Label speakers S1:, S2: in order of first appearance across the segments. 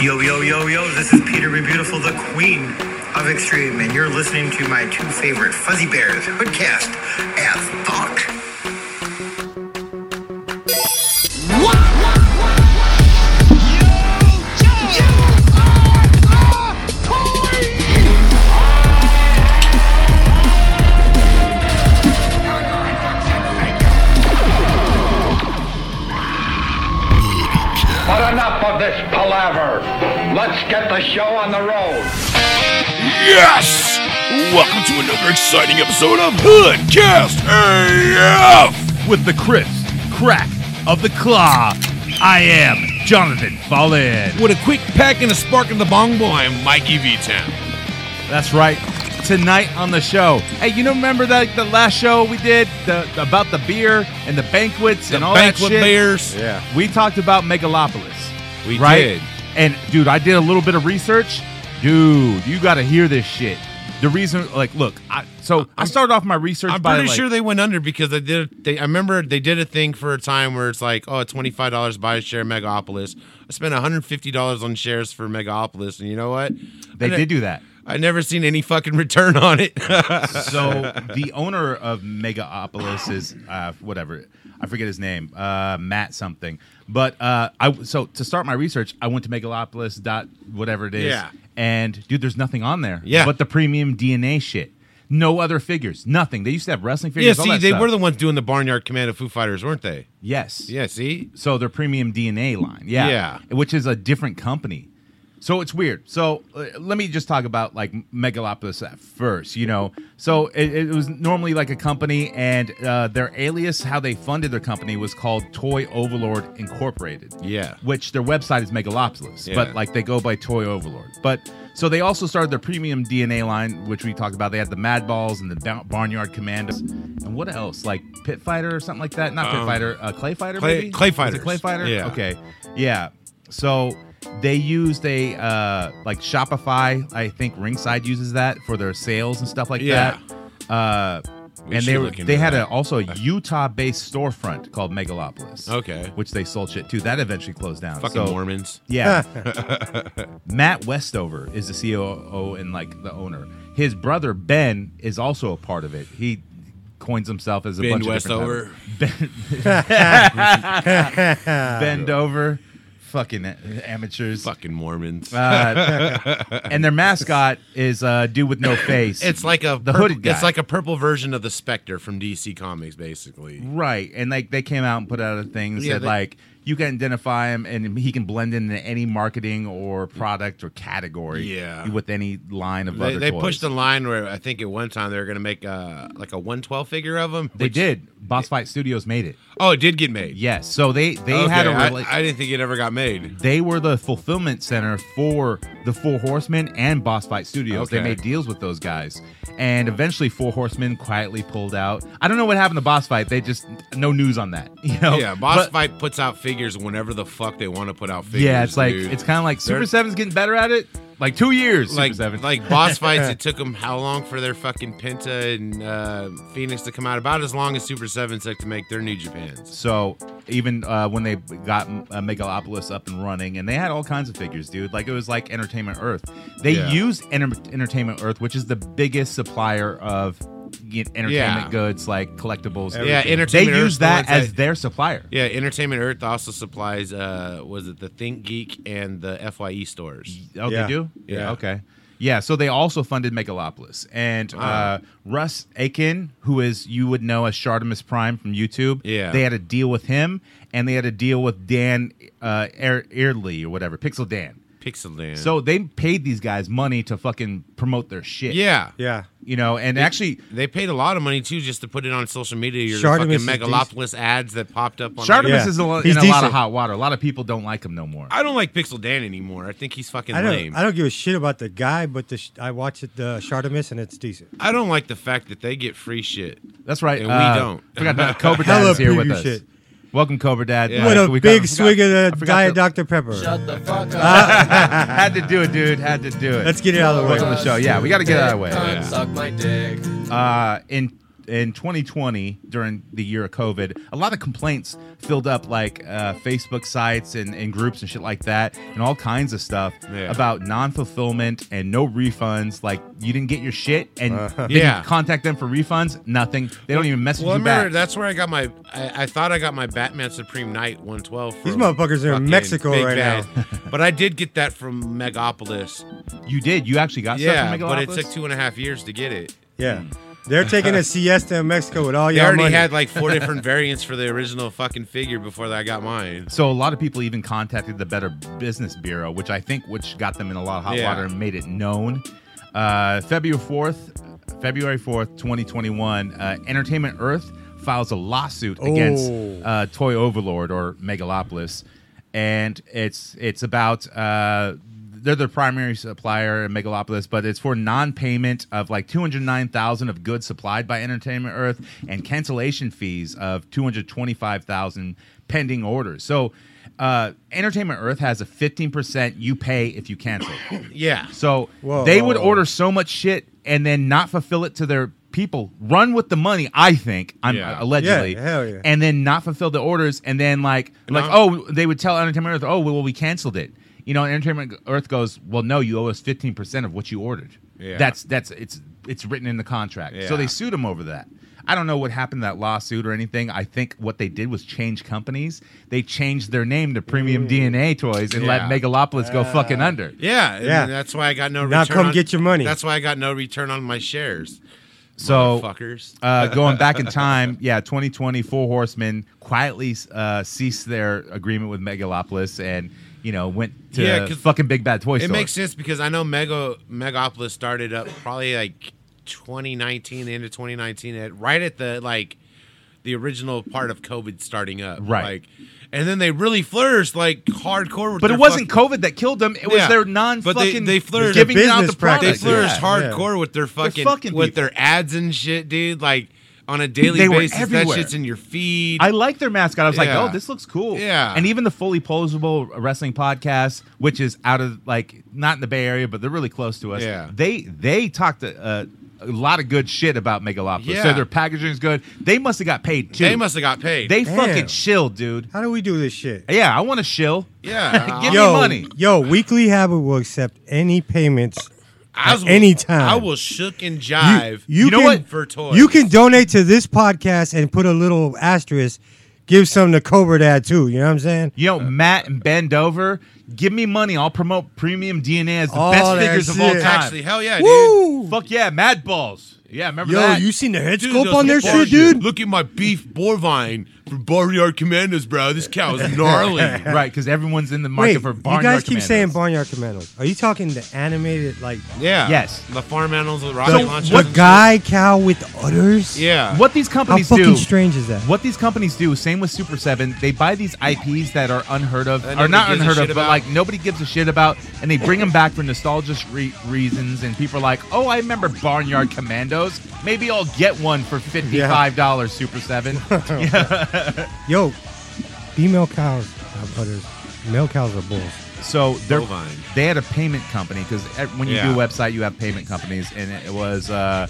S1: Yo, yo, yo, yo, this is Peter Be Beautiful, the queen of extreme, and you're listening to my two favorite fuzzy bears, Hoodcast and Thought.
S2: But enough of this palaver. Let's get the show on the road.
S3: Yes! Welcome to another exciting episode of Hoodcast AF!
S4: with the crisp crack of the claw. I am Jonathan Fallin.
S3: With a quick peck and a spark in the bong boy, I'm Mikey V-Town.
S4: That's right. Tonight on the show. Hey, you know, remember that the last show we did the, about the beer and the banquets and all
S3: banquet
S4: that shit?
S3: beers.
S4: Yeah. We talked about Megalopolis.
S3: We
S4: right?
S3: did.
S4: And dude, I did a little bit of research. Dude, you got to hear this shit. The reason, like, look, I so i started off my research
S5: I'm
S4: by
S5: pretty
S4: like,
S5: sure they went under because they did. They, I remember they did a thing for a time where it's like, oh, twenty five dollars buy a share of Megapolis. I spent one hundred fifty dollars on shares for Megapolis, and you know what?
S4: they
S5: I ne-
S4: did do that.
S5: I never seen any fucking return on it.
S4: so the owner of Megaopolis is uh, whatever I forget his name, uh, Matt something. But uh, I so to start my research, I went to Megalopolis dot whatever it is,
S5: Yeah.
S4: and dude, there's nothing on there,
S5: Yeah.
S4: but the premium DNA shit. No other figures, nothing. They used to have wrestling
S5: yeah,
S4: figures. all
S5: see,
S4: that
S5: they
S4: stuff.
S5: were the ones doing the barnyard command of Foo Fighters, weren't they?
S4: yes,
S5: Yeah, see,
S4: so their premium DNA line, yeah,
S5: Yeah.
S4: which is a different company. So it's weird. So uh, let me just talk about like Megalopolis at first. You know, so it, it was normally like a company, and uh, their alias, how they funded their company, was called Toy Overlord Incorporated.
S5: Yeah.
S4: which their website is Megalopolis,
S5: Yeah.
S4: but like they go by Toy Overlord. But so they also started their premium DNA line, which we talked about. They had the Mad Balls and the Ba- Barnyard Commandos, and what else? Like Pit Fighter or something like that. Not
S5: Um,
S4: Pit Fighter, uh, Clay Fighter.
S5: Clay-
S4: maybe?
S5: Clay
S4: Was it
S5: Fighters.
S4: Clay Fighter.
S5: Yeah.
S4: Okay. Yeah. So they used a uh, like Shopify. I think Ringside uses that for their sales and stuff like
S5: Yeah.
S4: that. Uh,
S5: We
S4: and
S5: should
S4: they were,
S5: look into
S4: they had
S5: that.
S4: a, also a Utah-based storefront called Megalopolis.
S5: Okay.
S4: Which they sold shit to. That eventually closed down.
S5: fucking
S4: So-
S5: Mormons.
S4: yeah. Matt Westover is the COO and like the owner. His brother Ben is also a part of it. He coins himself as a
S5: Ben
S4: bunch
S5: Westover.
S4: of different titles. Ben Bend over, fucking amateurs.
S5: Fucking Mormons.
S4: Uh, And their mascot is a dude with no face.
S5: it's like a
S4: the
S5: purp-
S4: hooded guy.
S5: It's like a purple version of the Spectre from DC Comics, basically.
S4: Right, and like they came out and put out a thing that
S5: Yeah,
S4: said
S5: they-
S4: like you can identify him, and he can blend into any marketing or product or category.
S5: Yeah.
S4: with any line of
S5: They,
S4: other
S5: they
S4: toys.
S5: pushed a line where I think at one time they were going to make uh like a one twelve figure of them.
S4: They did. Boss Fight Studios made it.
S5: Oh, it did get made.
S4: Yes. So they they had a
S5: I
S4: rela-
S5: I, I didn't think it ever got made.
S4: they were the fulfillment center for the Four Horsemen and Boss Fight Studios. They
S5: Okay.
S4: made deals with those guys, and eventually Four Horsemen quietly pulled out. I don't know what happened to Boss Fight. They just no news on that. You know.
S5: Yeah, Boss
S4: Oh, But-
S5: Fight puts out figures whenever the fuck they want to put out figures.
S4: Yeah, it's like
S5: dude.
S4: it's kind of like Super
S5: They're-
S4: Seven's getting better at it. Like two years,
S5: like
S4: Super Seven.
S5: like Boss Fights. it took them how long for their fucking Penta and uh, Phoenix to come out? About as long as Super Seven took to make their New Japans.
S4: So even uh, when they got uh, Megalopolis up and running, and they had all kinds of figures, dude. Like it was like Entertainment Earth. They
S5: Yeah.
S4: used Enter- Entertainment Earth, which is the biggest supplier of you know, entertainment
S5: Yeah,
S4: goods, like collectibles.
S5: Yeah,
S4: everything.
S5: Entertainment
S4: They
S5: Earth's
S4: use
S5: the
S4: that
S5: ones
S4: as
S5: that-
S4: their supplier.
S5: Yeah, Entertainment Earth also supplies. Uh, was it the Think Geek and the Fye stores?
S4: Oh,
S6: Yeah.
S4: they do.
S5: Yeah.
S4: Okay. Yeah. So they also funded Megalopolis and uh, Russ Aiken, who is you would know as Shardamus Prime from YouTube.
S5: Yeah.
S4: They had a deal with him, and they had a deal with Dan uh, Ear- Eardley or whatever, Pixel Dan.
S5: Pixeland.
S4: So they paid these guys money to fucking promote their shit.
S5: yeah,
S6: Yeah.
S4: You know, and actually,
S5: They paid a lot of money too just to put it on social media. Your
S6: Shardamus
S5: fucking
S6: is
S5: megalopolis ads that popped up on.
S4: Shardamus
S6: Yeah.
S4: is a, lo- in
S6: He's
S4: a lot of
S6: decent.
S4: hot water. A lot of people don't like him no more.
S5: I don't like Pixel Dan anymore. I think he's fucking
S6: I don't.
S5: lame.
S6: I don't give a shit about the guy, but the sh- I watch it, the Shardamus, and it's decent.
S5: I don't like the fact that they get free shit.
S4: That's right.
S5: And we
S4: uh,
S5: don't.
S4: Forgot about Cobra Dad
S6: Hella
S4: is here with
S6: preview
S4: us.
S6: shit.
S4: Welcome, Cobra Dad.
S5: Yeah.
S6: What
S4: Uh,
S6: a
S4: we got-
S6: big
S4: I forgot-
S6: swig
S4: I
S6: of the
S4: forgot
S6: Diet
S4: to-
S6: Dr Pepper.
S4: Had to do it, dude. Had to do it.
S6: Let's get it out of the
S4: Welcome to
S6: way.
S4: the show. Yeah, we got to get it out of the way.
S7: Suck my dick.
S4: Uh, in in 2020 during the year of COVID, a lot of complaints filled up like uh, Facebook sites and, and groups and shit like that, and all kinds of stuff
S5: Yeah.
S4: about non fulfillment and no refunds. Like you didn't get your shit, and then you
S5: Yeah.
S4: contact them for refunds. Nothing. They don't even message
S5: Well, I
S4: you back.
S5: remember that's where I got my. I, I thought I got my Batman Supreme Knight 112. From
S6: These motherfuckers are in
S5: fucking
S6: Mexico
S5: Big
S6: right
S5: Bad.
S6: now.
S5: but I did get that from Megapolis.
S4: you did. You actually got
S5: yeah,
S4: stuff from
S5: but it
S4: Megalopolis?
S5: took two and a half years to get it.
S6: Yeah. They're taking a siesta in Mexico with all
S5: They
S6: y'all
S5: already
S6: money.
S5: had like four different variants for the original fucking figure before I got mine.
S4: So a lot of people even contacted the Better Business Bureau, which I think which got them in a lot of hot
S5: Yeah.
S4: water and made it known. Uh, February fourth, February fourth, twenty twenty one, uh, Entertainment Earth files a lawsuit against
S6: Oh.
S4: uh, Toy Overlord or Megalopolis, and it's it's about uh, they're the primary supplier in Megalopolis, but it's for non-payment of like two hundred nine thousand of goods supplied by Entertainment Earth and cancellation fees of two hundred twenty-five thousand pending orders. So. Uh, Entertainment Earth has a 15% you pay if you cancel.
S5: Yeah.
S4: So
S6: Whoa.
S4: they would order so much shit and then not fulfill it to their people. Run with the money, I think. I'm uh,
S5: Yeah.
S4: allegedly.
S6: Yeah, hell yeah.
S4: And then not fulfill the orders and then like like
S5: I'm-
S4: oh they would tell Entertainment Earth oh well we canceled it. You know, and Entertainment Earth goes well no you owe us fifteen percent of what you ordered.
S5: Yeah.
S4: That's that's it's it's written in the contract. So
S5: Yeah.
S4: they sued him over that. I don't know what happened to that lawsuit or anything. I think what they did was change companies. They changed their name to
S6: Mm.
S4: Premium DNA Toys and let
S5: Yeah.
S4: Megalopolis go fucking
S6: Ah.
S4: under.
S5: Yeah, and
S6: Yeah.
S5: That's why I got no.
S6: Now
S5: return
S6: come
S5: on-
S6: get your money.
S5: That's why I got no return on my shares.
S4: So
S5: Fuckers.
S4: uh, going back in time, yeah, 2020, Four Horsemen quietly uh, ceased their agreement with Megalopolis and, you know, went to
S5: Yeah, 'cause
S4: fucking Big Bad Toy
S5: It
S4: Store.
S5: makes sense because I know Mega Megapolis started up probably like 2019, the end of 2019, at, right at the like the original part of COVID starting up,
S4: Right.
S5: Like, and then they really flourished like hardcore. With
S4: but
S5: their
S4: it wasn't
S5: fuck-
S4: COVID that killed them. It was
S5: Yeah.
S4: their non
S5: But they-
S4: fucking
S5: they flourished-
S4: giving
S6: Their
S4: out the
S6: business
S4: product.
S5: They
S6: practice.
S5: flourished
S4: Yeah.
S5: hardcore with their fucking,
S4: fucking
S5: with
S4: people.
S5: their ads and shit, dude. Like on a daily
S4: They were
S5: basis, that
S4: everywhere.
S5: shit's in your feed.
S4: I like their mascot. I was
S5: Yeah.
S4: like, oh, this looks cool.
S5: Yeah.
S4: And even the fully posable wrestling podcast, which is out of like not in the Bay Area, but they're really close to us.
S5: Yeah.
S4: They they talked a, a, a lot of good shit about Megalopolis. So
S5: Yeah.
S4: their packaging is good. They must have got paid too.
S5: they must have got paid.
S4: They
S6: Damn.
S4: fucking chill, dude.
S6: How do we do this shit?
S4: Yeah, I want to shill.
S5: yeah.
S4: Give me
S6: yo,
S4: money.
S6: Yo, Weekly Habit will accept any payments.
S5: I was-
S6: any time.
S5: I will shook and jive.
S4: You know
S6: can,
S4: what?
S5: For toys.
S6: You can donate to this podcast and put a little asterisk, give some to Cobra Dad too. You know what I'm saying?
S4: You know, Matt and Ben Dover, give me money. I'll promote premium DNA as the
S6: All
S4: best
S6: that
S4: figures of all
S6: shit.
S4: time.
S5: Actually, hell yeah, dude.
S6: Woo!
S4: Fuck yeah, Mad Balls. Yeah, remember
S6: Yo,
S4: that?
S6: you seen the head
S5: Dude,
S6: scope
S5: those
S6: on their
S5: bars-
S6: shit, dude?
S5: Look at my beef Borvine from Barnyard Commandos, bro. This cow is gnarly.
S4: right, because everyone's in the market
S6: Wait,
S4: for
S6: you
S4: barnyard.
S6: guys keep saying
S4: Commandos.
S6: Barnyard Commandos. Are you talking the animated, like
S5: yeah.
S4: Yes.
S5: The farm animals with rocket
S6: the,
S5: launchers.
S6: the
S5: and
S6: guy cow with udders?
S5: shit. Yeah.
S4: What these
S6: How
S4: companies
S6: fucking
S4: do.
S6: strange is that?
S4: What these companies do, same with Super Seven, they buy these IPs that are unheard of,
S5: That
S4: or
S5: nobody
S4: not
S5: gives a
S4: unheard of,
S5: shit
S4: but
S5: about.
S4: like nobody gives a shit about, and they bring them back for nostalgia re- reasons. And people are like, "Oh, I remember Barnyard Commandos. Maybe I'll get one for fifty-five dollars." Super Seven.
S6: Yo, female cows have udders. Male cows are bulls.
S4: So they're
S5: Bovine.
S4: they had a payment company because when you
S5: Yeah.
S4: do a website, you have payment companies, and it was uh,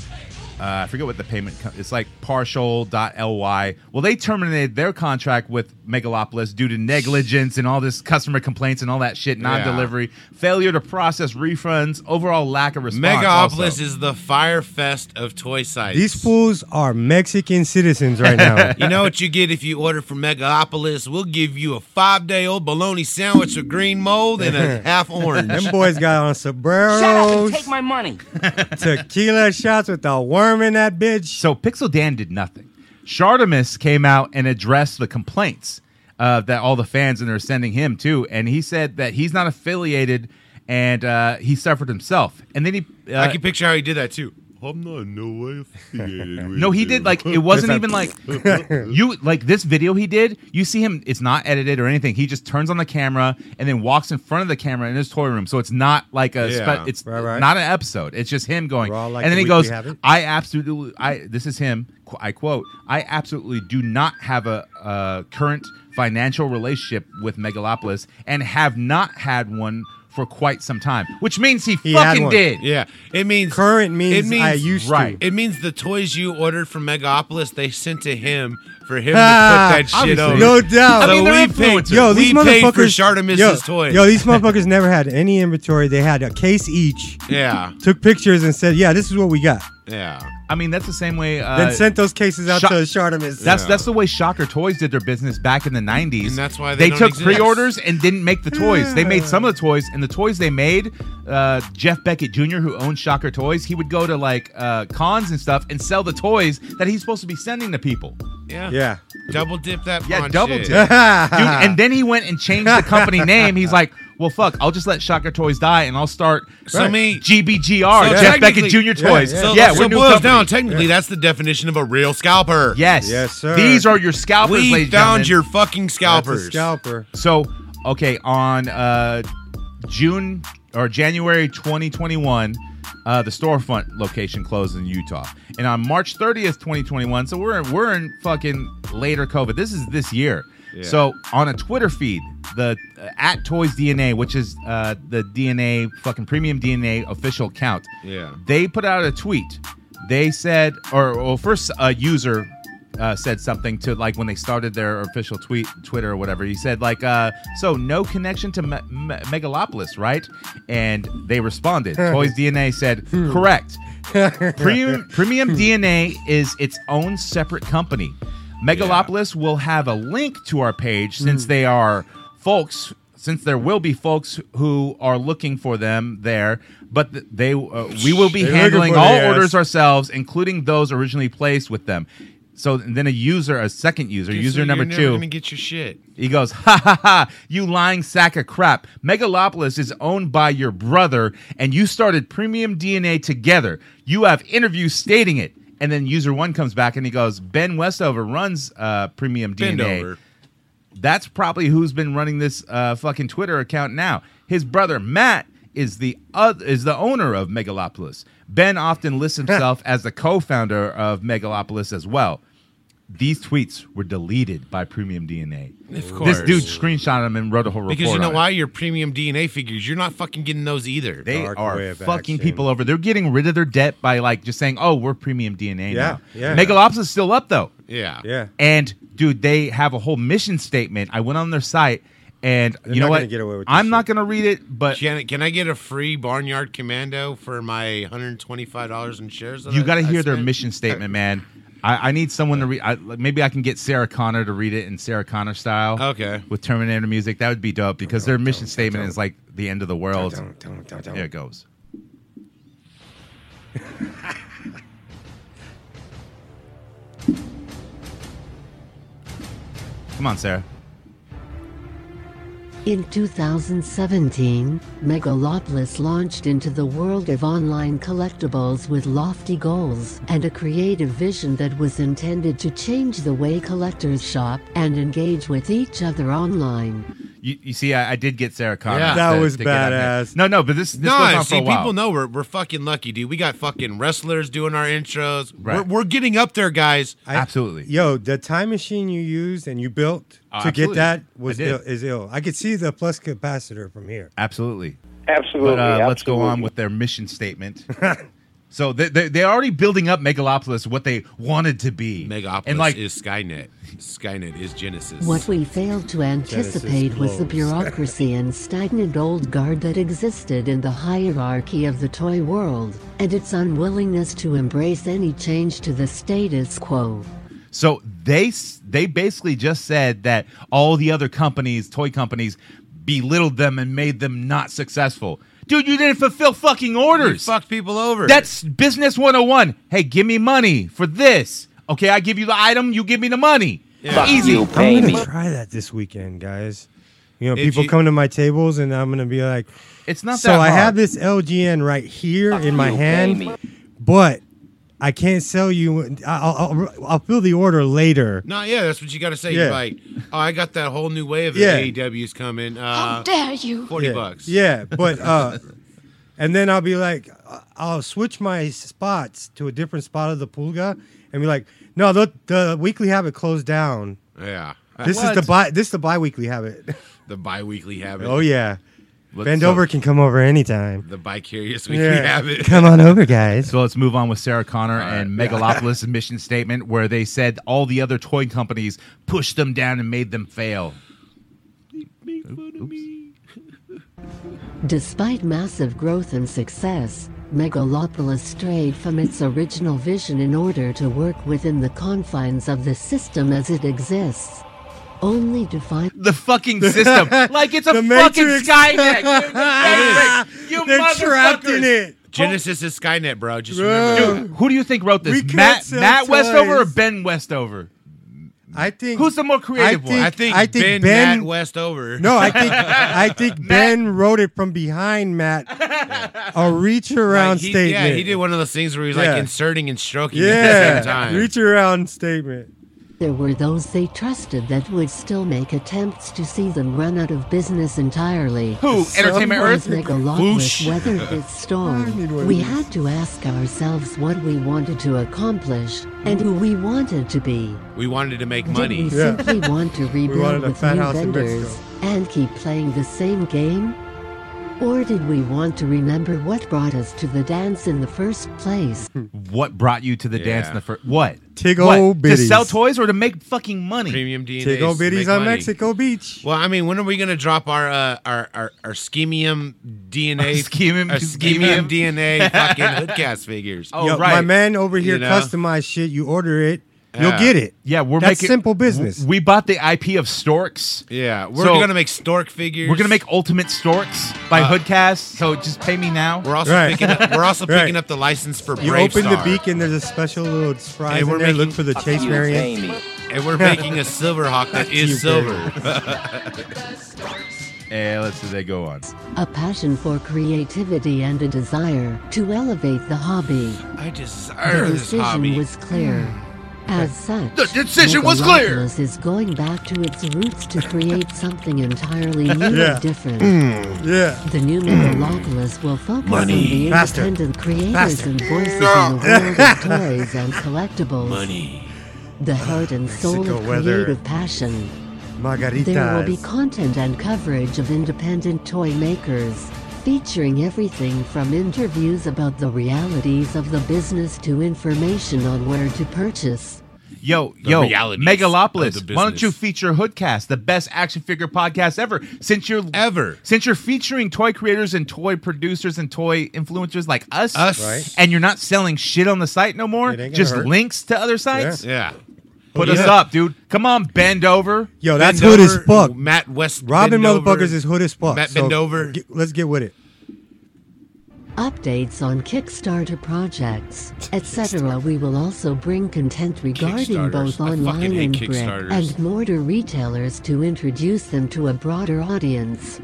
S4: uh, I forget what the payment co- it's like partial.ly. Well, they terminated their contract with Megalopolis due to negligence and all this customer complaints and all that shit, non-delivery, failure to process refunds, overall lack of response. also.
S5: Megapolis is the fire fest of toy sites.
S6: These fools are Mexican citizens right now.
S5: You know what you get if you order from Megapolis? We'll give you a five day old bologna sandwich with green mold and a half orange.
S6: Them boys got on sombreros.
S7: Shut up and take my money.
S6: tequila shots with a worm in that bitch.
S4: So Pixel Dan did nothing. Shardamus came out and addressed the complaints uh, that all the fans and they're sending him too, and he said that he's not affiliated and uh, he suffered himself. And then he, uh,
S5: I can picture how he did that too.
S8: I'm not in no way affiliated with
S4: no, he
S8: you.
S4: did like it wasn't even like you like this video he did. You see him; it's not edited or anything. He just turns on the camera and then walks in front of the camera in his toy room. So it's not like a
S5: Yeah.
S4: spe- it's
S6: Right, right.
S4: not an episode. It's just him going.
S6: Raw like
S4: and then
S6: the
S4: he
S6: week
S4: goes,
S6: we have it?
S4: I absolutely, I this is him. qu- I quote, I absolutely do not have a, uh current financial relationship with Megalopolis and have not had one for quite some time, which means he,
S6: He had
S4: fucking
S6: one.
S4: did.
S5: Yeah, it means
S6: Current
S5: it
S6: means,
S5: means
S6: I used
S4: right.
S6: to.
S5: It means the toys you ordered from Megapolis they sent to him for him
S6: Ah,
S5: to put that shit
S4: obviously.
S5: over.
S6: No doubt.
S5: So
S4: I mean, they're
S5: we paid.
S4: influencers.
S6: Yo, these
S5: we
S6: motherfuckers
S5: paid for Shardamus's
S6: yo,
S5: toys.
S6: Yo, these motherfuckers never had any inventory. They had a case each,
S5: yeah,
S6: took pictures, and said, "Yeah, this is what we got."
S5: yeah.
S4: I mean, that's the same way. Uh,
S6: Then sent those cases out
S4: Sho-
S6: to Shardamus.
S4: That's that's the way Shocker Toys did their business back in the '90s.
S5: And that's why they don't
S4: took
S5: exist.
S4: pre-orders and didn't make the toys. They made some of the toys, and the toys they made, uh, Jeff Beckett Jr., who owns Shocker Toys, he would go to like uh, cons and stuff and sell the toys that he's supposed to be sending to people.
S5: Yeah.
S6: yeah.
S5: Double dip that.
S4: Yeah,
S5: pawn
S4: double
S5: shit.
S4: dip. Dude, and then he went and changed the company name. He's like, "Well, fuck! I'll just let Shocker Toys die, and I'll start
S5: So me-
S4: GBGR,
S5: so
S4: Jeff Beckett
S5: technically-
S4: Jr. Toys."
S6: yeah.
S4: Yeah,
S5: So,
S4: we're
S5: so
S4: new
S5: boils
S4: company.
S5: down. Technically, that's the definition of a real scalper.
S4: Yes,
S6: Yes, sir.
S4: These are your scalpers,
S5: we
S4: ladies and
S5: found
S4: gentlemen.
S5: your fucking
S6: That's a
S5: scalpers.
S6: scalper.
S4: So, okay, on uh, June or January 2021, uh, the storefront location closed in Utah, and on March 30th, 2021. So we're we're in fucking later COVID. This is this year. So on a Twitter feed, the uh, at Toys DNA, which is uh, the DNA fucking premium DNA official account,
S5: Yeah.
S4: they put out a tweet. They said, or well, first a user uh, said something to like when they started their official tweet, Twitter or whatever. He said like, uh, "So no connection to me- me- Megalopolis, right?" And they responded. Toys DNA said, "Correct. Premium Premium DNA is its own separate company. Megalopolis will have a link to our page since they are folks." Since there will be folks who are looking for them there, but th- they uh, we will be
S6: They're looking
S4: handling
S6: for
S4: all
S6: the ass.
S4: orders ourselves, including those originally placed with them. So and then a user, a second user,
S5: Okay,
S4: user
S5: so
S4: number
S5: you're never
S4: two,
S5: Gonna get your shit.
S4: he goes, ha ha ha, you lying sack of crap. Megalopolis is owned by your brother, and you started Premium DNA together. You have interviews stating it. And then user one comes back and he goes, Ben Westover runs uh, Premium
S5: Bend
S4: DNA.
S5: over.
S4: That's probably who's been running this uh, fucking Twitter account now. His brother Matt is the oth- is the owner of Megalopolis. Ben often lists himself as the co-founder of Megalopolis as well. These tweets were deleted by Premium DNA. Of
S5: course.
S4: This dude screenshot them and wrote a whole report.
S5: Because you know
S4: on it.
S5: why? Your premium DNA figures, you're not fucking getting those either.
S4: They
S6: Dark way
S4: are
S6: of
S4: fucking
S6: action.
S4: people over. They're getting rid of their debt by like just saying, "Oh, we're Premium DNA
S6: Yeah,
S4: now."
S6: yeah.
S4: Megalopolis is still up though.
S5: yeah.
S6: Yeah.
S4: And dude, they have a whole mission statement. I went on their site, and you know
S6: not
S4: what?
S6: gonna get away with this
S4: I'm
S6: shit.
S4: not gonna read it, but
S5: Can, can I get a free Barnyard Commando for my $125 in shares? that
S4: you
S5: I-
S4: got to
S5: I
S4: hear their
S5: spent?
S4: mission statement, man. I, I need someone to read. I, maybe I can get Sarah Connor to read it in Sarah Connor style.
S5: Okay.
S4: With Terminator music, that would be dope because their mission statement is like the end of the world. There it goes. Come on, Sarah.
S7: In 2017, Megalopolis launched into the world of online collectibles with lofty goals and a creative vision that was intended to change the way collectors shop and engage with each other online.
S4: You, you see, I, I did get Sarah Connor.
S5: Yeah.
S6: That was
S4: get on there.
S6: badass.
S4: No, no, but this this goes
S5: No,
S4: on
S5: see,
S4: for a while.
S5: people know we're, we're fucking lucky, dude. We got fucking wrestlers doing our intros. We're,
S4: Right.
S5: we're getting up there, guys.
S4: Absolutely.
S6: Yo, the time machine you used and you built
S4: Oh,
S6: to get
S4: absolutely.
S6: that
S4: I
S6: was
S4: did.
S6: Ill, is ill. I could see the plus capacitor from here.
S4: Absolutely.
S9: Absolutely.
S4: But uh, let's go on
S9: absolutely.
S4: with their mission statement. so they, they, they're already building up Megalopolis, what they wanted to be.
S5: Megapolis
S4: And like,
S5: is Skynet. Skynet is Genesis.
S7: What we failed to anticipate was the
S6: blows.
S7: bureaucracy and stagnant old guard that existed in the hierarchy of the toy world, and its unwillingness to embrace any change to the status quo.
S4: so they s- they basically just said that all the other companies, toy companies, belittled them and made them not successful. Dude, you didn't fulfill fucking
S5: You
S4: orders.
S5: fucked people over.
S4: That's business 101. Hey, give me money for this. Okay, I give you the item, you give me the money. Easy.
S6: I'm gonna try that this weekend, guys. You know,
S5: If
S6: people
S5: you-
S6: come to my tables and I'm gonna be like,
S4: It's not
S6: so
S4: that
S6: I
S4: hard.
S6: have this LGN right here in my hand, but I can't sell you. I'll, I'll, I'll fill the order later.
S5: No, yeah, that's what you got to say.
S6: Yeah.
S5: Like, oh, I got that whole new wave of
S6: Yeah.
S5: AEW's coming. Uh,
S10: How dare you?
S5: Forty
S6: yeah.
S5: bucks.
S6: Yeah, but uh, and then I'll be like, uh, I'll switch my spots to a different spot of the pulga, and be like, no, the, the weekly habit closed down.
S5: yeah.
S6: This is the
S4: What?
S6: bi- this is the biweekly habit.
S5: the bi-weekly habit.
S6: oh yeah, Bend
S4: so-
S6: over can come over anytime.
S5: The bicurious weekly habit.
S6: Come on over, guys.
S4: So let's move on with Sarah Connor and Megalopolis' mission statement, where they said all the other toy companies pushed them down and made them fail.
S7: Despite massive growth and success, Megalopolis strayed from its original vision in order to work within the confines of the system as it exists, only to find
S4: The fucking system, like it's a
S6: The
S4: fucking
S6: Matrix.
S4: Skynet. dude, the Matrix. You
S6: They're trapped in
S4: motherfuckers.
S6: it.
S5: Genesis is Skynet, bro. Just remember. that.
S4: Dude, who do you think wrote
S6: We
S4: this?
S6: can't
S4: Matt
S6: sell
S4: Matt Westover or
S6: toys.
S4: Ben Westover?
S6: I think.
S4: Who's the more creative
S6: I
S4: one?
S5: I think,
S6: I think
S5: Ben,
S6: Ben-
S5: Matt Westover.
S6: No, I think I think Ben wrote it from behind Matt. A reach
S5: Like,
S6: around
S5: he-
S6: statement.
S5: Yeah, he did one of those things where he's
S6: Yeah.
S5: like inserting and stroking at the same
S6: Yeah,
S5: time.
S6: reach around statement.
S7: there were those they trusted that would still make attempts to see them run out of business entirely.
S4: Who? Entertainment
S7: As
S4: Earth?
S7: Megalopolis weathered this
S6: I need one
S7: storm,
S6: of
S7: we
S6: these.
S7: had to ask ourselves what we wanted to accomplish and who we wanted to be.
S5: We wanted to make
S7: Did we
S5: money.
S6: Yeah.
S7: simply want to
S6: wanted
S7: rebuild
S6: a
S7: with
S6: fat
S7: new
S6: house in
S7: vendors and keep playing the same game? Or did we want to remember what brought us to the dance in the first place?
S4: What brought you to the dance in the first? What?
S6: Tig
S4: What?
S6: old
S4: To
S6: biddies.
S4: sell toys or to make fucking money?
S5: Premium DNA.
S6: Take old biddies on Mexico Beach.
S5: Well, I mean, when are we going to drop our uh, our our, our schemium DNA,
S4: Schemium-
S5: our
S4: schemium?
S5: schemium DNA fucking hoodcast figures?
S4: Oh,
S6: Yo,
S4: right.
S6: My man over here
S5: You know?
S6: customized shit. You order it, you'll
S5: Yeah.
S6: get it.
S4: Yeah, we're
S6: That's
S4: making
S6: simple business.
S4: We bought the IP of Storks.
S5: yeah, we're
S4: So-
S5: going to make stork figures.
S4: We're gonna make Ultimate Storks by
S5: Uh,
S4: Hoodcast. So just pay me now.
S5: We're also
S6: Right.
S5: picking up. We're also
S6: Right.
S5: picking up the license for
S6: you
S5: Brave
S6: open the
S5: Star.
S6: beacon, there's a special little fries
S5: Hey,
S6: in
S5: we're
S6: there. Look
S5: making-
S6: for the Chase variant.
S5: and we're making a silver hawk that
S6: you,
S5: is silver.
S4: Eh, let's see. They go on.
S7: A passion for creativity and a desire to elevate the hobby.
S5: I
S7: The
S5: desire this
S7: decision
S5: hobby.
S7: was clear.
S6: Mm.
S7: As such,
S4: The decision was clear.
S7: Megalopolis is going back to its roots to create something entirely new
S6: Yeah.
S7: and different.
S6: Yeah.
S7: The new megalopolis will focus on the
S6: Faster.
S7: independent creators
S6: Faster.
S7: and voices in the world of toys and collectibles. The heart and soul
S6: Mexico
S7: of
S6: weather.
S7: creative passion. There will be
S6: Margaritas.
S7: content and coverage of independent toy makers, featuring everything from interviews about the realities of the business to information on where to purchase.
S4: Yo, yo,
S5: realities
S4: Megalopolis.
S5: of the
S4: Why don't you
S5: business.
S4: feature Hoodcast, the best action figure podcast ever? Since you're
S5: Ever.
S4: since you're featuring toy creators and toy producers and toy influencers like us,
S5: Us.
S6: Right.
S4: and you're not selling shit on the site no more,
S6: It ain't gonna
S4: just
S6: hurt.
S4: links to other sites.
S5: Yeah.
S4: Put
S5: Yeah.
S4: us up, dude. Come on, bend over.
S6: Yo, that's
S5: Bend
S6: hood as
S5: over,
S6: fuck.
S5: Matt West.
S6: Robin
S5: bend over.
S6: motherfuckers is hood as fuck.
S5: Matt
S6: so
S5: bend over.
S6: get- let's get with it.
S7: updates on Kickstarter projects, etc. We will also bring content regarding
S5: Kickstarters.
S7: both
S5: I fucking
S7: online
S5: hate
S7: and brick
S5: Kickstarters.
S7: and mortar retailers to introduce them to a broader audience.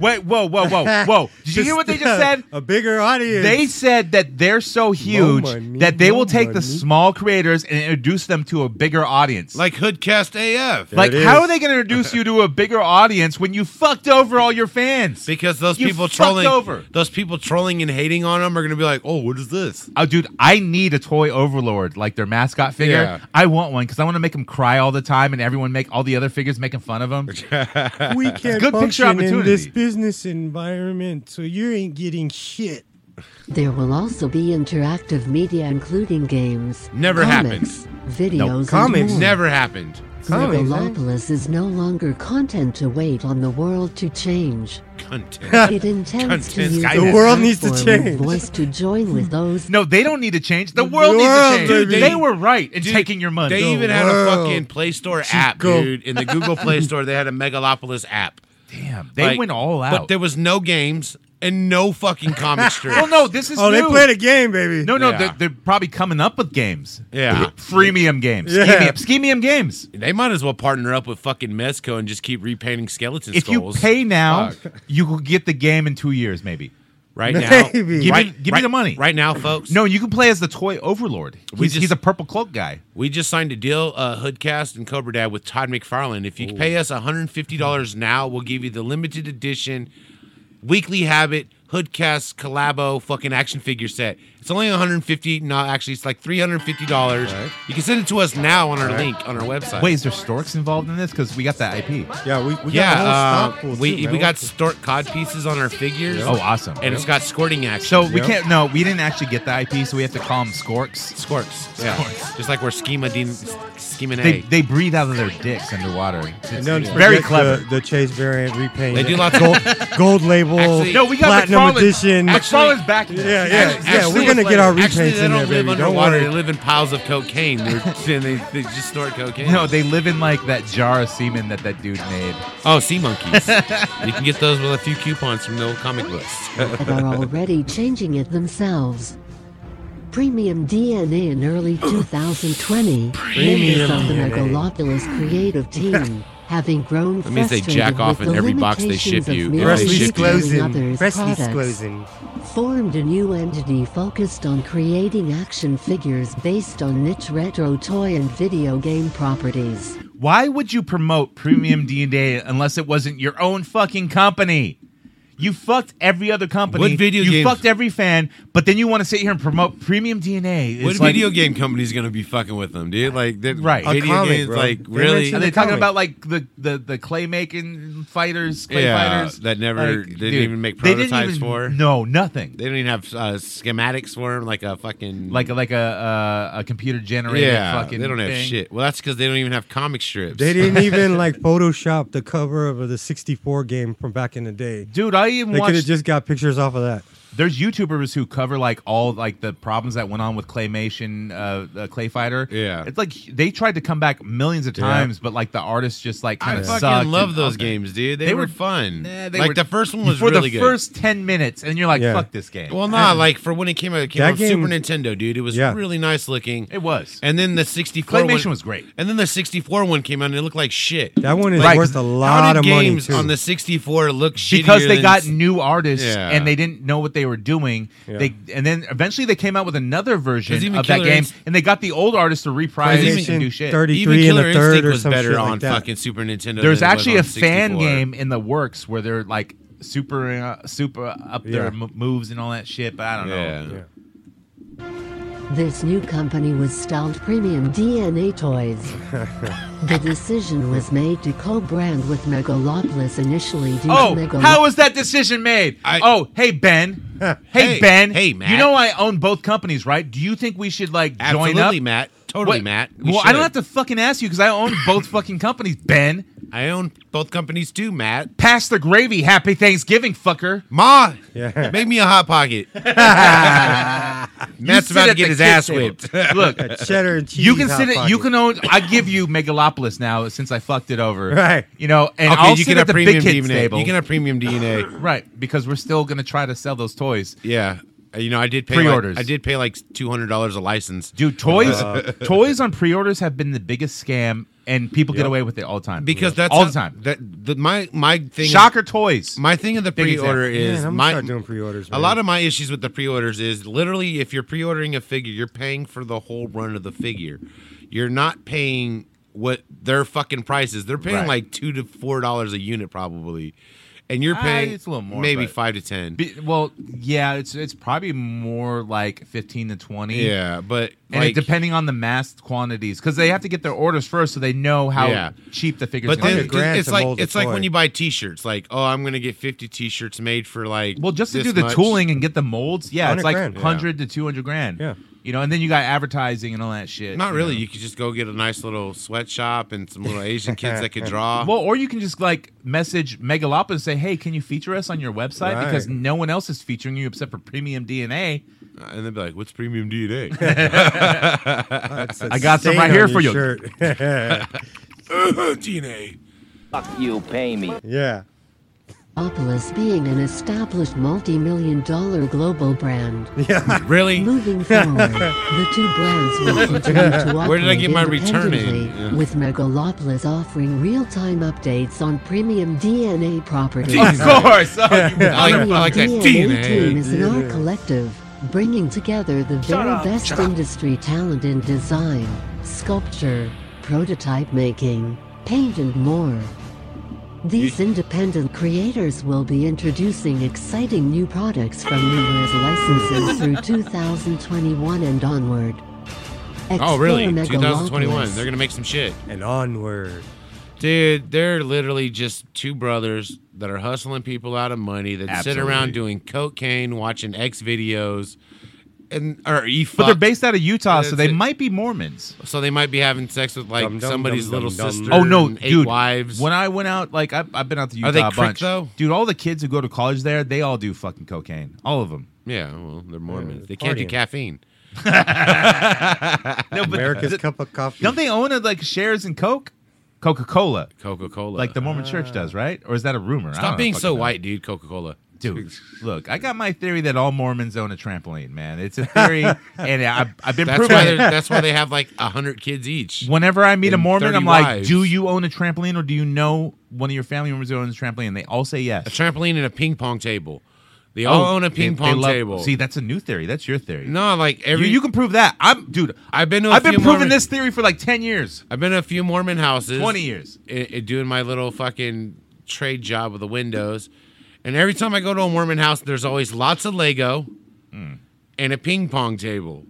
S4: Wait, whoa, whoa, whoa, whoa. Did you hear what they just said?
S6: A bigger audience.
S4: They said that they're so huge
S6: money,
S4: that they
S6: no
S4: will take the
S6: money.
S4: small creators and introduce them to a bigger audience.
S5: like Hoodcast AF.
S4: Like,
S6: There it
S4: how
S6: is.
S4: are they going to introduce you to a bigger audience when you fucked over all your fans?
S5: because those
S4: You
S5: people
S4: fucked
S5: trolling,
S4: over.
S5: those people trolling and hating on them are gonna be like, "Oh, what is this?"
S4: Oh, dude, I need a toy overlord, like their mascot figure.
S5: Yeah.
S4: I want one because I want to make him cry all the time, and everyone make all the other figures making fun of him.
S6: we can't
S4: Good picture
S6: function in this
S4: opportunity.
S6: business environment, so you ain't getting shit.
S7: There will also be interactive media, including games,
S5: Never
S7: comics, videos, and
S6: comics
S7: more.
S5: Never happened.
S6: Comics, eh?
S7: Megalopolis is no longer content to wait on the world to change.
S5: Content.
S7: It intends to
S5: Content
S7: use
S5: Skynet.
S7: its
S5: The
S6: world needs to
S7: platform and
S6: change.
S7: voice to join with those
S4: No, they don't need to change. The world needs
S6: world,
S4: to change.
S6: baby.
S4: they were right in
S5: Dude,
S4: taking your money.
S5: They even had a
S6: world.
S5: fucking Play Store app,
S6: Chico.
S5: dude. In the Google Play Store, they had a Megalopolis app.
S4: Damn, they
S5: Like,
S4: went all
S5: But
S4: out.
S5: there was no games and no fucking comic strip.
S4: well, no, this is
S6: Oh, they
S4: new.
S6: played a game, baby.
S4: No, no,
S5: Yeah.
S4: they're, they're probably coming up with games.
S5: Yeah.
S4: Freemium games.
S6: Yeah.
S4: Schemium, schemium games.
S5: They might as well partner up with fucking Mezco and just keep repainting skeleton
S4: If you
S5: skulls.
S4: pay now, you will get the game in two years, maybe.
S5: right now,
S6: Maybe. Give
S4: me-
S5: right,
S4: give me
S5: right-
S4: the money.
S5: right now, folks.
S4: No, you can play as the toy overlord. He's,
S5: We just-
S4: he's a purple cloak guy.
S5: We just signed a deal, uh, Hoodcast and Cobra Dad with Todd McFarlane. If you pay us $150 now, we'll give you the limited edition Weekly Habit Hoodcast Collabo fucking action figure set. It's only 150. No, actually, it's like 350 dollars. You can send it to us now on our link on our website.
S4: Wait, is there storks involved in this? Because we got that IP.
S6: Yeah, we, we got
S5: yeah,
S6: a whole
S5: uh,
S6: stock pool
S5: we
S6: too, man.
S5: we got stork cod pieces on our figures.
S4: Oh, awesome.
S5: And it's got squirting action.
S4: So we
S6: Yep.
S4: can't. No, we didn't actually get the IP, so we have to call them skorks.
S5: squirts.
S4: Yeah.
S5: Just like we're schema de- scheming
S4: They,
S5: A.
S4: they breathe out of their dicks underwater. It's-
S6: And don't
S4: it's
S6: forget
S4: very clever.
S6: The, the Chase variant repaint.
S5: They do lots of-
S6: gold, gold label.
S5: Actually-
S4: no, we got
S6: platinum
S4: McFarlane-
S6: edition.
S4: McFarlane's back. in it.
S6: yeah, yeah,
S5: Act-
S6: yeah.
S5: actually-
S6: We're gonna get our repaints
S5: Actually, they don't
S6: in there,
S5: live
S6: baby.
S5: underwater.
S6: Don't
S5: They
S6: worry.
S5: live in piles of cocaine. They're, and they, they just snort cocaine.
S4: No, they live in like that jar of semen that that dude made.
S5: Oh, sea monkeys. you can get those with a few coupons from the old comic books.
S7: and are already changing it themselves. Premium DNA in early 2020, members of the Megalopolis creative team, having grown
S5: That means they
S7: frustrated
S5: jack off
S7: with
S5: in
S7: the
S5: every box they ship
S7: limitations of
S5: you, if they
S7: merely
S5: ship you.
S7: distributing others'
S6: Press
S7: products,
S6: disclosing.
S7: formed a new entity focused on creating action figures based on niche retro toy and video game properties.
S4: Why would you promote premium DNA unless it wasn't your own fucking company? You fucked every other company.
S5: What video
S4: you
S5: games-
S4: fucked every fan, but then you want to sit here and promote premium DNA. It's
S5: What
S4: like-
S5: video game company's gonna be fucking with them, dude? Like, they're-
S4: Right. A
S5: Video
S6: comic,
S5: games,
S6: bro.
S5: like,
S6: They
S5: really?
S4: Are
S6: mentioned
S4: they
S6: the
S4: talking
S6: comic.
S4: about like the the the clay making fighters, clay
S5: Yeah,
S4: fighters
S5: that never- they didn't even make
S4: they didn't
S5: prototypes
S4: even-
S5: for?
S4: No, nothing.
S5: They don't even have uh, schematics for them, like a fucking
S4: like a, like a uh, a computer generated
S5: yeah.
S4: fucking.
S5: They don't have
S4: thing.
S5: shit. Well, that's because they don't even have comic strips.
S6: They didn't even like Photoshop the cover of the 64 game from back in the day.
S4: dude. I even
S6: They could have
S4: watched.
S6: just got pictures off of that.
S4: there's YouTubers who cover like all like the problems that went on with claymation, uh, uh clay fighter.
S5: Yeah.
S4: it's like they tried to come back millions of times, but like the artists just like kind
S5: I
S4: of sucked.
S5: fucking
S4: and
S5: love those
S4: up it.
S5: games, dude. They,
S4: They
S5: were,
S4: were-
S5: fun.
S4: Nah, they
S5: like
S4: were-
S5: the first one was
S4: for
S5: really
S4: the
S5: good.
S4: first ten minutes, and you're like,
S6: Yeah.
S4: fuck this game.
S5: well, nah, like for when it came out, it came
S6: That
S5: out on Super
S6: game-
S5: Nintendo, dude. It was
S6: Yeah.
S5: really nice looking.
S4: it was.
S5: And then the 64
S4: Claymation
S5: one,
S4: was great.
S5: And then the 64 one came out and it looked like shit.
S6: That one is
S4: Right,
S6: worth
S4: 'cause
S6: a
S5: How
S6: lot
S5: did
S6: of money
S5: games
S6: too.
S5: on the 64 look shittier
S4: because they
S5: than
S4: got
S5: s-
S4: new artists
S5: Yeah.
S4: and they didn't know what they were doing. They and then eventually they came out with another
S5: 'Cause
S4: version
S5: even
S4: of that
S5: Killer
S4: game,
S5: Inst-
S4: and they got the old artists to reprise
S5: even-
S4: and do shit.
S6: 33
S5: even Killer
S6: and a third
S5: Instinct
S6: or
S5: was
S6: some
S5: better
S6: shit
S5: on
S6: like that.
S5: fucking Super Nintendo.
S4: There's
S5: than it was
S4: actually a
S5: on
S4: fan
S5: 64.
S4: game in the works where they're like super uh, super up their
S6: Yeah.
S4: m- moves and all that shit, but I don't
S5: Yeah.
S4: know.
S7: This new company was styled Premium DNA Toys. the decision was made to co-brand with Megalopolis initially due
S4: Oh,
S7: to Megalopolis.
S4: how was that decision made?
S5: I-
S4: oh, hey Ben. hey,
S5: Hey,
S4: Ben.
S5: hey,
S4: You
S5: Matt.
S4: know I own both companies, right? Do you think we should like
S5: Absolutely,
S4: join up?
S5: Matt. Totally,
S4: What-
S5: Matt. We
S4: Well, I don't
S5: should.
S4: have to fucking ask you because I own both fucking companies, Ben.
S5: I own both companies too, Matt.
S4: Pass the gravy. Happy Thanksgiving, fucker.
S5: Ma,
S6: Yeah.
S5: make me a hot pocket. Matt's
S4: sit
S5: about to
S4: at
S5: get
S4: the
S5: his
S4: kid
S5: ass
S4: table.
S5: whipped.
S4: Look,
S6: cheddar and cheese.
S4: you can
S6: Hot
S4: sit. At, you
S6: Pocket.
S4: can own. I give you Megalopolis now since I fucked it over.
S6: Right.
S4: You know, and
S5: okay,
S4: I'll
S5: you
S4: sit
S5: can
S4: at
S5: have
S4: the big
S5: premium
S4: kids
S5: DNA.
S4: table.
S5: You can have premium DNA.
S4: right, because we're still gonna try to sell those toys.
S5: yeah, Uh, you know, I did pay like-
S4: Pre-orders.
S5: I did pay like two hundred dollars a license,
S4: Dude, toys,
S5: Uh,
S4: toys on pre-orders have been the biggest scam, and people get away with it all the time.
S5: because that's
S4: all
S5: how-
S4: the time.
S5: That the, my my thing.
S4: Shocker toys.
S5: My thing of the
S4: Big example.
S5: pre-order
S6: Man,
S5: is
S6: I'm gonna
S5: my
S6: start doing pre-orders.
S5: a lot of my issues with the pre-orders is literally if you're pre-ordering a figure, you're paying for the whole run of the figure. You're not paying what their fucking price is. They're paying
S4: Right.
S5: like two to four dollars a unit probably, and you're
S4: Ah,
S5: paying
S4: it's a little more,
S5: maybe
S4: but-
S5: five to ten.
S4: Be- well, yeah, it's it's probably more like fifteen to twenty.
S5: yeah, but
S4: And it-
S5: like,
S4: depending on the mass quantities, because they have to get their orders first, so they know how
S5: Yeah.
S4: cheap the figures.
S5: But
S4: gonna
S5: then
S4: be.
S6: Hundred grand
S5: it's
S6: to
S5: like
S6: mold a
S5: it's like when
S6: toy.
S5: you buy T-shirts, like oh, I'm gonna get 50 T-shirts made for like
S4: Well, just to
S5: this
S4: do the
S5: much.
S4: tooling and get the molds, yeah, it's
S6: 100
S4: like
S6: grand. Yeah.
S4: hundred to two hundred grand.
S6: Yeah.
S4: you know, and then you got advertising and all that shit.
S5: Not
S4: you
S5: really.
S4: know.
S5: You could just go get a nice little sweatshop and some little Asian kids that could draw.
S4: Well, or you can just like message Megalopolis and say, "Hey, can you feature us on your website?
S6: Right.
S4: Because no one else is featuring you except for Premium DNA."
S5: uh, and they'd be like, "What's premium DNA?"
S4: I got some right here for you.
S5: DNA.
S9: You pay me.
S6: Yeah.
S7: Megalopolis being an established multi-million dollar global brand.
S5: Really?
S7: Moving forward, the two brands will continue to operate
S5: Where did I get my return in?
S7: independently,
S5: Yeah.
S7: With Megalopolis offering real-time updates on premium DNA properties.
S4: Of course. Oh, you-
S5: I like, I
S7: Premium
S5: like that
S7: DNA team
S5: DNA.
S7: is an art collective, bringing together the very best industry talent in design, sculpture, prototype making, paint, and more. These independent creators will be introducing exciting new products from numerous licenses through 2021 and onward.
S5: Oh, really?
S7: Explore
S5: 2021.
S7: Megalopolis.
S5: They're gonna make some shit,
S6: And onward.
S5: dude. They're literally just two brothers that are hustling people out of money that sit
S4: Absolutely.
S5: around doing cocaine, watching X videos, and or E.
S4: But they're based out of Utah, so
S5: That's
S4: they
S5: it.
S4: might be Mormons.
S5: So they might be having sex with like
S6: Dum, dum,
S5: somebody's
S6: dum,
S5: little
S6: dum, dum.
S5: sister.
S4: Oh no,
S5: and eight
S4: dude!
S5: Wives.
S4: When I went out, like I've, I've been out to Utah
S5: Are they
S4: a
S5: crick,
S4: bunch,
S5: though?
S4: dude. All the kids who go to college there, they all do fucking cocaine. All of them.
S5: yeah, well, they're Mormons. they can't do
S6: partying.
S5: caffeine.
S4: No, but
S6: America's
S4: th-
S6: cup of coffee.
S4: don't they own it like shares in Coke, Coca Cola,
S5: Coca Cola.
S4: like the Mormon Church does, right? Or is that a rumor? I
S5: uh, Stop
S4: don't
S5: being
S4: fucking
S5: so
S4: know.
S5: white, dude. Coca Cola.
S4: dude. Look, I got my theory that all Mormons own a trampoline, man. It's a theory, and I, I've been
S5: That's
S4: proving.
S5: why. they're-
S4: it.
S5: That's why they have like hundred kids each.
S4: Whenever I meet a
S5: And
S4: Mormon,
S5: 30
S4: I'm like,
S5: wives.
S4: "Do you own a trampoline, or do you know one of your family members who owns a trampoline?" And they all say yes.
S5: A trampoline and a ping pong table. They all own a
S4: Oh, they-
S5: ping
S4: they
S5: pong
S4: love-
S5: table.
S4: See, that's a new theory. That's your theory.
S5: no, like every
S4: you, you can prove that. I'm, dude.
S5: I've been to a
S4: I've been
S5: few
S4: proving
S5: Mormon-
S4: this theory for like ten years,
S5: I've been to a few Mormon houses.
S4: twenty years.
S5: i- i- doing my little fucking trade job with the windows. And every time I go to a Mormon house, there's always lots of Lego
S4: Hmm.
S5: and a ping pong table.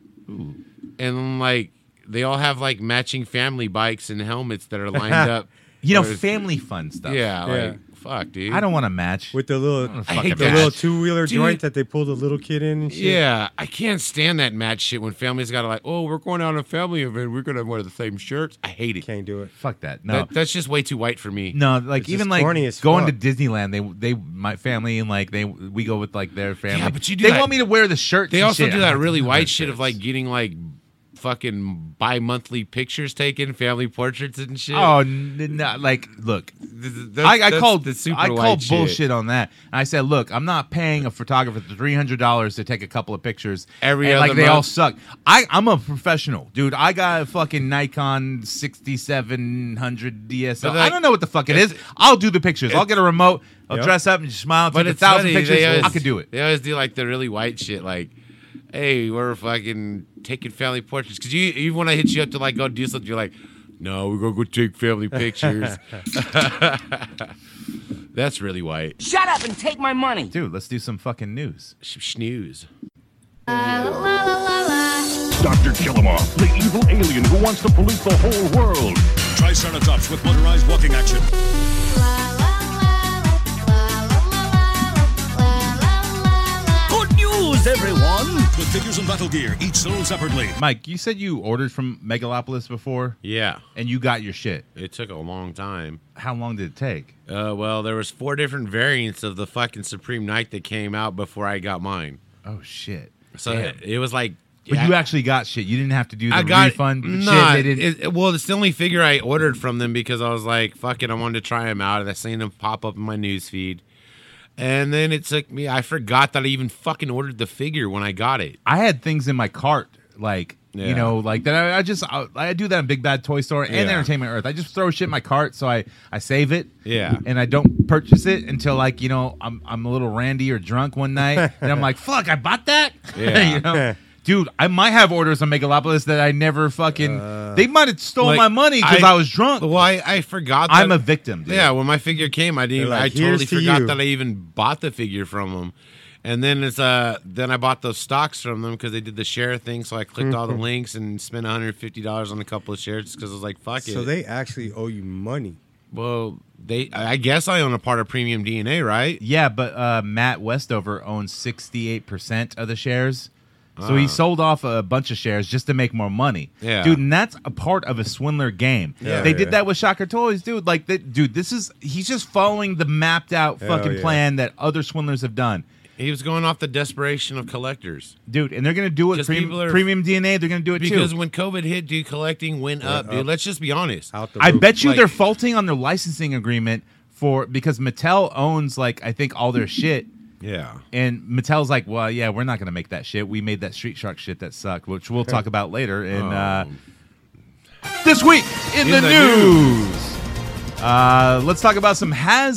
S5: And like they all have like matching family bikes and helmets that are lined up.
S4: You know,
S5: Or-
S4: family fun stuff.
S5: yeah,
S6: Yeah.
S5: like fuck, dude.
S4: I don't want to match.
S6: With the little,
S4: I hate
S6: the
S4: that.
S6: little two wheeler
S5: Dude.
S6: joint that they pull the little kid in. And shit.
S5: Yeah, I can't stand that match shit when families got to like, oh, we're going out on a family event, we're gonna wear the same shirts. I hate it.
S6: can't do it.
S4: Fuck that. No.
S5: That, that's just way too white for me.
S4: no, like
S6: It's
S4: even
S6: just
S4: like
S6: corny as
S4: going to
S6: fuck.
S4: Disneyland, they they my family and like they we go with like their family.
S5: Yeah, but you do
S4: they
S5: that-
S4: want me to wear the shirt.
S5: They also do that really white shit of like getting like fucking bi-monthly pictures taken, family portraits and shit.
S4: Oh, n- no, like look,
S5: Th- th- that's-
S4: I, I
S5: that's
S4: called
S5: the super
S4: I
S5: white
S4: called
S5: shit.
S4: bullshit on that. I said, look, I'm not paying a photographer three hundred dollars to take a couple of pictures
S5: Every
S4: and, like
S5: other
S4: they all
S5: month.
S4: suck. I I'm a professional, dude. I got a fucking Nikon sixty seven hundred DSLR.
S5: But,
S4: I
S5: like,
S4: don't know what the fuck it
S5: it's-
S4: is. I'll do the pictures. I'll get a remote. I'll
S6: Yep.
S4: dress up and just smile.
S5: But
S4: take a
S5: it's
S4: thousand
S5: funny,
S4: pictures.
S5: they always-
S4: I could do it.
S5: They always do like the really white shit, like, hey, we're fucking taking family portraits. Cause you even when I hit you up to like go do something, you're like, no, we're gonna go take family pictures. that's really white. Sh-
S9: Shut up and take my money.
S4: Dude, let's do some fucking news.
S5: Snooze.
S8: Dr. Killamoff, the evil alien who wants to pollute the whole world.
S3: Triceratops with motorized walking action.
S9: Good news, everyone.
S3: With figures and battle gear, each sold separately.
S4: Mike, you said you ordered from Megalopolis before,
S5: Yeah,
S4: and you got your shit.
S5: it took a long time.
S4: How long did it take?
S5: Uh, well, there was four different variants of the fucking Supreme Knight that came out before I got mine.
S4: Oh shit!
S5: So
S4: Damn.
S5: it, it was like,
S4: But
S5: Yeah,
S4: you actually got shit. You didn't have to do the
S5: I got
S4: refund
S5: Nah,
S4: shit. They didn't.
S5: it- well, it's the only figure I ordered from them because I was like, fuck it, I wanted to try them out, and I seen them pop up in my news feed. And then it took me. I forgot that I even fucking ordered the figure when I got it.
S4: I had things in my cart, like you
S5: Yeah.
S4: know, like that. I, I just I, I do that in Big Bad Toy Store and
S5: Yeah.
S4: Entertainment Earth. I just throw shit in my cart, so I I save it.
S5: Yeah.
S4: and I don't purchase it until like you know I'm I'm a little randy or drunk one night, and I'm like, fuck, I bought that.
S5: Yeah.
S4: you know? Dude, I might have orders on Megalopolis that I never fucking. they might have stole
S5: Uh, Like,
S4: my money because I, was drunk.
S5: Well, I, I forgot. That,
S4: I'm a victim. Dude.
S5: Yeah, when my figure came, I didn't.
S6: They're like,
S5: I totally
S6: "Here's to
S5: forgot
S6: you."
S5: that I even bought the figure from them. And then it's uh, then I bought those stocks from them because they did the share thing. So I clicked all the links and spent 150 dollars on a couple of shares because I was like, "Fuck it."
S6: So they actually owe you money.
S5: well, they. I guess I own a part of Premium DNA, right?
S4: Yeah, but uh, Matt Westover owns 68% of the shares. So
S6: Ah.
S4: he sold off a bunch of shares just to make more money.
S5: Yeah.
S4: Dude, and that's a part of a swindler game.
S6: Yeah.
S4: they
S6: Yeah.
S4: did that with Shocker Toys, dude. Like, that, dude, this is, he's just following the mapped out
S6: Hell
S4: fucking
S6: yeah.
S4: plan that other swindlers have done.
S5: He was going off the desperation of collectors
S4: Dude, and they're going to do it with
S5: Just
S4: premium,
S5: people are-
S4: premium DNA. They're going to do it
S5: because
S4: too.
S5: when COVID hit, dude, collecting went up, dude. Let's just be honest.
S6: Out the
S4: I
S6: roof.
S4: bet you
S5: like-
S4: they're faulting on their licensing agreement for, because Mattel owns, like, I think all their shit.
S5: Yeah.
S4: And Mattel's like, well, yeah, we're not gonna make that shit. We made that Street Shark shit that sucked, which we'll talk about later. And uh, this week in,
S5: Um, In
S4: the,
S5: the
S4: news, Uh, let's talk about some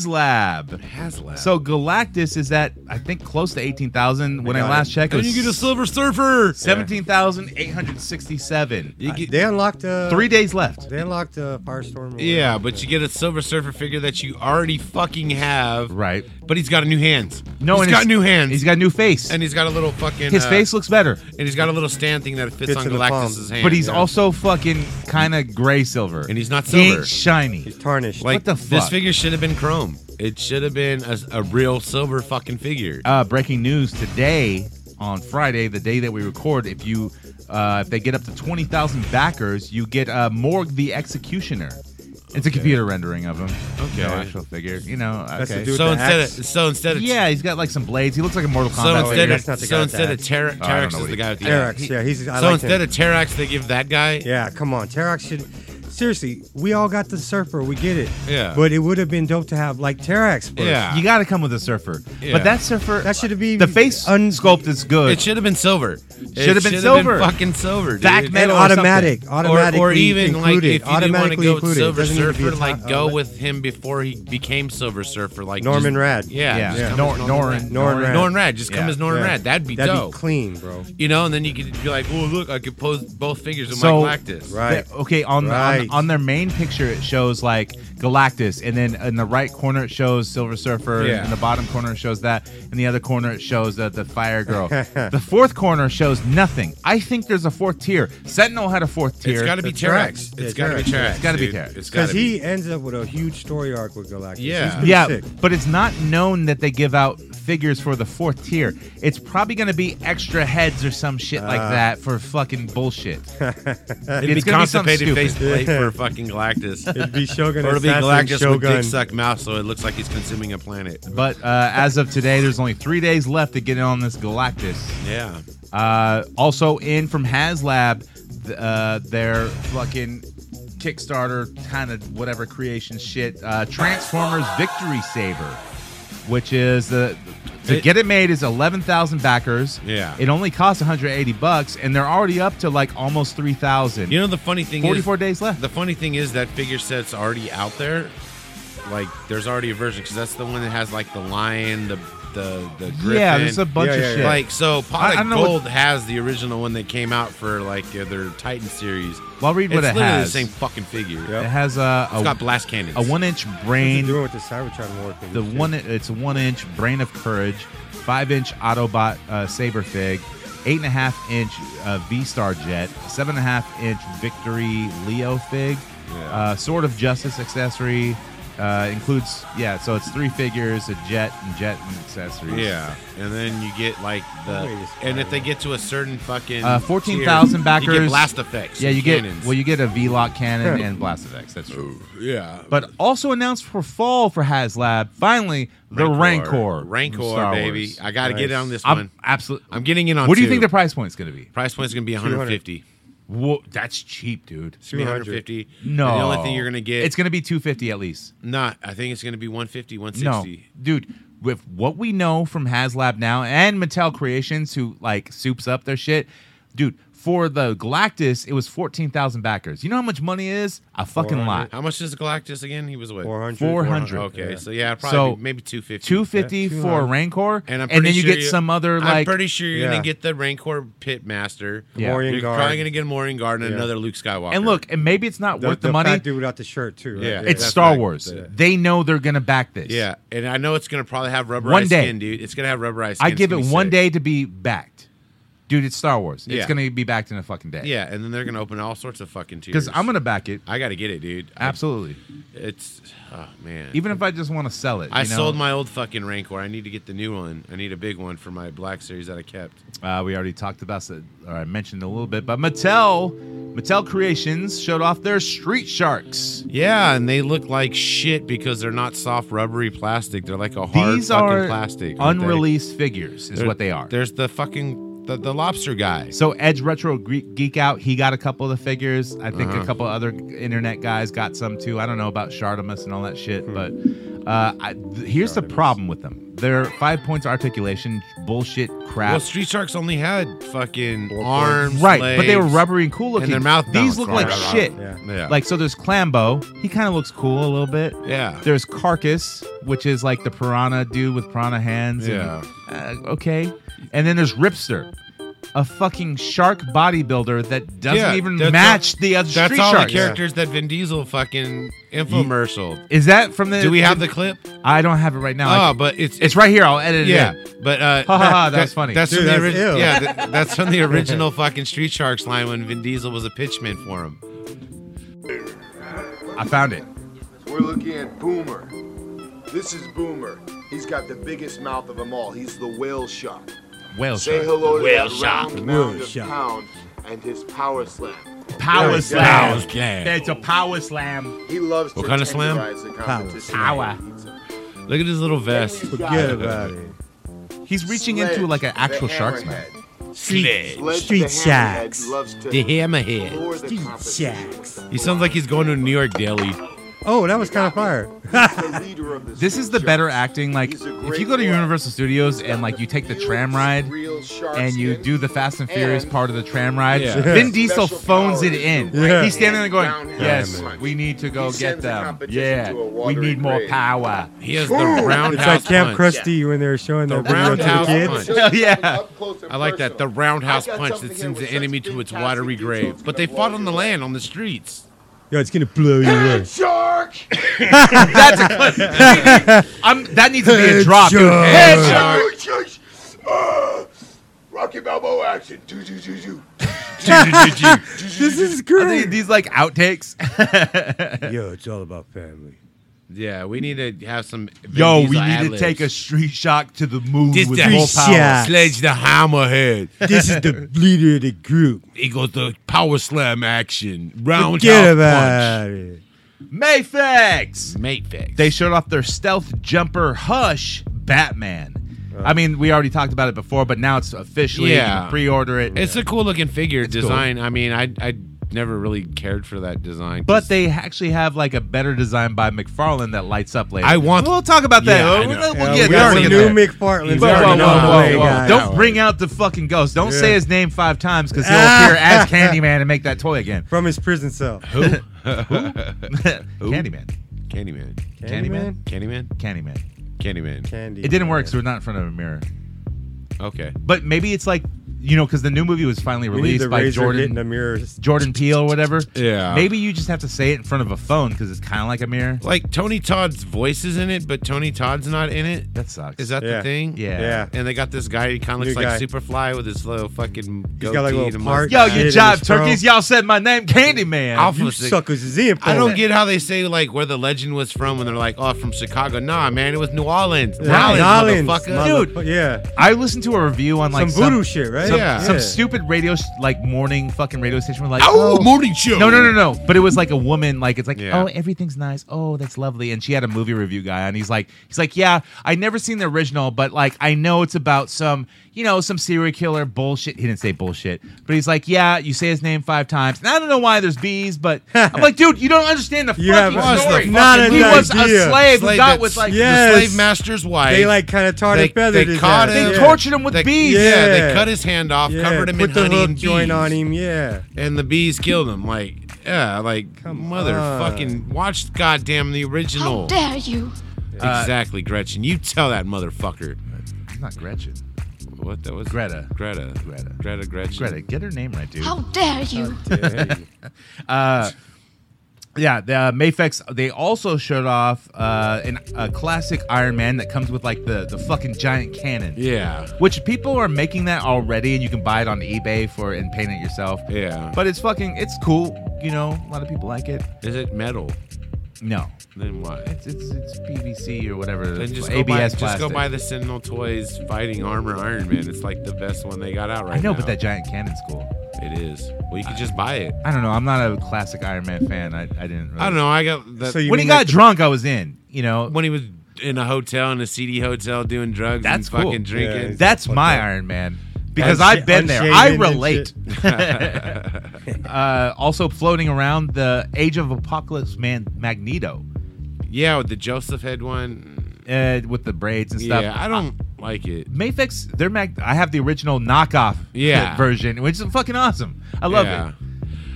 S4: HasLab.
S5: HasLab.
S4: So Galactus is at I think close to eighteen thousand. When I
S5: got
S4: last
S5: it.
S4: checked, it
S5: Then
S4: was
S5: you get a silver surfer.
S4: seventeen thousand eight hundred sixty-seven.
S5: You get-
S6: They unlocked uh,
S4: Three days left.
S6: They unlocked uh, Firestorm. or
S5: yeah,
S6: whatever.
S5: but you get a silver surfer figure that you already fucking have.
S4: Right.
S5: But he's got a new hands.
S4: No,
S5: he's
S4: and
S5: got
S4: his-
S5: new hands.
S4: He's got a new face,
S5: and he's got a little fucking
S4: his
S5: uh,
S4: face looks better.
S5: and he's got a little stand thing that fits
S6: Fits
S5: on
S6: in the palm.
S5: Galactus's hand.
S4: But he's
S5: Yeah.
S4: also fucking kind of gray silver,
S5: And he's not
S4: He
S5: silver.
S4: ain't shiny.
S6: He's tarnished.
S5: like
S4: the
S5: this
S4: fuck?
S5: figure should have been chrome. It should have been a, a real silver fucking figure.
S4: uh, breaking news today on Friday, the day that we record. If you uh, if they get up to twenty thousand backers, you get uh, Morg the Executioner. It's a computer rendering of him.
S5: Okay.
S4: no actual figure. You know,
S6: That's the
S4: okay.
S6: dude
S5: so
S6: with the
S5: instead, of,
S6: axe?
S5: so instead of
S4: yeah, he's got like some blades. He looks like a Mortal
S5: so
S4: Kombat.
S5: instead
S4: figure.
S5: of
S6: That's not the
S5: so
S6: guy with
S5: instead
S6: the
S5: of
S6: axe.
S5: Ter-
S4: I don't
S5: Terex
S4: know
S5: is
S4: what
S5: the
S4: he-
S5: guy with the
S6: Terex,
S5: axe.
S6: yeah, he's- I
S5: so
S6: like
S5: instead of
S6: him.
S5: Terex, they give that guy.
S6: Yeah, come on, Terox should. Seriously, we all got the Surfer. We get it.
S5: Yeah.
S6: But it would have been dope to have like Terox. First.
S5: Yeah.
S4: you got to come with a surfer.
S5: Yeah.
S4: But that surfer,
S6: That should have been
S4: the face
S6: un-
S4: unsculpt is good.
S5: It should have been silver. It
S4: been silver.
S5: fucking silver. Dude.
S4: Back
S6: And
S4: metal or
S6: automatic,
S5: Or,
S6: automatically
S5: or even like
S6: included,
S5: if you didn't want to
S6: automatically
S5: go with
S6: included. It
S5: Silver
S6: doesn't need to be
S5: Surfer,
S6: a
S5: like
S6: top-
S5: go
S6: uh,
S5: with him before he became Silver Surfer, like
S6: Norman
S5: just-
S6: Rad.
S5: Yeah,
S4: yeah,
S5: just come
S4: Nor-
S5: as
S4: Norrin,
S6: Norrin Rad.
S5: Norrin Rad, just come
S4: Yeah.
S5: as Norrin
S6: Yeah.
S5: Rad. That'd be
S6: That'd
S5: dope.
S6: be clean, bro.
S5: You know, and then you could be like, "Oh, look, I could pose both figures of
S4: So-
S5: my Galactus."
S6: Right.
S4: Th- okay, on,
S6: Right.
S4: on on their main picture it shows like Galactus, and then in the right corner it shows Silver Surfer,
S5: Yeah.
S4: in the bottom corner it shows that, in the other corner it shows the, the Fire Girl. the fourth corner shows nothing. I think there's a fourth tier. Sentinel had a fourth tier.
S5: It's got to be
S6: It's
S5: Terex.
S6: Terex.
S5: It's
S6: Yeah,
S5: got to be
S6: Terex.
S5: Terex.
S4: It's gotta be
S5: dude.
S4: Terex.
S5: It's got
S6: Because
S5: to be.
S6: he ends up with a huge story arc with Galactus.
S5: Yeah.
S6: He's pretty
S4: yeah,
S6: sick.
S4: but it's not known that they give out figures for the fourth tier. It's probably going to be extra heads or some shit like
S6: Uh.
S4: that for fucking bullshit.
S5: It'd
S4: it's
S5: be
S4: gonna be something
S5: constipated face
S4: stupid.
S5: plate for fucking Galactus.
S6: It'd be Shogun
S5: Or it'll be
S6: Assassin
S5: Galactus with
S6: Shogun.
S5: dick suck mouth, so it looks like he's consuming a planet.
S4: But uh, as of today, there's only three days left to get in on this Galactus.
S5: Yeah.
S4: Uh, also in from HasLab, th- uh, their fucking Kickstarter kind of whatever creation shit, uh, Transformers Victory Saber, which is the to
S5: It-
S4: get it made is eleven thousand backers.
S5: Yeah.
S4: it only costs one hundred eighty bucks, and they're already up to like almost three thousand.
S5: You know the funny thing is
S4: 44 days left.
S5: The funny thing is that figure set's already out there. Like there's already a version because that's the one that has like the lion, the the the griffin.
S4: yeah, there's a bunch
S6: Yeah,
S4: of
S6: yeah, yeah.
S4: shit.
S5: Like so,
S4: I
S5: Product
S4: don't know what-
S5: Gold has the original one that came out for like uh, their Titan series.
S4: Well, I'll read what
S5: it's
S4: it
S5: literally
S4: has.
S5: the same fucking figure.
S4: it has a
S5: It's got
S4: a,
S5: blast cannons.
S4: a one inch
S6: What's he
S4: brain.
S6: doing with the Cybertron war thing?
S4: the one it's a one inch brain of courage five inch autobot uh, saber fig eight and a half inch uh, v-star jet seven and a half inch victory leo fig uh, sword of justice accessory uh, includes yeah so it's three figures a jet and jet and accessories
S5: Yeah, and then you get like
S6: Wait a
S5: the,
S6: second.
S5: and if they get to a certain fucking
S4: uh,
S5: tier,
S4: 14,000 backers.
S5: you get blast effects.
S4: Yeah,
S5: and
S4: you get
S5: cannons.
S4: well, you get a V-lock cannon and blast effects. That's true.
S5: yeah,
S4: But also announced for fall for HasLab, finally the Rancor, from
S5: Rancor,
S4: Star
S5: baby.
S4: Wars.
S5: I got to get on this
S4: I'm
S5: one.
S4: absolutely.
S5: I'm getting in on
S4: What do you
S5: two.
S4: think the price point's going to be?
S5: price point's gonna be 150.
S4: Whoa, that's cheap, dude.
S5: It's gonna be 150.
S4: No,
S5: and the only thing you're gonna get.
S4: It's gonna be two fifty at least.
S5: not. I think it's gonna be 150,
S4: No,
S5: 160.
S4: dude. With what we know from HasLab now and Mattel Creations, who like soups up their shit, dude. For the Galactus, it was fourteen thousand backers. You know how much money is? A fucking lot.
S5: How much is Galactus again? He was what?
S6: 400.
S4: Four hundred.
S5: Okay, so yeah, probably
S4: So,
S5: maybe 250.
S4: Two fifty for a Rancor,
S5: And I'm
S4: then
S5: pretty
S4: you
S5: sure
S4: get some other like.
S5: I'm pretty sure you're
S6: Yeah.
S5: gonna get the Rancor Pitmaster.
S4: Yeah.
S6: Morian
S5: You're
S6: guard.
S5: probably gonna get a Morian Guard and another Luke Skywalker.
S4: and look, and maybe it's not
S6: the,
S4: worth the,
S6: the
S4: money.
S6: fat dude without the shirt too. Right?
S5: Yeah.
S4: It's
S5: that's
S4: Star
S5: right.
S4: Wars.
S5: Yeah.
S4: They know they're gonna back this.
S5: Yeah, and I know it's gonna probably have rubberized
S4: One day.
S5: skin, dude. It's gonna have rubberized. Skin.
S4: I
S5: It's
S4: give
S5: gonna
S4: it
S5: be
S4: one
S5: sick.
S4: day to be backed. Dude, it's Star Wars.
S5: Yeah.
S4: It's going to be backed in a fucking day.
S5: Yeah, and then they're gonna open all sorts of fucking tiers.
S4: Because I'm going to back it.
S5: I gotta get it, dude. I-
S4: Absolutely.
S5: It's oh man.
S4: Even if I just want to sell it.
S5: I
S4: you know?
S5: sold my old fucking Rancor. I need to get the new one. I need a big one for my Black Series that I kept.
S4: Uh, we already talked about it, or I mentioned a little bit, but Mattel, Mattel Creations showed off their Street Sharks.
S5: Yeah, and they look like shit because they're not soft rubbery plastic. They're like a hard
S4: These
S5: fucking
S4: are
S5: plastic. aren't they?
S4: unreleased figures, is
S5: There-
S4: what they are.
S5: There's the fucking the, the lobster guy.
S4: So Edge Retro Gre- Geek Out, he got a couple of the figures. I think a couple other internet guys got some too. I don't know about Shardamus and all that shit, but Uh, I, th- here's the problem with them. Their five points articulation bullshit crap.
S5: Well, Street Sharks only had fucking arms,
S4: Right, but they were
S5: legs,
S4: rubbery and cool looking.
S5: and their mouth.
S4: These
S5: bounced.
S4: look like
S5: Yeah.
S4: shit.
S6: Yeah.
S5: Yeah.
S4: Like so, there's Clambo. He kind of looks cool a little bit.
S5: yeah,
S4: There's Carcass, which is like the piranha dude with piranha hands. and-
S5: Yeah.
S4: uh, okay. And then there's Ripster, a fucking shark bodybuilder that doesn't
S5: Yeah,
S4: even
S5: that's
S4: match
S5: all-
S4: the other
S5: That's
S4: street
S5: all
S4: sharks.
S5: the characters that Vin Diesel fucking infomercial.
S4: Is that from the?
S5: Do we have the clip?
S4: I don't have it right now. I
S5: Oh,
S4: can-
S5: but it's
S4: it's right here. I'll edit it.
S5: Yeah,
S4: in.
S5: but uh,
S4: ha, ha,
S5: that-
S4: that's funny.
S5: That's
S6: Dude,
S5: from the
S6: that's
S5: original.
S6: ill.
S5: Yeah, th- that's from the original fucking Street Sharks line when Vin Diesel was a pitchman for him.
S4: I found it.
S10: We're looking at Boomer. This is Boomer. He's got the biggest mouth of them all. He's the whale shark.
S4: Whale
S10: Say
S4: shark.
S10: hello to
S5: Whale
S10: that
S5: shark.
S10: round mound
S6: Whale
S10: of
S6: shark.
S10: pound and his power slam.
S4: Power
S10: Power
S4: slam.
S10: slam.
S4: It's a power slam.
S10: He loves
S5: What
S10: to
S5: kind of slam?
S10: tenderize the competition.
S4: Power.
S5: Look at his little vest.
S6: Forget about it.
S4: He's reaching
S10: Sledge,
S4: into like an actual
S10: the
S4: shark's mouth.
S10: hammerhead.
S5: Sledge.
S10: Sledge,
S6: Street
S10: the hammerhead,
S6: sharks.
S10: Loves to
S5: The hammerhead.
S10: floor the
S6: Street
S10: competition with
S6: sharks.
S10: the
S5: He sounds like he's going to a New York deli.
S6: Oh, that was kind of fire.
S10: floor. The leader of
S4: This is the
S10: street
S4: better
S10: sharks.
S4: acting. Like,
S10: He's a
S4: if
S10: great
S4: you go to
S10: warrior.
S4: Universal Studios
S10: He's got
S4: and like you take the
S10: huge,
S4: tram ride
S10: real shark
S4: and you
S10: skin.
S4: do the Fast and Furious
S10: And-
S4: part of the tram ride,
S5: Yeah.
S4: Vin Diesel
S10: Special
S4: phones it
S10: powers.
S4: in.
S6: Yeah.
S4: He's standing there going,
S10: Yeah,
S4: "Yes,
S10: man.
S4: we need to go
S10: He
S4: get
S10: sends the
S4: them.
S10: competition to
S4: Yeah,
S10: a
S4: we need
S10: watery
S4: more
S10: grave."
S4: power."
S5: He has the roundhouse
S6: It's like Camp
S5: punch.
S6: Krusty when they were showing
S5: The
S6: that video to the
S5: roundhouse
S6: kids.
S5: punch.
S4: Hell yeah.
S10: Up close and
S5: I like that. The
S10: personal.
S5: roundhouse
S10: I got
S5: punch
S10: something
S5: that
S10: here
S5: sends the
S10: with
S5: enemy
S10: such
S5: to its
S10: fantastic
S5: watery
S10: details,
S5: grave.
S10: it's
S5: But they
S10: gonna
S5: fought
S10: blow
S5: on the
S10: your
S5: land, on the streets.
S6: Yeah, it's gonna blow you away.
S10: Shark!
S4: That's a I'm, that needs to be a drop. dude.
S6: Headshot.
S4: Headshot.
S10: Uh, Rocky Balboa action. Do, do, do, do.
S6: this is
S4: Are they-
S6: great.
S4: these like outtakes?
S6: Yo, it's all about family.
S5: Yeah, we need to have some. Vin
S4: Yo, we
S5: Diesel
S4: need to
S5: ad-libs.
S4: take a street shock to the moon
S5: This
S4: with
S5: the
S4: more
S6: street
S4: power.
S6: shock.
S5: sledge the hammerhead.
S6: This is the leader of the group.
S5: He goes the power slam action.
S6: Forget
S5: Roundhouse punch.
S6: about it.
S4: Mayfix.
S5: Mate fix.
S4: They showed off their stealth jumper Hush Batman. I mean, we already talked about it before, but now it's officially you
S5: Yeah.
S4: can pre-order it.
S5: It's a cool looking figure
S4: cool.
S5: design. I mean, I I never really cared for that design. 'cause
S4: but they actually have like a better design by McFarlane that lights up later.
S5: I want-
S4: We'll talk about that.
S5: Yeah, I
S4: we'll,
S5: know.
S4: we'll get,
S6: Yeah, Uh, we
S4: we'll
S6: already
S4: get
S6: knew
S4: there.
S6: McFarland.
S4: Whoa,
S5: He's
S4: whoa,
S5: already
S4: whoa,
S5: known
S4: whoa,
S5: the way,
S4: whoa.
S5: guys.
S4: Don't bring out the fucking ghost. Don't say
S6: Yeah.
S4: his name five times because he'll appear as Candyman and make that toy again.
S6: From his prison cell.
S4: Candyman.
S5: Candyman,
S4: Candyman?
S5: Candyman,
S4: Candyman.
S5: Candyman.
S6: Candy.
S4: It didn't work because we're not in front of a mirror.
S5: okay,
S4: But maybe it's like, you know, because the new movie was finally
S6: We need
S4: released
S6: the
S4: by
S6: razor
S4: Jordan.
S6: hitting the mirrors.
S4: Jordan Peele or whatever.
S5: Yeah.
S4: Maybe you just have to say it in front of a phone because it's kind of like a mirror.
S5: like Tony Todd's voice is in it, but Tony Todd's not in it.
S4: That sucks.
S5: Is that the
S6: Yeah.
S5: thing?
S4: Yeah.
S6: Yeah.
S5: And they got this guy. He kind of
S6: New
S5: looks like
S6: guy.
S5: Superfly with his little fucking.
S6: He's got, like,
S5: goatee
S6: little
S5: and a
S6: part-
S5: mustache.
S4: Yo,
S6: Yeah, it
S4: your
S6: is,
S4: job,
S6: bro.
S4: turkeys. Y'all said my name, Candyman.
S5: Alpha
S6: You
S5: Sig-
S6: suckers is in for
S5: I don't
S6: it.
S5: get how they say like where the legend was from when they're like, oh, from Chicago. Nah, man, it was New Orleans.
S6: Yeah,
S5: Orleans,
S6: Nolans,
S5: motherfucker.
S4: Dude.
S6: motherfu- Yeah.
S4: I listened to a review on like
S6: Some voodoo shit, right?
S5: some-
S6: yeah.
S4: some stupid radio, sh- like morning fucking radio station. Were like,
S5: Oh,
S4: oh,
S5: morning show.
S4: no, no, no, no. But it was like a woman. Like it's like,
S5: Yeah.
S4: oh, everything's nice. Oh, that's lovely. And she had a movie review guy, and he's like, he's like, yeah, I never seen the original, but like I know it's about some, you know, some serial killer bullshit. He didn't say bullshit, but he's like, yeah, you say his name five times, and I don't know why there's bees, but I'm like, dude, you don't understand the
S6: You
S4: fucking
S6: have
S4: story.
S6: not an
S4: he was
S6: idea.
S4: a slave, who
S5: Slave
S4: got
S5: that's-
S4: with like.
S6: Yeah.
S5: The
S6: Yes.
S5: slave master's wife.
S6: They like kind of tarred
S5: They-
S6: and feathered
S5: they
S6: his
S5: caught
S6: ass.
S5: him.
S4: They
S6: Yeah.
S4: tortured him with
S5: They-
S4: bees.
S5: Yeah.
S6: Yeah.
S5: they cut his hand off,
S6: Yeah,
S5: covered him
S6: Put
S5: in
S6: the
S5: honey
S6: hook
S5: and bees,
S6: joint on him. Yeah.
S5: and the bees killed him. Like, yeah, like motherfucking watch goddamn the original.
S9: dare you?
S5: exactly, Gretchen. You tell that motherfucker.
S4: It's not Gretchen.
S5: What that was?
S4: Greta.
S5: Greta.
S4: Greta.
S5: Greta. Gretchen.
S4: Greta, get her name right, dude.
S9: dare you?
S4: Yeah, the uh, Mayfex. They also showed off uh, an, a classic Iron Man that comes with like the the fucking giant cannon.
S5: Yeah.
S4: Which people are making that already, and you can buy it on eBay for and paint it yourself.
S5: Yeah.
S4: But it's fucking, it's cool. You know, a lot of people like it.
S5: Is it metal?
S4: No,
S5: Then what?
S4: it's it's, it's PVC or whatever.
S5: Then just go,
S4: ABS
S5: buy,
S4: plastic.
S5: just go buy the Sentinel Toys Fighting Armor Iron Man. It's like the best one they got out right now.
S4: I know, but that giant cannon's cool.
S5: It is. Well, you could just buy it.
S4: I don't know. I'm not a classic Iron Man fan. I, I didn't. Really
S5: I don't know. I got that.
S6: So you
S4: When he
S6: mean
S4: got
S6: like the-
S4: drunk, I was in. You know,
S5: when he was in a hotel in a seedy hotel doing drugs
S4: That's
S5: and
S4: cool.
S5: fucking
S6: Yeah,
S5: drinking.
S6: he's-
S4: That's my Iron Man because
S6: Unsha-
S4: I've been there.
S6: unshaven
S4: I
S6: and
S4: relate. uh, also floating around the Age of Apocalypse Man Magneto.
S5: Yeah, with the Joseph head one.
S4: uh, with the braids and stuff.
S5: Yeah, I don't like it.
S4: Mafex, they're mag- I have the original knockoff
S5: Yeah.
S4: version, which is fucking awesome. I love
S5: Yeah.
S4: it.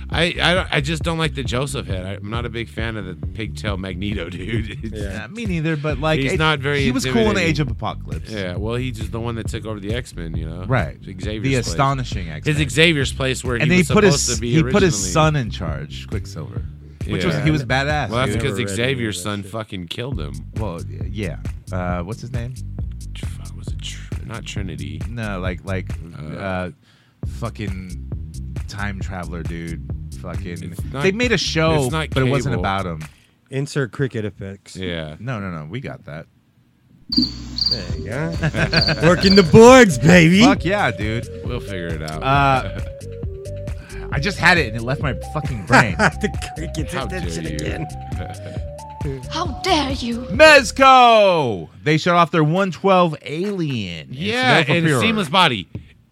S5: I, I, don't- I just don't like the Joseph head. I, I'm not a big fan of the pigtail Magneto dude. It's-
S4: Uh, me neither, but like
S5: He's
S4: it-
S5: not very
S4: He was cool in the
S5: intimidating.
S4: Age of Apocalypse.
S5: Yeah, well, he's just the one that took over the X Men, you know.
S4: Right.
S5: Xavier's
S4: the
S5: place.
S4: astonishing X.
S5: His Xavier's place where
S4: and
S5: he
S4: he
S5: was
S4: put
S5: supposed
S4: his
S5: to be
S4: he put his
S5: originally.
S4: son in charge, Quicksilver, which was
S5: Yeah.
S4: he was badass.
S5: Well, that's
S4: dude.
S5: because
S6: Never read any of
S5: Xavier's
S6: that
S5: son
S6: shit.
S5: fucking killed him.
S4: Well, yeah. Uh, what's his name?
S5: Fuck, was it tr- not Trinity?
S4: No, like like uh, fucking time traveler dude. Fucking
S5: It's not-
S4: they made a show,
S5: it's not
S4: but it wasn't
S5: cable.
S4: about him.
S6: Insert cricket effects.
S5: Yeah.
S4: No, no, no. We got that.
S6: Yeah. Working the boards, baby.
S4: Fuck yeah, dude.
S5: We'll figure it out.
S4: Uh, I just had it and it left my fucking brain.
S6: the crickets
S5: How dare
S6: did that shit
S5: you?
S6: again.
S9: How dare you?
S4: Mezco! They shut off their 112 alien. in
S5: yeah,
S4: Sudoku
S5: and
S4: Pure.
S5: seamless body.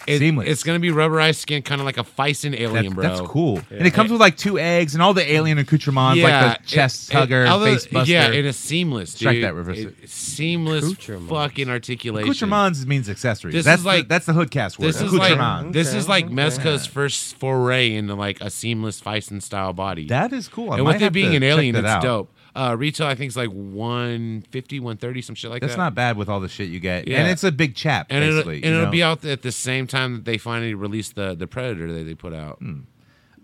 S5: It-
S4: Seamless.
S5: It's gonna be rubberized skin, kind of like a Fison
S4: That-
S5: alien, bro.
S4: That's cool. And it comes with like two eggs and all the alien accoutrements, like the
S5: it-
S4: chest
S5: it-
S4: hugger,
S5: other-
S4: face buster.
S5: Yeah, and it's seamless. Dude.
S4: Strike that, reverse it.
S5: Seamless
S6: Accoutrements.
S5: fucking articulation.
S4: accoutrements means accessories.
S5: This
S4: that's
S5: is like-
S4: the, that's the hoodcast word.
S5: This is like
S4: Accoutrements.
S5: this
S6: Okay,
S5: is like
S6: okay.
S5: Mezco's first foray into like a seamless Fison style body.
S4: that is cool. I
S5: and
S4: might
S5: with it
S4: have to
S5: being an
S4: check
S5: alien,
S4: that
S5: it's
S4: out.
S5: dope. Uh, retail, I think, is like 150, 130, some shit like
S4: That's
S5: that.
S4: not bad with all the shit you get.
S5: Yeah.
S4: And it's a big chap,
S5: And it'll,
S4: basically.
S5: and
S4: you
S5: it'll
S4: know?
S5: be out at the same time that they finally release the, the Predator that they put out.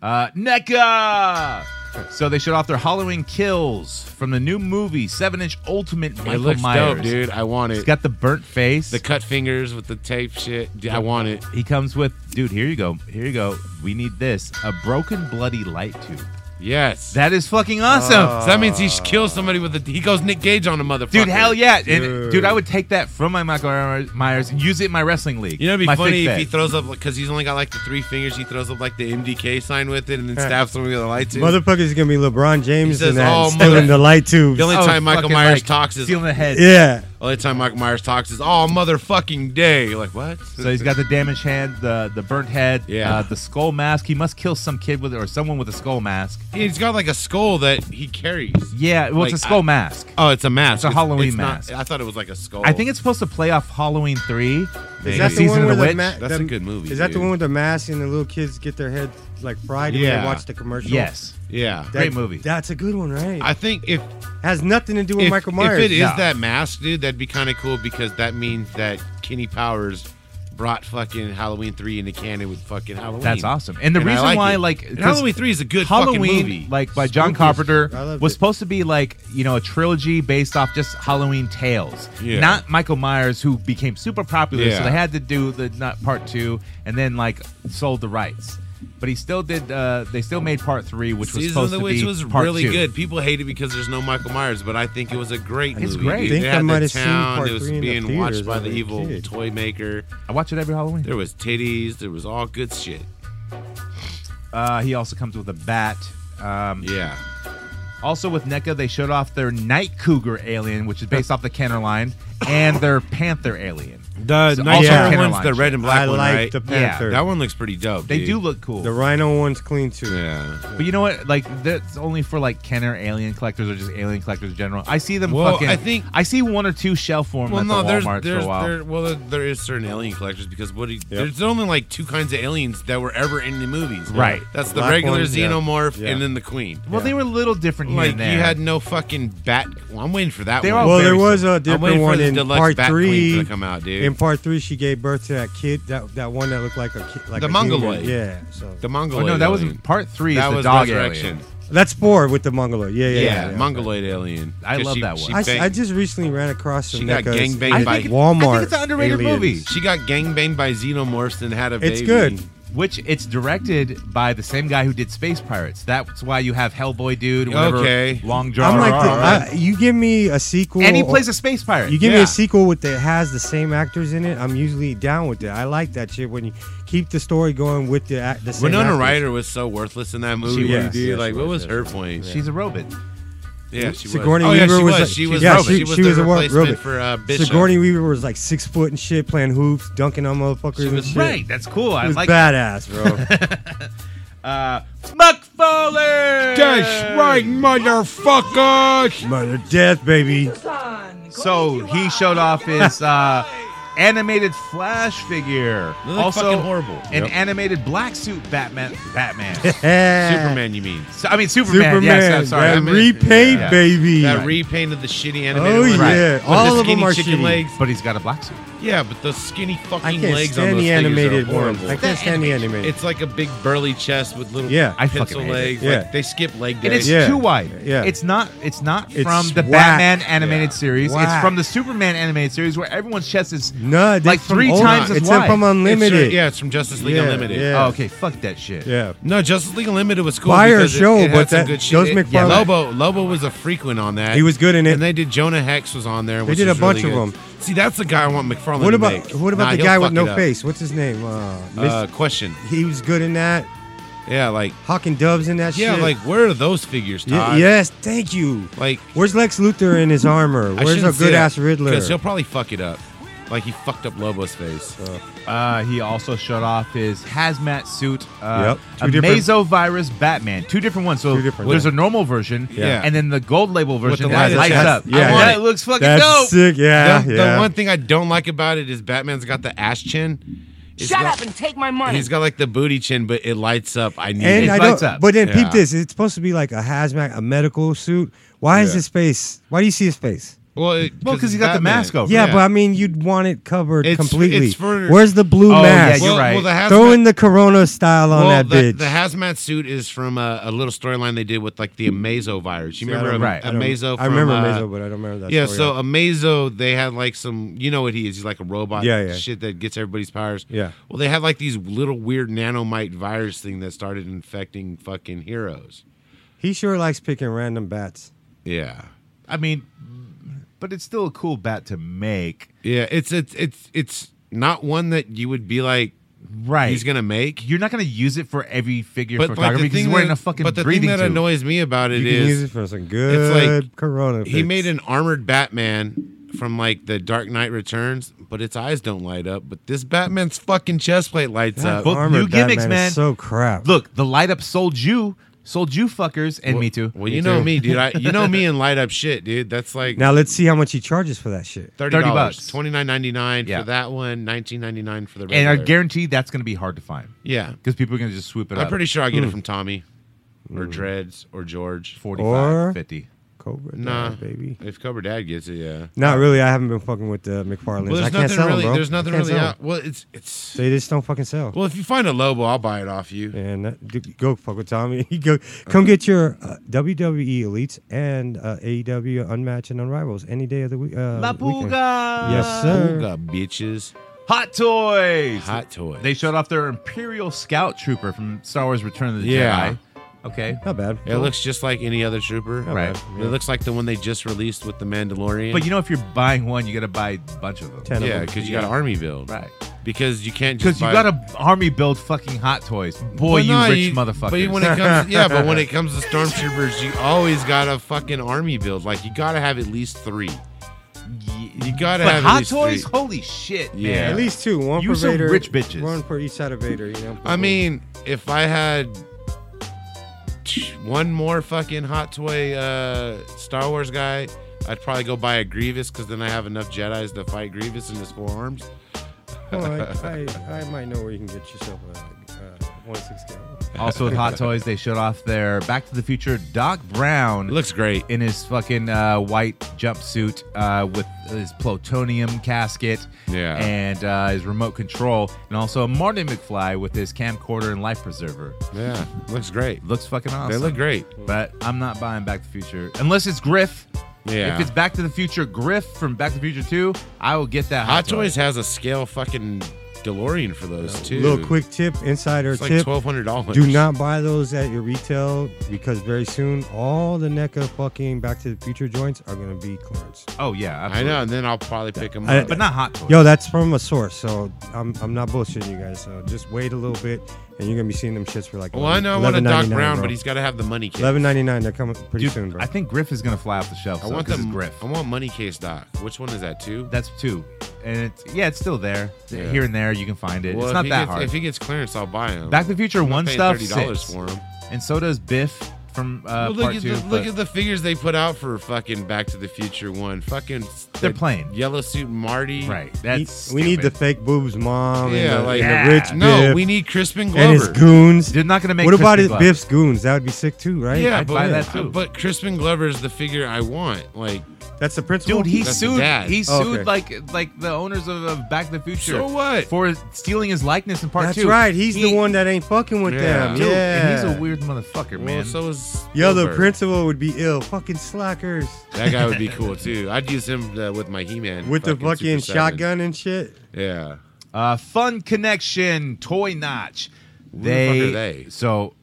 S4: Uh, NECA! So they showed off their Halloween kills from the new movie, Seven Inch Ultimate Michael
S5: it looks
S4: Myers.
S5: dope, dude. I want
S4: He's
S5: it.
S4: got the burnt face.
S5: the cut fingers with the tape shit. Dude, I want it.
S4: he comes with, dude. Here you go. Here you go. We need this. A broken, bloody light tube.
S5: Yes.
S4: That is fucking awesome,
S5: so that means he sh- kills somebody with a. He goes Nick Gage on a motherfucker.
S4: dude. Hell yeah, dude. And,
S6: Dude.
S4: dude. I would take that from my Michael Myers and use it in my wrestling league.
S5: You know, it'd be
S4: my
S5: funny
S4: Fig
S5: if he
S4: Fed.
S5: throws up because he's only got like the three fingers. He throws up like the MDK sign with it, and then stabs someone with a light tube.
S6: Motherfucker's gonna be LeBron James
S5: says,
S6: and that
S5: "Oh,
S6: and stealing
S5: mother-
S6: the light tubes.
S5: the only
S4: Oh,
S5: time Michael
S4: fucking,
S5: Myers
S4: like,
S5: talks is
S4: stealing the head.
S6: Yeah.
S5: only time Michael Myers talks is all motherfucking day. You're like what?
S4: So he's got the damaged hand, the the burnt head,
S5: Yeah.
S4: uh, the skull mask. He must kill some kid with or someone with a skull mask.
S5: he's got like a skull that he carries.
S4: Yeah, well,
S5: Like,
S4: it's a skull
S5: I-
S4: mask.
S5: Oh, it's a mask.
S4: It's a Halloween
S5: not-
S4: mask.
S5: I thought it was like a skull.
S4: I think it's supposed to play off Halloween three.
S5: Is
S6: Is
S5: that
S6: that
S5: the
S6: the
S4: season
S6: one
S4: of
S6: where
S4: the
S6: the
S4: witch?
S6: ma-
S5: That's a good movie,
S6: Is that
S5: dude.
S6: the one with the mask and the little kids get their heads like fried when
S5: Yeah.
S6: they watch the commercial?
S4: Yes,
S5: yeah.
S6: That-
S4: Great movie.
S6: That's a good one, right?
S5: I think if
S6: Has nothing to do with
S5: if,
S6: Michael Myers.
S5: if it is
S4: No.
S5: that mask, dude, that'd be kind of cool because that means that Kenny Powers brought fucking Halloween three into canon with fucking Halloween.
S4: That's awesome. And the
S5: I
S4: reason
S5: like
S4: why,
S5: it.
S4: like,
S5: And
S4: 'cause
S5: Halloween three is a good
S4: Halloween,
S5: fucking movie.
S4: like by John Carpenter,
S6: I loved
S4: was
S6: it.
S4: supposed to be like you know a trilogy based off just Halloween tales,
S5: Yeah.
S4: not Michael Myers, who became super popular.
S5: Yeah.
S4: So they had to do the not part two, and then like sold the rights. But he still did. Uh, they still made part three, which was
S5: Season of
S4: supposed
S5: the
S4: to
S5: Witch
S4: be
S5: was
S4: part
S5: really
S4: two.
S5: good. People hate it because there's no Michael Myers, but I think it was a great
S4: It's
S5: movie.
S4: great.
S5: dude.
S4: I
S6: think
S5: It
S6: I
S5: had the
S6: might have seen
S5: town.
S6: part
S5: It was
S6: three in the
S5: being watched
S6: theaters
S5: by
S6: as
S5: the
S6: a
S5: evil
S6: kid.
S5: toy maker.
S4: I watch it every Halloween.
S5: There was titties. There was all good shit.
S4: Uh, he also comes with a bat. Um,
S5: Yeah.
S4: Also with NECA, they showed off their Night Cougar alien, which is based off the Kenner line, and their Panther alien.
S5: The
S4: So
S5: Uh, Night
S4: also
S5: Terror
S4: Kenner
S5: one's
S4: line
S5: the red and black
S6: I
S5: one,
S6: like
S5: right?
S6: the
S4: Yeah,
S6: Panther.
S5: that one looks pretty dope.
S4: They
S5: dude.
S4: do look cool.
S6: the Rhino one's clean too.
S5: Yeah.
S4: But you know what? Like that's only for like Kenner alien collectors or just alien collectors in general. I see them
S5: Well,
S4: fucking.
S5: I think-
S4: I see one or two shell form
S5: Well,
S4: at
S5: no,
S4: the
S5: there's,
S4: Walmart
S5: there's,
S4: for a while.
S5: there, well, there- there is certain alien collectors because what he, there's only like two kinds of aliens that were ever in the movies.
S4: Right.
S5: That's the
S6: Black
S5: regular
S6: one, yeah.
S5: xenomorph
S6: Yeah.
S5: and then the queen.
S4: well, they were a little different here
S5: Like
S4: and there.
S5: you had no fucking bat. Well, I'm waiting for that
S4: They
S5: one.
S4: were all
S6: Well, there
S4: very
S6: was a
S5: I'm waiting
S6: different
S5: for
S6: one
S5: the
S6: in
S5: deluxe
S6: part
S5: Bat Queen
S6: three.
S5: to come out, dude.
S6: In part three, she gave birth to that kid, that that one that looked like a kid, like
S5: The
S6: a human.
S5: mongoloid.
S6: Yeah. So
S5: the
S4: Oh,
S5: Mongoloid.
S4: no, that
S5: alien.
S4: wasn't part three.
S5: That
S4: is the
S5: was
S4: dog
S5: Resurrection.
S4: alien.
S6: that's four with the mongoloid. Yeah, yeah,
S5: Yeah,
S6: yeah.
S5: Mongoloid alien.
S4: I
S5: 'Cause
S4: love
S5: she-
S4: that one.
S5: she
S6: I, s-
S5: banged-
S6: I just recently ran across some
S5: She got
S6: NECAs
S5: gangbanged
S6: at
S5: by- I think it's-
S6: Walmart.
S4: I think it's an underrated
S6: aliens.
S4: movie.
S5: she got gangbanged by xenomorphs and had a baby.
S6: It's good.
S4: Which it's directed by the same guy who did Space Pirates. That's why you have Hellboy dude. Whatever,
S5: Okay.
S4: Long John.
S6: I'm like, the, I, you give me a sequel,
S4: and he
S6: or-
S4: plays a space pirate.
S6: You give me
S5: Yeah.
S6: a sequel with that has the same actors in it. I'm usually down with it. I like that shit when you keep the story going with the act. The same
S5: Winona
S6: actors.
S5: Ryder was so worthless in that movie,
S4: was.
S5: dude.
S6: Yeah,
S5: like,
S6: she
S5: what
S6: was,
S5: was her point?
S4: She's a robot.
S5: Yeah, she
S6: Sigourney
S5: was. Oh, yeah,
S6: Weaver
S5: she
S6: was
S5: was.
S6: like-
S5: she was.
S6: yeah,
S5: Robin.
S6: she-
S5: she, was
S6: she
S5: the
S6: was a wo-
S5: replacement
S6: Robin.
S5: for uh, Bishop.
S6: Sigourney Weaver was like six foot and shit, playing hoops, dunking on motherfuckers.
S5: She
S6: and
S5: was
S6: shit.
S4: Right. That's cool. I
S6: It was
S4: like
S6: badass, bro.
S4: Muck Foley.
S11: That's right, motherfuckers.
S6: Mother death, baby.
S4: So he showed off his uh, animated Flash figure.
S5: They look
S4: also
S5: fucking horrible.
S4: An
S5: Yep.
S4: animated black suit Batman. Batman.
S5: Superman, you mean?
S4: So- I mean Superman. Yes, I'm sorry.
S6: that
S4: I meant-
S6: repaint,
S4: yeah.
S6: baby.
S5: That repaint of the shitty animated.
S6: Oh,
S5: one.
S6: yeah.
S5: With the
S6: All of them
S5: skinny
S6: are
S5: chicken
S6: shitty.
S5: legs.
S4: But he's got a black suit.
S5: Yeah, but those skinny
S6: I
S5: fucking
S6: can't
S5: legs on
S6: stand
S5: those
S6: the
S5: figures
S6: animated
S5: are
S6: ones.
S5: horrible.
S6: I can't stand the animated.
S5: It's like a big burly chest with little
S6: Yeah. I
S4: fucking
S5: pencil
S4: hate it.
S5: legs.
S6: Yeah.
S5: Like, they skip leg
S4: It
S5: day.
S4: is
S6: Yeah.
S4: too wide.
S6: Yeah.
S4: It's not. It's not
S6: It's
S4: from the
S6: whack.
S4: Batman animated series. It's
S6: Whack.
S4: from the Superman animated series where everyone's chest is
S6: No,
S4: like
S6: it's from
S4: three
S6: old-
S4: times as
S6: It's
S4: wide.
S6: from Unlimited.
S5: It's, yeah, it's from Justice League
S6: Yeah,
S5: Unlimited.
S6: yeah.
S4: Oh, okay, fuck that shit.
S6: yeah.
S5: No, Justice League Unlimited was cool.
S6: Buy or
S5: because it-
S6: show,
S5: it had
S6: but
S5: some
S6: that-
S5: good shit.
S6: those
S5: It-
S6: McFarlane-
S5: Lobo, Lobo was a frequent on that.
S6: He was good in it.
S5: And they did Jonah Hex was on there.
S6: They
S5: which
S6: did a
S5: was really
S6: bunch of
S5: good.
S6: them.
S5: See, that's the guy I want McFarlane
S6: What
S5: to
S6: about
S5: make.
S6: what about
S5: Nah,
S6: the
S5: he'll
S6: guy
S5: fuck
S6: with
S5: it
S6: no
S5: up.
S6: face? What's his name? Uh, Mis-
S5: Uh, question.
S6: he was good in that.
S5: Yeah, like
S6: Hawking Dubs in that
S5: yeah,
S6: shit.
S5: like where are those figures,
S6: Y-
S5: Todd?
S6: yes, thank you.
S5: Like
S6: Where's Lex Luthor in his armor? Where's a good ass Riddler?
S5: Because he'll probably fuck it up. Like he fucked up Lobo's face.
S4: Uh, he also showed off his hazmat suit. Uh,
S6: Yep. Two
S4: a
S6: different-
S4: mesovirus Batman. Two different ones. So
S6: Two different
S4: there's a normal version,
S5: Yeah.
S4: and then the gold label
S5: With
S4: version
S5: the
S4: that
S5: lights
S4: lights
S5: up.
S4: up.
S5: Yeah,
S4: I want
S5: yeah.
S4: it. It looks fucking
S6: That's
S4: dope.
S6: sick. Yeah,
S5: the, the
S6: yeah.
S5: one thing I don't like about it is Batman's got the ass chin. It's
S12: Shut
S5: got-
S12: up and take my money.
S5: He's got like the booty chin, but it lights up. I need
S6: and
S5: it.
S6: I
S4: lights
S6: don't.
S4: up.
S6: But then
S5: Yeah.
S6: peep this. It's supposed to be like a hazmat, a medical suit. Why is
S5: Yeah.
S6: his face? Why do you see his face?
S5: Well, it,
S4: Well, 'cause he got the
S5: Batman.
S4: mask over.
S6: Yeah, but I mean, you'd want it covered
S5: Oh, It's-
S6: completely.
S5: it's for-
S6: Where's the blue
S4: Oh, yeah,
S6: mask?
S4: you're
S5: Well,
S4: right.
S5: well, the hazmat,
S6: Throwing the Corona style on
S5: well,
S6: that
S5: the,
S6: bitch.
S5: The hazmat suit is from a, a little storyline they did with like the Amazo virus. You
S6: See, I
S5: remember
S6: don't-
S5: a,
S4: right.
S5: a
S6: I don't-
S5: Amazo?
S6: I
S5: from,
S6: remember
S5: uh,
S6: Amazo, but I don't remember that.
S5: Yeah,
S6: story.
S5: so Amazo, they had like some, you know what he is? He's like a robot,
S6: Yeah, yeah.
S5: shit that gets everybody's powers.
S6: Yeah.
S5: Well, they had like these little weird nanomite virus thing that started infecting fucking heroes.
S6: he sure likes picking random bats.
S5: Yeah.
S4: I mean, but it's still a cool bat to make,
S5: Yeah, it's it's it's it's not one that you would be like
S4: right?
S5: he's gonna make.
S4: You're not gonna use it for every figure
S5: But like
S4: photography
S5: the
S4: because
S5: thing
S4: he's wearing
S5: that,
S4: a fucking
S5: but the thing
S4: breathing
S5: that
S4: tube.
S5: annoys me about it
S6: You
S5: is
S6: can use it for some good
S5: it's like
S6: Corona.
S5: He
S6: pics.
S5: made an armored Batman from like the Dark Knight Returns, but its eyes don't light up. But this Batman's fucking chest plate lights
S6: That
S5: up.
S4: But
S6: armored
S4: new gimmicks,
S6: Batman is
S4: man.
S6: So crap.
S4: Look, the light up sold you, sold you fuckers, and me too.
S5: Well, you know me, dude. I, you know me and light up shit, dude. That's like
S6: now let's see how much he charges for that shit.
S5: thirty
S4: bucks.
S5: dollars, twenty nine ninety nine
S4: Yeah.
S5: for that one, nineteen ninety nine for the
S4: and
S5: regular.
S4: I guarantee that's gonna be hard to find
S5: yeah,
S4: because people are gonna just swoop it
S5: I'm
S4: up.
S5: pretty sure I get it from Tommy or Dreads or George.
S4: 45,
S6: Or-
S4: 50.
S6: Cobra,
S5: Nah,
S6: Dad, baby.
S5: If Cobra Dad gets it, yeah.
S6: Not really. I haven't been fucking with the McFarlane's.
S5: Well,
S6: I
S5: there's
S6: can't
S5: nothing
S6: sell
S5: really.
S6: them, bro.
S5: There's
S6: I
S5: nothing
S6: can't
S5: really
S6: sell 'em.
S5: out. Well, it's it's.
S6: They just don't fucking sell.
S5: Well, if you find a Lobo, I'll buy it off you.
S6: And that, dude, go fuck with Tommy. go, come get your uh, WWE elites and uh, AEW unmatched and unrivals any day of the week. Uh,
S4: La
S6: weekend.
S4: Puga.
S6: Yes, sir.
S5: Ooga, bitches.
S4: Hot Toys.
S5: Hot toy.
S4: They showed off their Imperial Scout Trooper from Star Wars Return of the
S5: Yeah.
S4: Jedi. Okay.
S6: Not bad.
S5: It looks just like any other trooper.
S4: Right.
S5: It looks like the one they just released with the Mandalorian.
S4: But you know, if you're buying one, you got to buy a bunch of them.
S6: Ten
S5: yeah,
S6: of them.
S5: because you got an army build.
S4: Right.
S5: Because you can't just
S4: Because you
S5: buy-
S4: got to army build fucking Hot Toys. Boy,
S5: Well,
S4: you
S5: no,
S4: rich motherfuckers.
S5: But when it comes, yeah, but when it comes to stormtroopers, you always got a fucking army build. Like you got to have at least three. You got to
S4: but
S5: have at
S4: Hot
S5: least
S4: Toys?
S5: three.
S4: Holy shit,
S5: Yeah.
S4: man.
S6: At least two. One
S4: You
S6: for
S4: some
S6: Vader.
S4: rich bitches.
S6: One for each side of Vader. You know.
S5: I mean, if I had one more fucking Hot Toy uh, Star Wars guy, I'd probably go buy a Grievous because then I have enough Jedi's to fight Grievous in his four arms.
S6: Well, I, I, I might know where you can get yourself a uh, one six gallon.
S4: also, with Hot Toys, they showed off their Back to the Future Doc Brown.
S5: It looks great.
S4: in his fucking uh, white jumpsuit uh, with his plutonium casket
S5: Yeah.
S4: and uh, his remote control, and also Marty McFly with his camcorder and life preserver.
S5: Yeah, looks great.
S4: Looks fucking awesome.
S5: They look great.
S4: But I'm not buying Back to the Future unless it's Griff.
S5: Yeah.
S4: If it's Back to the Future Griff from Back to the Future 2, I will get that
S5: Hot
S4: hot,
S5: Toys has a scale fucking DeLorean for those too.
S6: Little quick tip, insider
S5: It's like
S6: tip.
S5: twelve hundred dollars.
S6: Do not buy those at your retail because very soon all the NECA fucking Back to the Future joints are gonna be
S5: Uh,
S6: clearance.
S4: Oh yeah,
S5: I
S4: absolutely.
S5: know, and then I'll probably pick them
S6: I-
S5: up.
S4: But not Hot Toys.
S6: Yo, that's from a source, so I'm, I'm not bullshitting you guys. So just wait a little bit, and you're gonna be seeing them shits for like.
S5: well, I know I want a Doc
S6: $11.99,
S5: Brown,
S6: bro.
S5: but he's got to have the money case.
S6: eleven ninety nine. They're coming pretty
S4: Dude,
S6: soon, bro.
S4: I think Griff is gonna fly off the shelf.
S5: I
S4: though,
S5: want
S4: 'cause
S5: the
S4: it's Griff.
S5: I want money case Doc. Which one is that? Two.
S4: That's two, and it's yeah, it's still there.
S5: Yeah.
S4: Here and there, you can find it.
S5: Well,
S4: it's
S5: if
S4: not
S5: he
S4: that
S5: gets-
S4: hard.
S5: If he gets clearance, I'll buy him.
S4: Back to the Future
S5: I'm not
S4: One
S5: paying
S4: stuff
S5: thirty dollars
S4: sits.
S5: for him.
S4: and so does Biff from uh,
S5: Well, look
S4: part
S5: at
S4: two.
S5: the,
S4: but-
S5: look at the figures they put out for fucking Back to the Future one. Fucking,
S4: They're
S5: the
S4: playing.
S5: Yellow Suit Marty.
S4: Right.
S5: That's
S6: We need the fake boobs, mom.
S5: Yeah,
S6: and the,
S5: like-
S6: and the rich
S5: No,
S6: Biff
S5: we need Crispin
S6: and his
S5: Glover.
S6: goons.
S4: They're not gonna make
S6: What
S4: Crispin
S6: about his
S4: Glover.
S6: Biff's goons? That would be sick too, right?
S5: Yeah, but, but Crispin Glover is the figure I want. Like,
S6: that's the principal.
S4: Dude, he
S5: That's the
S4: sued.
S5: dad.
S4: He
S5: Oh,
S4: sued
S5: okay.
S4: like like the owners of, of Back to the Future.
S5: So what?
S4: For stealing his likeness in part
S6: That's
S4: two.
S6: right. He's the one that ain't fucking with them.
S4: Dude,
S6: yeah.
S4: and he's a weird motherfucker,
S5: well,
S4: man.
S5: so is
S6: Yo, the
S5: Spielberg.
S6: principal would be ill. Fucking slackers.
S5: That guy would be cool too. I'd use him uh, with my He-Man
S6: With the
S5: Super
S6: fucking
S5: Seven.
S6: shotgun and shit.
S5: Yeah.
S4: Uh, Fun Connection, Toy Notch.
S5: the
S4: They,
S5: fuck are they?
S4: So,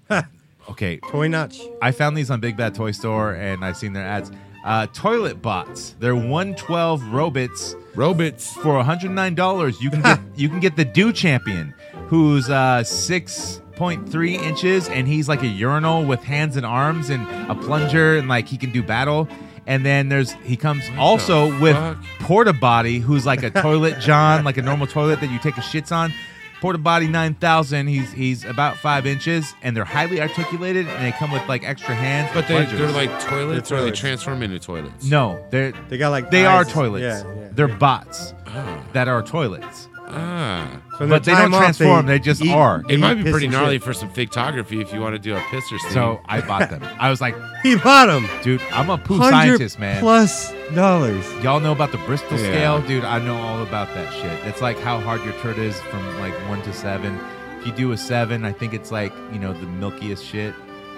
S4: okay.
S6: Toy Notch.
S4: I found these on Big Bad Toy Store and I've seen their ads. Uh, toilet bots. They're 112 robots.
S5: Robots.
S4: For $109, you can get you can get the Dew Champion, who's uh 6.3 inches and he's like a urinal with hands and arms and a plunger and like he can do battle. And then there's he comes also with
S5: fuck?
S4: Porta Body, who's like a toilet John, like a normal toilet that you take a shits on. Porta Body 9000, he's he's about five inches, and they're highly articulated, and they come with like extra hands.
S5: But they,
S4: and plungers.
S5: they're like toilets,
S6: They're
S5: or they
S6: toilets.
S5: transform into toilets.
S4: no, they're
S6: They got like
S4: they are
S6: eyes.
S4: toilets.
S6: Yeah, yeah. Oh.
S4: They're bots
S5: Ah.
S4: that are toilets,
S5: Ah.
S6: So in
S4: but
S6: their
S4: they don't
S6: time off,
S4: transform. They, just
S6: eat-
S4: are.
S5: It
S6: eat
S5: might be
S6: piss
S5: pretty
S6: and
S5: gnarly
S6: shit.
S5: for some photography if you want to do a piss or something.
S4: So I bought them. I was like,
S6: He bought him.
S4: dude, I'm a poo
S6: Hundred
S4: scientist, man.
S6: plus dollars.
S4: Y'all know about the Bristol
S5: Yeah.
S4: scale, dude. I know all about that shit. It's like how hard your turd is from like one to seven. If you do a seven, I think it's like you know the milkiest shit.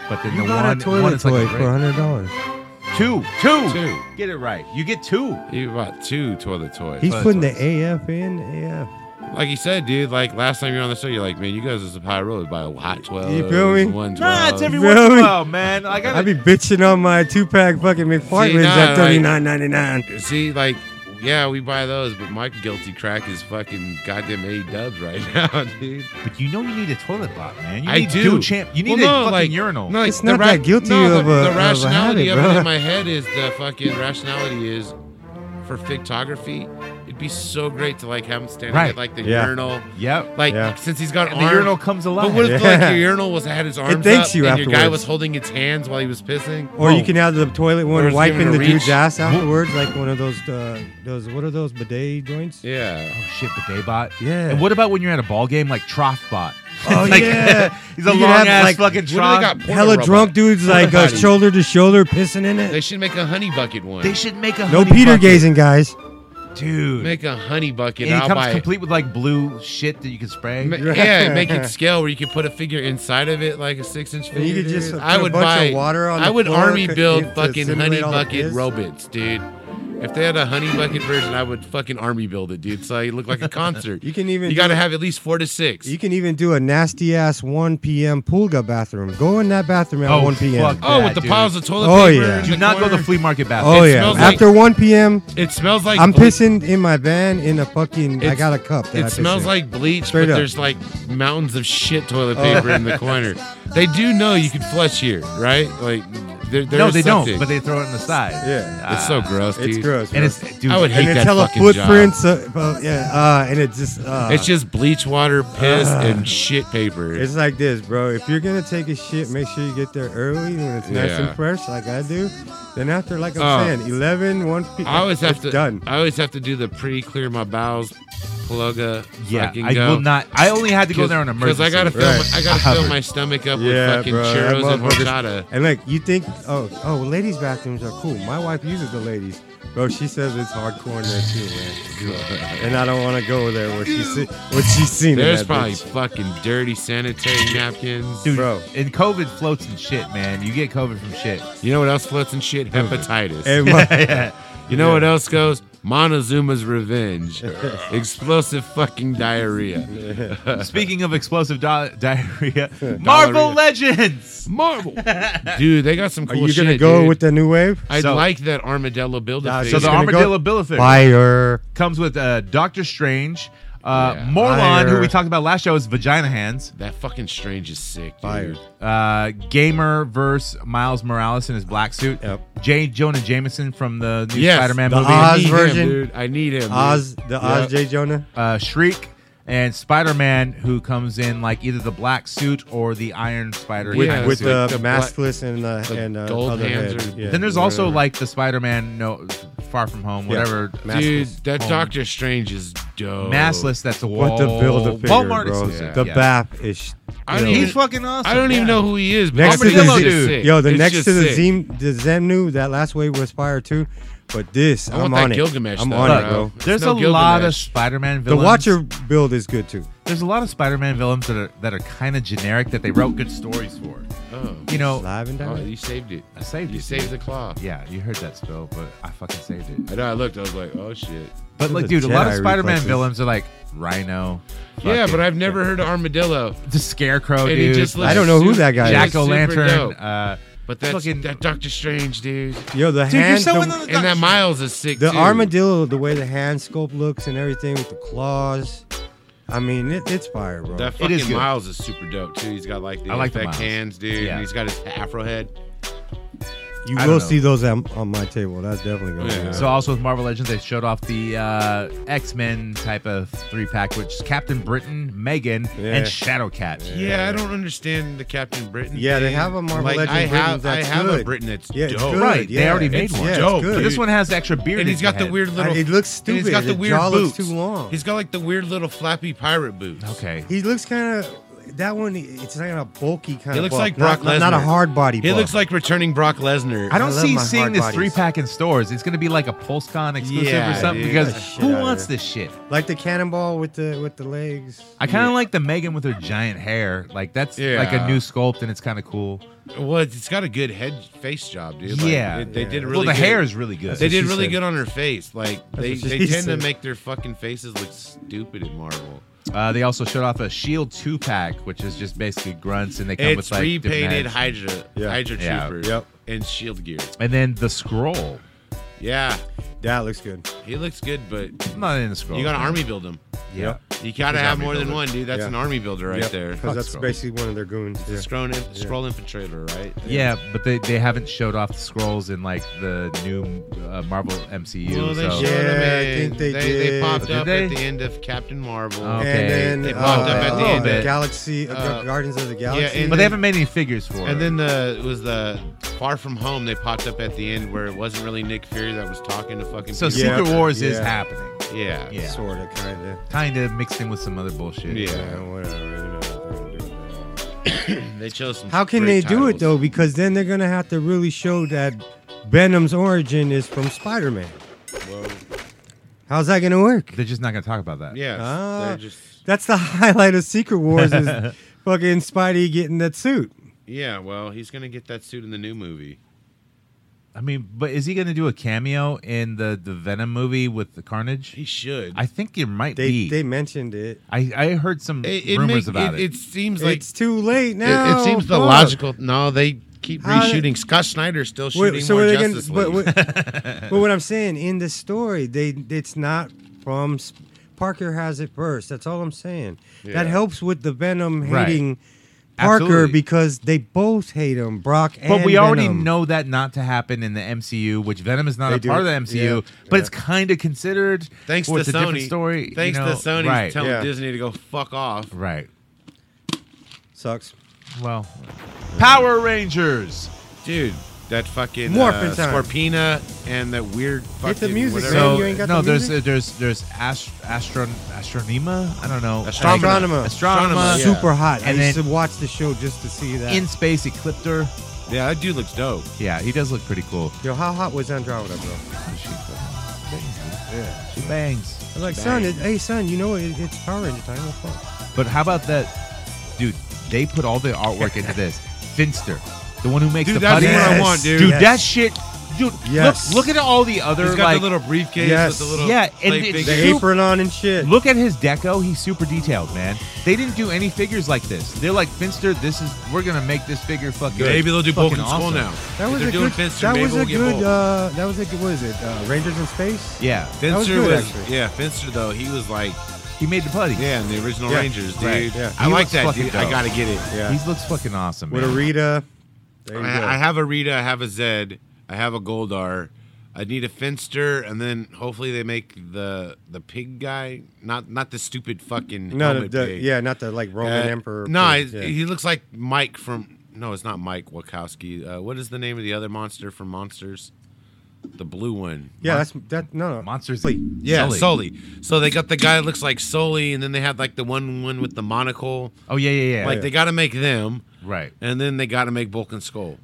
S4: But then
S6: You
S4: the
S6: got
S4: one,
S6: a
S4: one
S6: toilet
S4: is like
S6: toy
S4: a
S6: for
S4: grape.
S6: hundred dollars.
S4: two, two,
S5: Two.
S4: Get it right. You get two.
S5: you bought two toilet toys.
S6: He's
S4: Toilet
S6: putting the
S4: toys.
S6: AF in. AF.
S5: like you said, dude. Like last time you were on the show, you're like, man, you guys are some high road by a hot twelve.
S6: You feel me?
S5: One
S4: Nah, it's every
S6: Really?
S4: once in a while, man. I
S6: I'd
S4: got
S6: be bitching on my two pack fucking
S5: See,
S6: McFartland's
S5: nah,
S6: at
S5: like-
S6: thirty nine ninety nine.
S5: See, like, yeah, we buy those, but my guilty crack is fucking goddamn A dubs right now, dude.
S4: But you know you need a toilet bot, man. You
S5: I
S4: need
S5: do.
S4: Dude champ. You need
S5: Well,
S4: a
S5: no,
S4: fucking
S5: like-
S4: urinal.
S5: No, like,
S6: It's
S5: the
S6: not that guilty
S5: no,
S6: of
S5: the,
S6: a-
S5: the
S6: of a
S5: rationality
S6: habit,
S5: of, it
S6: bro.
S5: in my head is the fucking rationality is for fictography. It'd be so great to like have him standing
S4: Right.
S5: at like the
S6: Yeah.
S5: urinal.
S4: Yep.
S5: Like
S6: Yeah.
S5: since he's got
S4: And the
S5: arm-
S4: urinal comes alive.
S5: But what if
S6: Yeah.
S5: like your urinal was had his arms
S6: thanks
S5: up
S6: you
S5: and your guy
S6: afterwards.
S5: was holding its hands while he was pissing?
S6: Or you can have the toilet
S5: Or
S6: one
S5: it's
S6: wiping
S5: giving
S6: the
S5: a
S6: dude's
S5: reach.
S6: ass afterwards, like one of those uh, those what are those bidet joints?
S5: Yeah.
S4: Oh shit, the day bot.
S6: Yeah.
S4: And what about when you're at a ball game, like trough bot?
S6: Oh,
S4: Like,
S6: yeah.
S4: he's a
S6: You could
S4: long
S6: have,
S4: ass
S6: like-
S4: fucking
S5: What do they
S4: trough.
S5: got? Porno
S6: Hella
S5: robot?
S6: drunk dudes
S5: Porno
S6: like uh,
S5: potty.
S6: shoulder to shoulder pissing in
S5: They
S6: it.
S5: should make a honey bucket one.
S4: They should make a
S6: No
S4: honey
S6: Peter
S4: bucket.
S6: gazing, guys.
S4: dude.
S5: make a honey bucket.
S4: and it
S5: I'll
S4: comes
S5: buy it.
S4: complete with like blue shit that you can spray.
S5: Ma- Yeah, make it scale where you could put a figure inside of it, like a six inch figure.
S6: And you could just
S5: dude.
S6: put
S5: I
S6: a
S5: would
S6: bunch
S5: buy.
S6: of water on
S5: I
S6: the
S5: would
S6: floor
S5: army
S6: c-
S5: build
S6: to
S5: fucking honey
S6: simulate all the
S5: bucket
S6: piss.
S5: robots, dude. If they had a honey bucket version, I would fucking army build it, dude. So you look like a concert.
S6: You can even
S5: You got to
S6: do-
S5: have at least four to six.
S6: You can even do a nasty ass 1 p.m. pulga bathroom. Go in that bathroom at
S4: Oh,
S6: 1 p.m.
S4: fuck.
S5: oh,
S4: Yeah,
S5: with the
S4: dude.
S5: piles of toilet
S6: Oh,
S5: paper.
S6: yeah.
S5: in
S4: Do not go to
S5: corner.
S4: the flea market bathroom.
S6: Oh
S5: It
S6: yeah.
S5: smells
S6: After 1 p.m.,
S5: It smells like.
S6: I'm
S5: ble-
S6: pissing in my van in a fucking. I
S5: It's-
S6: got a cup. That I
S5: It
S6: piss
S5: smells
S6: in.
S5: like bleach,
S6: Straight
S5: but
S6: up.
S5: there's like mountains of shit toilet paper in the corner. They do know you can flush here, right? Like, there, there
S4: no,
S5: is
S4: they
S5: something.
S4: don't. But they throw it on the side.
S6: Yeah.
S5: It's so
S4: Ah.
S5: gross, dude.
S6: It's gross.
S4: And
S6: bro.
S4: it's dude.
S5: I would hate
S6: and
S5: that
S6: it's hella
S5: fucking job.
S6: footprints. Uh, well, yeah, uh, and it's just. Uh,
S5: It's just bleach water, piss, and shit paper.
S6: Ah. It's like this, bro. If you're gonna take a shit, make sure you get there early when it's nice
S5: Yeah.
S6: and fresh, like I do. Then after, like I'm
S5: Oh.
S6: saying, 11, 1 p.m.
S5: I always have
S6: it's
S5: to.
S6: done.
S5: I always have to do the pre-clear my bowels, pluga.
S4: Yeah,
S5: fucking
S4: I
S5: go.
S4: will not. I only had to go there on
S5: Because
S4: emergency.
S5: I gotta fill.
S6: Right.
S5: My, I gotta
S4: I
S5: fill
S4: hovered.
S5: my stomach up
S6: Yeah,
S5: with fucking
S6: bro. That
S5: churros and
S6: motherfucker's-
S5: horchata.
S6: And look, you think, oh, oh, well, ladies' bathrooms are cool. My wife uses the ladies, bro. She says it's hardcore in there too, man. and I don't want to go there where she's se- what she's seen. in
S5: There's
S6: that
S5: probably
S6: bitch.
S5: fucking dirty sanitary napkins.
S4: dude.
S6: bro.
S4: And COVID floats and shit, man. You get COVID from shit.
S5: You know what else floats and shit? Hepatitis.
S6: And my-
S5: you know what else goes? Montezuma's revenge. Explosive fucking diarrhea.
S4: Speaking of explosive di- diarrhea, Marvel
S5: Diarrhea.
S4: Legends.
S5: Marvel. Dude, they got some
S6: are
S5: cool
S6: you
S5: shit.
S6: gonna go
S5: dude.
S6: with the new wave?
S5: I
S4: So-
S5: like that armadillo build
S6: Nah,
S5: a
S4: So
S6: He's
S4: the
S6: gonna go-
S4: armadillo Billifig.
S6: Fire.
S4: comes with uh, Doctor Strange, uh,
S5: Yeah.
S4: Morlon, who
S6: Fire.
S4: we talked about last show, is Vagina Hands,
S5: That fucking strange is sick, dude.
S6: Fire.
S4: uh, Gamer verse Miles Morales in his black suit,
S6: Yep.
S4: J. Jonah Jameson from the new
S5: Yes,
S4: Spider-Man
S6: the
S4: movie,
S5: I
S6: Oz
S5: need him,
S6: version.
S5: dude. I need him. dude.
S6: Oz, the Oz
S5: Yep.
S6: J Jonah.
S4: uh, Shriek, and Spider Man, who comes in like either the black suit or the Iron Spider
S6: With-
S4: kind of
S6: with
S4: suit.
S6: the The black- maskless and the- the and, uh, gold other hands head. or- Yeah,
S4: then there's also
S6: whatever.
S4: like the Spider Man no Far From Home, whatever.
S5: Dude,
S4: maskless
S5: that
S4: home.
S5: Doctor Strange is dope.
S4: Oh. Maskless, that's a
S6: What the
S4: wall-
S6: build of figure,
S4: Walmart
S6: bro.
S4: exclusive,
S6: The
S4: yeah.
S6: BAP is.
S5: I
S6: yo.
S5: don't even,
S4: He's fucking awesome,
S5: I don't even
S4: yeah.
S5: know who he is. But
S6: Next to
S5: it's
S6: the
S5: just
S6: Zim-
S5: sick.
S6: yo, the
S5: It's
S6: next
S5: just
S6: to the
S5: sick.
S6: Zim, the Zemnu, that last wave was Fire too, but this
S5: I
S6: I'm
S5: want
S6: on
S5: that
S6: it.
S5: Gilgamesh
S6: I'm
S5: though,
S6: on it,
S5: bro.
S6: bro.
S5: It's
S4: There's
S5: no
S4: a lot of
S5: Gilgamesh.
S4: Spider-Man
S6: The
S4: villains.
S6: Watcher build is good too.
S4: There's a lot of Spider-Man villains that are that are kind of generic that they wrote good stories for.
S5: Oh.
S4: You know,
S6: Live and
S5: Oh,
S6: direct.
S5: you saved it.
S4: I saved
S5: You
S4: it,
S5: saved the
S4: dude.
S5: claw.
S4: Yeah, you heard that spill, but I fucking saved it.
S5: I know. I looked. I was like, oh shit.
S4: But
S6: Those
S4: like,
S6: are
S4: dude, a lot of
S6: Jedi
S4: Spider-Man
S6: reflexes.
S4: villains are like Rhino.
S5: Yeah,
S4: fucking-
S5: but I've never heard of armadillo.
S4: the Scarecrow,
S5: And he
S4: dude.
S5: just looks
S6: I don't know who
S5: super-
S6: that guy is.
S4: Jack O'
S5: super
S4: Lantern.
S5: dope.
S4: Uh,
S5: But that's
S4: fucking-
S5: that Doctor Strange, dude.
S6: Yo, the
S4: Dude, you're
S6: hand,
S4: so
S6: the,
S4: in the-
S5: And that Miles is sick.
S6: the
S5: too.
S6: armadillo, the way the hand sculpt looks and everything with the claws. I mean, it, it's fire, bro.
S5: That
S4: It is
S5: fucking
S4: good.
S5: Miles is super dope too. He's got like the
S4: I like the
S5: effect
S4: Miles.
S5: hands, dude.
S4: Yeah.
S5: And he's got his afro head.
S6: you
S4: I
S6: will
S4: don't know.
S6: see those on, on my table. That's definitely going. to
S5: Yeah.
S6: happen.
S4: So also with Marvel Legends, they showed off the uh, X-Men type of three-pack, which is Captain Britain, Megan,
S6: Yeah.
S4: and Shadowcat.
S5: Yeah, I don't understand the Captain Britain.
S6: Yeah, they
S5: thing.
S6: have a Marvel
S5: like,
S6: Legends
S5: I have,
S6: Britain that's
S5: I have a
S6: good.
S5: Britain that's
S6: Yeah, it's
S5: dope.
S6: good.
S4: Right, they
S6: yeah.
S4: already made
S6: It's-
S4: one.
S6: yeah, it's
S5: Dope,
S6: good.
S4: But this one has the extra beard.
S5: And
S4: in
S5: he's got
S4: head.
S5: the weird little.
S6: it looks
S5: and
S6: stupid.
S5: He's got the
S6: The
S5: weird
S6: jaw looks
S5: boots.
S6: too long.
S5: He's got like the weird little flappy pirate boots.
S4: Okay.
S6: He looks kind of that one. It's like a bulky kind
S5: He
S6: of.
S5: looks
S6: buff,
S5: like
S6: not-
S5: Brock
S6: not,
S5: Lesnar.
S6: not a hard body.
S5: He
S6: buff.
S5: looks like returning Brock Lesnar.
S4: I don't
S6: love
S4: see
S6: my
S4: seeing
S6: hard
S4: this
S6: bodies.
S4: three pack in stores. It's going to be like a PulseCon exclusive
S5: Yeah,
S4: or something
S5: dude.
S6: Get that
S4: because
S6: shit
S4: who
S6: out of
S4: wants
S6: here.
S4: this shit?
S6: like the cannonball with the with the legs.
S4: I kind of like the Megan with her giant hair. Like that's
S5: Yeah.
S4: like a new sculpt and it's kind of cool.
S5: Well, it's got a good head face job, dude. Like,
S4: Yeah.
S5: they, they did
S4: Well,
S5: really.
S4: the
S5: good.
S4: hair is really good. That's
S5: They
S4: what
S5: did
S6: she
S5: really
S6: said.
S5: good on her face. Like they,
S6: what she
S5: they tend to
S6: said.
S5: make their fucking faces look stupid in Marvel.
S4: Uh, they also showed off a Shield two pack, which is just basically grunts, and they come
S5: It's
S4: with like different
S5: repainted
S4: heads.
S5: Hydra,
S6: Yeah.
S5: Hydra
S4: Yeah.
S5: troopers,
S6: Yep.
S5: and shield E gear.
S4: And then the scroll.
S5: Yeah,
S6: That looks good.
S5: he looks good, but
S4: I'm not in the scroll.
S5: you got to army build him.
S4: Yeah.
S5: You gotta
S4: He's
S5: have
S4: army
S5: more than
S4: builder.
S5: one, dude. That's
S6: Yeah.
S5: an army builder right there.
S6: Because that's
S4: Scroll.
S6: basically one of their goons. Yeah.
S5: Scroll, in, scroll infiltrator, right?
S4: Yeah, but they, they haven't showed off the scrolls in like the new uh, Marvel MCU.
S5: Well,
S4: so.
S5: they showed him
S6: Yeah, I
S5: in-
S6: think they
S5: They
S6: did.
S5: popped
S4: Did
S5: up
S4: they?
S5: at the end of Captain Marvel.
S4: Oh, okay.
S6: And then
S5: They
S6: uh,
S5: popped up at the
S6: uh,
S5: end.
S6: the Galaxy, uh,
S5: Uh,
S6: Guardians of the
S5: Yeah,
S6: Galaxy.
S5: and
S4: But they
S5: then-
S4: haven't made any figures for
S5: And
S4: it.
S5: then the it was the Far From Home. They popped up at the end where it wasn't really Nick Fury that was talking to fucking.
S4: so
S5: people.
S6: Yeah.
S4: Secret Wars is
S6: Yeah.
S4: happening.
S5: yeah,
S4: Yeah.
S6: sort of, kind of.
S4: Kind of mixed in with some other bullshit.
S5: Yeah.
S6: whatever. you know, we're gonna do it.
S5: they chose. Some
S6: How can
S5: great
S6: they do it
S5: titles.
S6: though? Because then they're gonna have to really show that Venom's origin is from Spider-Man. How's that gonna work?
S4: They're just not going to talk about that.
S5: Yeah,
S6: Ah.
S5: they're just
S6: That's the highlight of Secret Wars is fucking Spidey getting that suit.
S5: yeah. Well, he's gonna get that suit in the new movie.
S4: I mean, but is he going to do a cameo in the, the Venom movie with the Carnage?
S5: He should.
S4: I think it might
S6: They
S4: be.
S6: they mentioned it.
S4: I, I heard some
S5: it, it
S4: rumors
S5: make-
S4: about it.
S5: It seems like
S6: it's too late
S5: it,
S6: now.
S5: it seems the
S6: Fuck.
S5: logical. No, they keep
S6: How they-
S5: reshooting. Scott Snyder's still
S6: Wait,
S5: shooting
S6: so
S5: more
S6: are they
S5: Justice
S6: gonna,
S5: League.
S6: but, what- but what I'm saying in this story, they it's not from Sp- Parker has it first. That's all I'm saying.
S5: Yeah.
S6: That helps with the Venom
S4: Right.
S6: hating Parker
S4: Absolutely.
S6: because they both hate him, Brock and
S4: But we already
S6: Venom.
S4: know that not to happen in the MCU, which Venom is not
S6: They
S4: a
S6: do
S4: part of
S6: it.
S4: the MCU,
S6: Yeah.
S4: but
S6: Yeah.
S4: it's kind of considered.
S5: Thanks
S4: or
S5: to
S4: it's a different
S5: Sony.
S4: story. you
S5: Thanks
S4: know?
S5: to Sony
S4: right?
S5: telling
S6: Yeah.
S5: Disney to go fuck off.
S4: right.
S6: Sucks.
S4: Well, Power Rangers.
S5: Dude, that fucking
S6: Morphin'
S5: uh,
S6: time.
S5: Scorpina and that weird fucking
S6: Hit the music,
S5: whatever.
S6: man.
S4: So
S6: you ain't got
S4: no,
S6: the
S4: there's
S6: music?
S4: uh, there's there's ast- astron astronema. I don't know.
S5: Astronomer.
S4: Astronomer. Astronomer.
S5: Yeah.
S6: Super hot.
S4: And
S6: I used
S4: then-
S6: to watch the show just to see that.
S4: In space ecliptor.
S5: yeah, that dude looks dope.
S4: Yeah, he does look pretty cool.
S6: Yo, how hot was Andromeda, bro?
S4: She, yeah, she bangs.
S6: I was like, son, it, hey, son, you know it, it's Power Ranger time. What the fuck?
S4: But how about that, dude? They put all the artwork into this. Finster, the one who makes
S5: Dude,
S4: the
S5: that's
S4: putty.
S5: what I
S6: Yes.
S5: want, dude.
S4: dude.
S6: Yes.
S4: That shit, dude.
S6: Yes.
S4: Look, look at all the other
S5: He's got
S4: like.
S5: the little briefcase
S6: Yes.
S5: with the little
S4: Yeah, and
S5: clay
S4: it's-
S5: figure.
S6: The
S4: Super-
S6: apron on and shit.
S4: look at his deco. He's super detailed, man. They didn't do any figures like this. They're like Finster. This is we're gonna make this figure fucking.
S5: Maybe they'll do
S4: fucking
S5: Bulk and Skull
S4: awesome.
S5: now.
S6: that was
S5: They're
S6: a
S5: doing
S6: good.
S5: Finster.
S6: that
S5: Maybe
S6: was
S5: we'll
S6: a
S5: get
S6: good.
S5: Bulk.
S6: Uh, that was a good. What is it? Uh, Rangers in space.
S4: Yeah,
S5: Finster
S6: was good,
S5: was,
S6: actually.
S5: yeah, Finster though he was like
S4: he made the putty.
S5: yeah, in the original
S6: Yeah.
S5: Rangers, dude.
S6: Right, yeah.
S5: I
S4: He
S5: like
S4: looks
S5: that.
S4: fucking
S5: Dude. I
S4: dope.
S5: gotta get it.
S6: Yeah.
S4: he looks fucking awesome.
S6: With
S4: man.
S6: a Rita. There you go.
S5: I, I have a Rita, I have a Zed, I have a Goldar, I need a Finster, and then hopefully they make the the pig guy, not not the stupid fucking
S6: No,
S5: helmet
S6: the-
S5: pig. Uh,
S6: yeah, not the, like, Roman emperor
S5: No,
S6: pig,
S5: he-
S6: yeah.
S5: he looks like Mike from. No, it's not Mike Wachowski. Uh, what is the name of the other monster from Monsters? The blue one.
S6: Yeah, that's that. No, no.
S4: Monsters.
S5: Yeah, Sully. So they got the guy that looks like Sully, and then they had like the one one with the monocle.
S4: Oh yeah, yeah, yeah.
S5: Like they got to make them,
S4: Right.
S5: and then they got to make Bulk and Skull.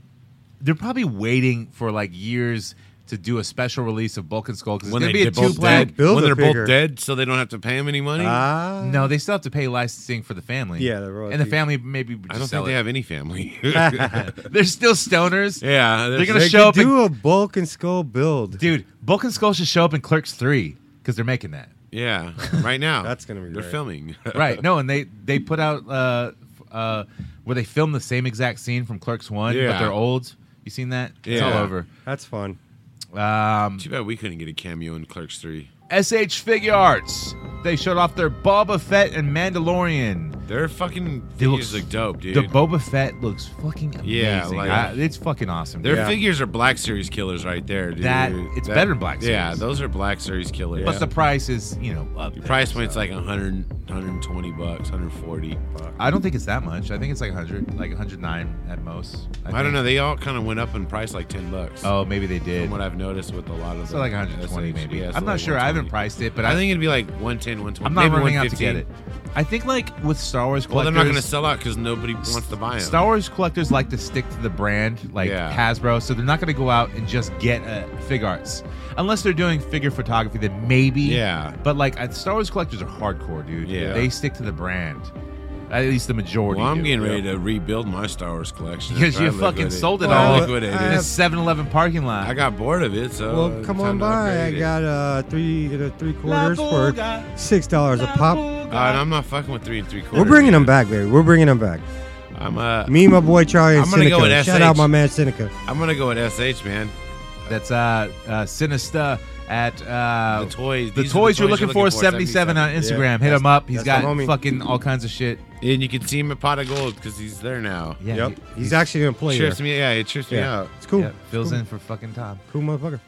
S4: They're probably waiting for like years to do a special release of Bulk and Skull because it's
S5: When
S4: gonna
S5: they-
S4: be a
S5: they're both
S4: two pack.
S5: dead? Build When a they're both bigger- dead, so they don't have to pay him any money?
S4: Uh,
S5: Ah.
S4: No, they still have to pay licensing for the family.
S5: Yeah,
S4: and
S5: the
S4: the
S5: royalties.
S4: family maybe. would
S5: I
S4: just sell
S5: don't think they
S4: it.
S5: have any family.
S4: they're still stoners.
S5: Yeah,
S4: they're
S5: they're-
S4: gonna
S5: They
S4: show up.
S5: could
S4: in-
S6: do a Bulk and Skull build,
S4: dude. Bulk and Skull should show up in Clerks Three because they're making that.
S5: yeah, right now.
S6: That's gonna be
S5: They're
S6: great.
S5: filming.
S4: right. No, and they they put out uh, f- uh, where they filmed the same exact scene from Clerks One, but
S5: Yeah.
S4: they're old. You seen that? It's all
S5: Yeah.
S4: over.
S6: That's fun.
S4: Um,
S5: Too bad we couldn't get a cameo in Clerks Three.
S4: SH Figure Arts. They showed off their Boba Fett and Mandalorian.
S5: Their fucking
S4: They
S5: figures look dope, dude.
S4: The Boba Fett looks fucking amazing.
S5: Yeah, like-
S4: I- it's fucking awesome.
S5: Their
S4: dude.
S5: figures are Black Series killers right there, dude.
S4: That- it's better than Black
S5: Yeah,
S4: Series.
S5: those are Black Series killers.
S4: But the price is, you know, up.
S5: Your price point's like 100, 120 bucks, 140.
S4: I don't think it's that much. I think it's like 100, like 109 at most.
S5: I, don't
S4: think.
S5: know. They all kind of went up in price like 10 bucks.
S4: Oh, maybe they did.
S5: From what I've noticed with a lot of
S4: So
S5: the
S4: like 120
S5: SH,
S4: maybe.
S5: yeah, so
S4: I'm not
S5: like
S4: sure. I haven't
S5: 120.
S4: priced it, but
S5: I,
S4: I,
S5: think it'd be like 110, 120.
S4: I'm not
S5: maybe
S4: running out to
S5: 115.
S4: get it. I think like with Star Wars
S5: Well,
S4: collectors,
S5: they're not going to sell out because nobody wants to buy them.
S4: Star Wars collectors like to stick to the brand, like
S5: Yeah.
S4: Hasbro, so they're not going to go out and just get uh, fig arts, unless they're doing figure photography. Then maybe,
S5: Yeah.
S4: But like uh, Star Wars collectors are hardcore, dude.
S5: Yeah.
S4: they stick to the brand. At least the majority.
S5: Well, I'm
S4: do.
S5: getting ready to rebuild my Star Wars collection.
S4: because
S5: after I
S4: you fucking
S5: liquidate-
S4: sold it
S5: I
S4: all in
S5: liquidated
S4: a
S5: it.
S4: 7-Eleven parking lot.
S5: I got bored of it, so
S6: Well, come
S5: time
S6: on
S5: to
S6: by. I
S5: upgrade it.
S6: got uh three uh, three quarters for
S5: Bulga.
S6: six dollars a pop.
S5: Uh, and I'm not fucking with three and three
S6: We're
S5: quarters.
S6: bringing them back, baby. We're bringing them back.
S5: I'm uh,
S6: Me, my boy Charlie, and
S5: I'm gonna go
S6: Seneca.
S5: with
S6: Shout out
S5: SH.
S6: my man Seneca.
S5: I'm gonna go with SH, man.
S4: That's uh, uh Sinista at uh,
S5: The toys-
S4: The
S5: these are the
S4: toys you're
S5: toys
S4: looking for. Seventy seven on
S5: 77.
S4: Instagram.
S5: Yeah.
S4: Hit him up. He's
S5: That's the
S4: got
S5: homie.
S4: fucking all kinds of shit.
S5: And you can see him at Pot of Gold because he's there now.
S4: Yeah, Yep. he-
S6: He's actually an employee.
S5: Trips
S6: there.
S5: me, yeah, it trips me
S6: Yeah.
S5: out.
S6: It's cool.
S4: Oh, Yeah, fills
S6: Cool.
S4: in for fucking Tom.
S6: Cool motherfucker.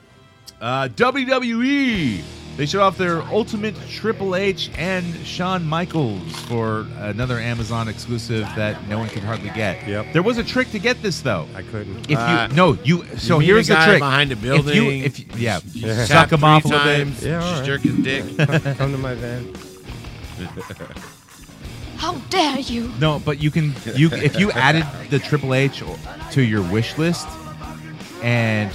S4: Uh, WWE. They showed off their Ultimate Triple H and Shawn Michaels for another Amazon exclusive that no one could hardly get. Yep. There was a trick to get this though.
S6: I couldn't.
S4: If you
S5: Uh,
S4: no, you so
S5: meet a
S4: here's the
S5: guy
S4: trick
S5: behind a
S4: If you-
S5: building.
S4: If you, yeah,
S5: you
S4: suck
S5: tap
S4: him
S5: three
S4: off a little bit.
S5: times,
S6: Yeah, all
S5: just
S6: right.
S5: jerk his dick.
S6: Come, come to my van.
S9: How dare you?
S4: No, but you can you if you added the Triple H or- to your wish list, and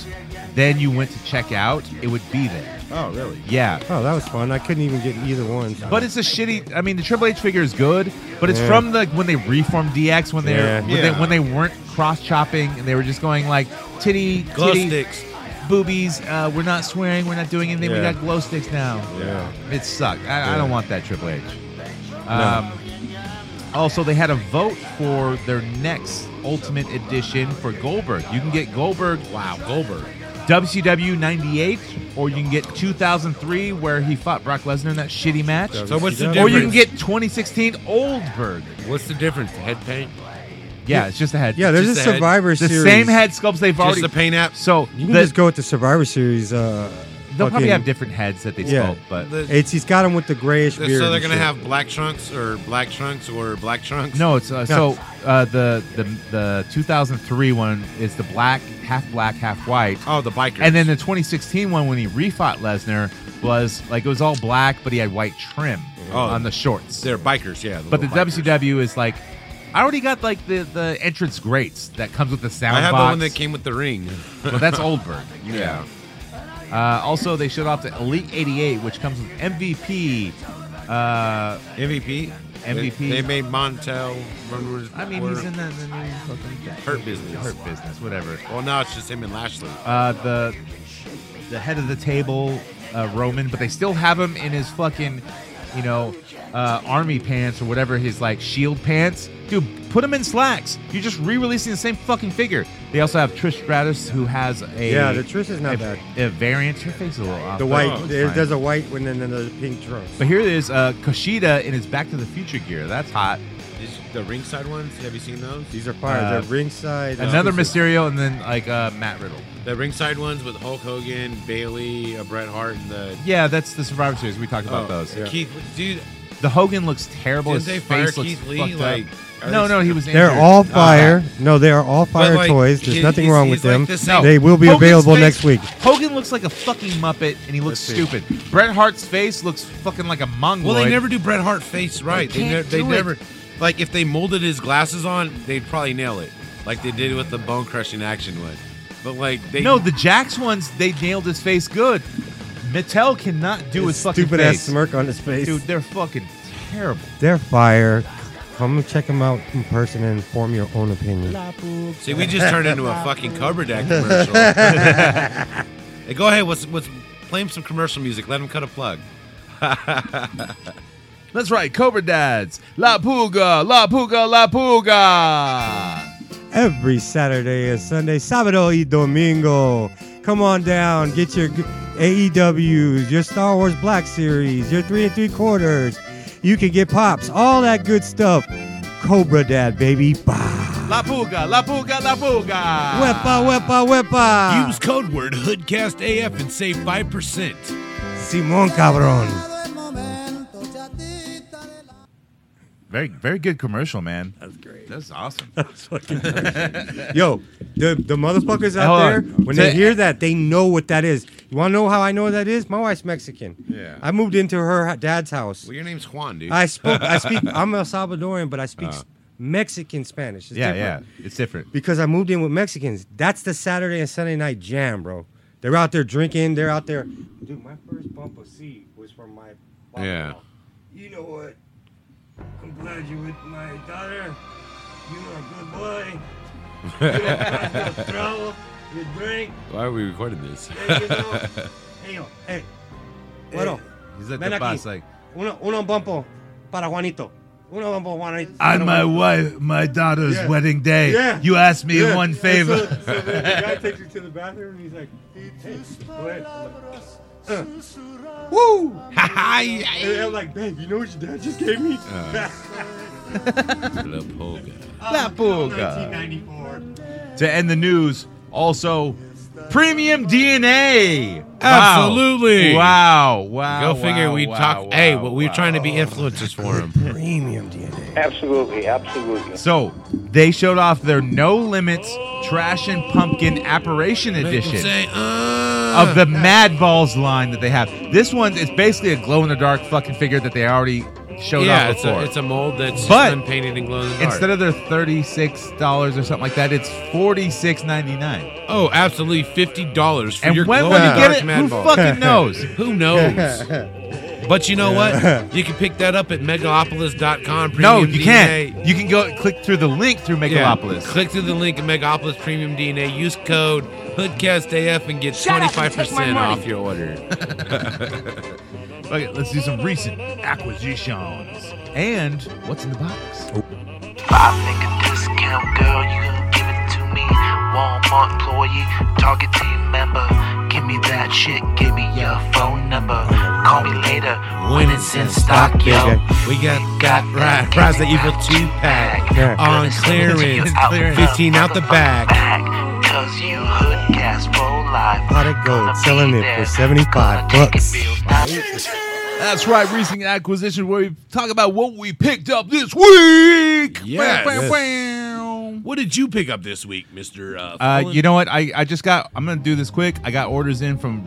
S4: then you went to check out, it would be there.
S6: Oh, really?
S4: Yeah,
S6: Oh, that was fun. I couldn't even get either one.
S4: but it's a shitty. I mean, the Triple H figure is good, but it's
S6: Yeah.
S4: from the when they reformed DX when they
S6: Yeah.
S4: when, they
S5: Yeah.
S4: when they weren't cross chopping and they were just going like titty
S5: Glow
S4: titty,
S5: sticks.
S4: boobies. Uh, we're not swearing. We're not doing anything. We
S6: Yeah.
S4: got glow sticks now.
S6: Yeah.
S4: It sucked. I, I
S6: Yeah.
S4: don't want that Triple H. Um, Also, they had a vote for their next Ultimate Edition for Goldberg. You can get Goldberg. Wow, Goldberg. WCW 98, or you can get 2003, where he fought Brock Lesnar in that shitty match.
S5: So what's the
S4: Or you can
S5: difference?
S4: get 2016 Oldberg.
S5: What's the difference? The head paint?
S4: Yeah, it's just a head.
S6: Yeah, there's
S5: Just
S6: a
S5: the head.
S6: Survivor
S4: the
S6: Series.
S4: same head sculpts they've
S5: Just
S4: already.
S5: the paint app?
S4: So
S6: You can
S4: the-
S6: just go with the Survivor Series. Uh,
S4: they'll probably
S6: fucking-
S4: have different heads that they
S6: Yeah.
S4: sculpt, but
S5: The-
S6: It's he's got him with the grayish
S5: so
S6: beard.
S5: they're
S6: and
S5: gonna
S6: shit.
S5: have black trunks or black trunks or black trunks?
S4: No, it's uh,
S6: No.
S4: so uh, the the the 2003 one is the black, half black, half white,
S5: Oh, the bikers.
S4: and then the 2016 one when he refought Lesnar was like it was all black, but he had white trim
S5: Oh.
S4: on the shorts.
S5: they're bikers, yeah.
S4: but the
S5: little bikers.
S4: WCW is like, I already got like the the entrance grates that comes with the sound
S5: I have
S4: box.
S5: the one that came with the ring.
S4: Well, that's Oldberg.
S5: Yeah.
S4: Uh, also, they showed off the Elite 88, which comes with MVP. Uh,
S5: MVP.
S4: MVP.
S5: They, they made Montel. run-
S4: I mean,
S5: or-
S4: he's in the, the new fucking
S5: Hurt business.
S4: Hurt business, whatever.
S5: Well, now it's just him and Lashley.
S4: uh, the the head of the table, uh, Roman, but they still have him in his fucking, you know, uh, army pants or whatever his like shield pants. Dude, put him in slacks. You're just re-releasing the same fucking figure. They also have Trish Stratus, who has a
S6: Yeah, the Trish is not
S4: a,
S6: bad.
S4: A variant. Her face is a little off.
S6: the
S4: but
S6: white.
S4: it looks
S6: there-
S4: Oh, fine.
S6: there's a white one and then there's a pink trunks.
S4: But here it is, uh, Kushida in his Back to the Future gear. That's hot.
S5: These- the ringside ones. Have you seen those?
S6: These are fire.
S4: Uh,
S6: They're ringside.
S4: Another
S6: exclusive.
S4: Mysterio, and then like uh, Matt Riddle.
S5: The ringside ones with Hulk Hogan, Bailey, uh, Bret Hart, and the
S4: Yeah, that's the Survivor Series. We talked about
S5: Oh,
S4: those.
S5: and Keith, dude,
S4: The Hogan looks terrible.
S5: Didn't
S4: His
S5: they fire
S4: face looks
S5: Keith Lee?
S4: fucked up.
S5: Like, are
S4: no,
S5: they-
S4: no, he was.
S6: They're
S4: injured.
S6: all
S4: Uh,
S6: fire. no, they are all fire
S4: like,
S6: toys. There's
S4: he-
S6: nothing
S4: he's-
S6: wrong
S4: he's
S6: with
S4: like
S6: them.
S4: the same-
S6: They will be
S4: Hogan's
S6: available
S4: face-
S6: next week.
S4: Hogan looks like a fucking muppet, and he looks stupid. Bret Hart's face looks fucking like a mongoloid.
S5: well, they never do Bret Hart face right. They,
S4: can't
S5: ne- they
S4: do it.
S5: never like if they molded his glasses on, they'd probably nail it, like they did with the bone crushing action one. But like they
S4: no, the Jax ones they nailed his face good. Mattel cannot do his,
S6: His
S4: fucking
S6: stupid ass
S4: face.
S6: smirk on his face.
S4: dude. They're fucking terrible.
S6: They're fire. Come check them out in person and form your own opinion.
S5: see, we just turned into a fucking Cobra Deck commercial. hey, go ahead, what's what's play him some commercial music. Let him cut a plug.
S4: That's right, Cobra Dads. La Puga, La Puga, La Puga.
S6: Every Saturday and Sunday, sábado y domingo. Come on down, get your g- AEWs, your Star Wars Black Series, your three and three quarters. You can get pops, all that good stuff. Cobra Dad, baby. Bah.
S4: La Puga, La Puga, La Puga.
S6: Wepa, wepa, wepa.
S5: Use code word HoodcastAF and save five percent.
S6: Simon Cabron.
S4: Very, very good commercial, man.
S6: That's great.
S4: That's awesome.
S6: Yo, the, the motherfuckers out
S4: Hold
S6: there,
S4: on.
S6: when they
S4: Ta-
S6: hear that, they know what that is. You want to know how I know what that is? My wife's Mexican.
S5: Yeah.
S6: I moved into her h- dad's house.
S5: Well, your name's Juan, dude. Uh.
S6: I spoke. I speak. I'm El Salvadorian, but I speak s- Mexican Spanish. It's
S4: yeah,
S6: different.
S4: yeah, it's different.
S6: Because I moved in with Mexicans. That's the Saturday and Sunday night jam, bro. They're out there drinking. They're out there. Dude, my first bump of seed was from my.
S5: Yeah.
S6: You know what? I'm glad you're with my daughter. You are a good boy. You don't have no trouble. You drink.
S5: Why are we recording this?
S6: Hey, you know. hey, yo, hey. Bueno.
S4: He's at
S6: ven
S4: the
S6: aquí.
S4: boss like,
S6: Uno, uno bumpo para Juanito. Uno bumpo Juanito.
S4: on my wife, my daughter's
S6: Yeah.
S4: wedding day,
S6: Yeah.
S4: you asked me
S6: Yeah.
S4: one
S6: And
S4: favor.
S6: So, so the, the guy takes you to the bathroom and he's like, hey, go ahead. I'm like, uh, Woo! and I'm like, babe, you know what your dad just gave me?
S4: Uh,
S5: La Polga.
S6: Um,
S4: La Puga.
S6: 1994.
S4: To end the news, also, premium DNA. Wow.
S5: Absolutely.
S4: Wow, wow.
S5: Go figure.
S4: wow,
S5: We
S4: wow,
S5: talk. hey,
S4: wow,
S5: well, we were
S4: wow.
S5: trying to be influencers for him.
S6: Premium DNA.
S2: Absolutely, absolutely.
S4: So they showed off their No Limits Trash and Pumpkin Apparition Edition
S5: Say, uh,
S4: of the Mad Balls line that they have. This one is basically a glow in the dark fucking figure that they already showed
S5: yeah,
S4: off
S5: it's
S4: before.
S5: a, it's a mold that's
S4: But-
S5: just unpainted and glow in the dark.
S4: Instead of their thirty-six dollars or something like that, it's forty-six ninety-nine.
S5: oh, absolutely fifty dollars for
S4: And
S5: your
S4: when
S5: glow
S4: will
S5: in
S4: you
S5: the
S4: get
S5: dark
S4: it?
S5: man
S4: Who
S5: ball.
S4: fucking knows?
S5: Who knows? but you know what? You can pick that up at megalopolis.com.
S4: no,
S5: Premium
S4: you
S5: DNA.
S4: can't. You can go click through the link through
S5: Yeah.
S4: Megalopolis.
S5: Click through the link at Megapolis Premium DNA. Use code HoodcastAF and get
S2: Shut
S5: twenty
S2: up and
S5: five
S2: take my
S5: percent
S2: money.
S5: off your order.
S4: Okay, let's do some recent acquisitions and what's in the box.
S12: Buy make a discount, girl, you can give it to me. Walmart employee, Target team member. Give me that shit, give me your phone number. Call me later when it's in stock, yo.
S5: We got
S12: got
S5: right, Rise the Evil two pack
S6: Yeah.
S5: on clearance, fifteen out the back.
S12: Back, cause you hood cast for life.
S6: Pot of gold, selling it for 75
S12: Take it,
S6: bucks.
S12: Bill.
S4: That's right, recent acquisition where we talk about what we picked up this week.
S5: Yes.
S4: Wow, wow, wow.
S5: What did you pick up this week, Mister? Uh,
S4: Uh,
S5: Fullen?
S4: you know what? I, I just got, I'm going to do this quick. I got orders in from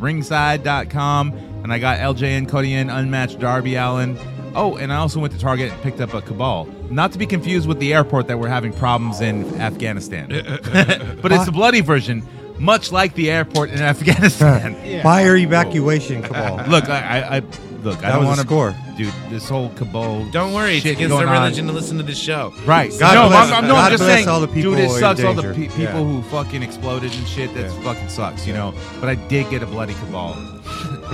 S4: ringside.com and I got LJN, Cody N, Unmatched, Darby Allen. Oh, and I also went to Target and picked up a Cabal. Not to be confused with the airport that we're having problems in Afghanistan. but it's the bloody version, much like the airport in Afghanistan.
S6: Fire evacuation cabal.
S4: Look, I, I, I look. I
S6: That
S4: don't
S6: was a
S4: want to
S6: score.
S4: dude. This whole cabal.
S5: don't worry, it's
S4: shit
S5: against
S4: going
S5: their
S4: on.
S5: religion to listen to this show.
S4: Right.
S6: God
S4: no,
S6: bless-
S4: I'm, I'm, no,
S6: God
S4: I'm just
S6: bless
S4: saying,
S6: all the people
S4: dude, it
S6: in
S4: sucks. All the
S6: danger.
S4: pe- people
S6: Yeah.
S4: who fucking exploded and shit. That
S6: Yeah.
S4: fucking sucks, you know. But I did get a bloody cabal.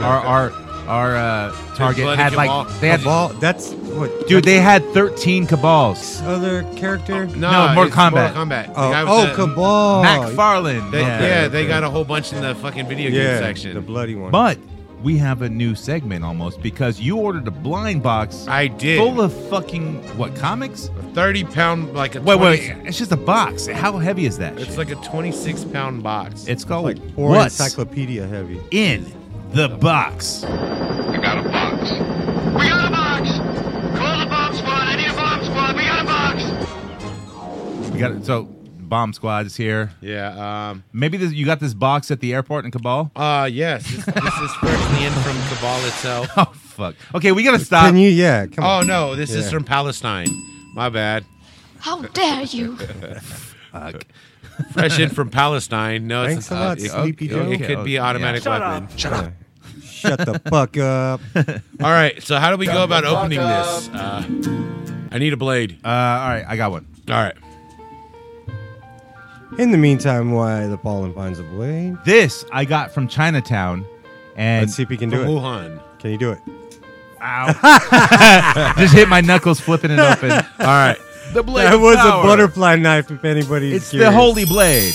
S4: our our our uh, target
S5: bloody
S4: had
S5: cabal.
S4: like they had
S6: Cabal, that's what.
S4: dude. They had 13 cabals.
S6: Other character?
S5: No,
S4: Oh, No, Mortal
S5: it's
S4: Kombat.
S5: Mortal Kombat. The guy with
S6: Oh,
S5: the-
S6: oh, cabal.
S4: MacFarlane.
S5: They, yeah,
S4: yeah.
S5: they got a whole bunch in the fucking video game
S6: Yeah,
S5: section.
S6: the bloody one.
S4: But we have a new segment almost because you ordered a blind box.
S5: I did.
S4: Full of fucking what comics?
S5: A thirty pound like a
S4: wait
S5: 20
S4: wait. It's just a box. How heavy is that?
S5: It's like a twenty six pound box.
S4: It's called
S5: Like,
S6: or
S4: What's
S6: encyclopedia heavy.
S4: in the box.
S2: I got a box. We got a box. Call the bomb squad. I need a bomb squad. We got a box.
S4: We got it. So bomb squad is here.
S5: Yeah. Um,
S4: Maybe this, you got this box at the airport in Cabal.
S5: Uh yes. This, this is freshly in from Kabul itself.
S4: Oh fuck. Okay, we gotta stop.
S6: Can you? Yeah. Come
S5: oh
S6: on.
S5: no, this is
S6: Yeah.
S5: from Palestine. My bad.
S9: How dare you?
S4: Fuck.
S5: Fresh in from Palestine. No,
S6: Thanks
S5: it's
S6: a
S5: uh,
S6: lot,
S5: it,
S6: Sleepy
S5: it-
S6: Joe.
S5: it could be automatic
S4: Shut
S5: weapon.
S4: Shut up. oh.
S6: Shut the fuck up.
S5: All right. So how do we go about
S2: the fuck
S5: opening this? Uh, I need a blade.
S4: Uh, all right, I got one.
S5: All right.
S6: In the meantime, why the pollen finds a blade?
S4: This I got from Chinatown, and
S6: Let's see if he can
S5: From
S6: do it.
S5: Wuhan.
S6: Can you do it?
S4: Ow. just hit my knuckles flipping it open. All right. The blade.
S6: That was
S4: power.
S6: a butterfly knife. If anybody's
S4: It's the
S6: curious.
S4: holy blade.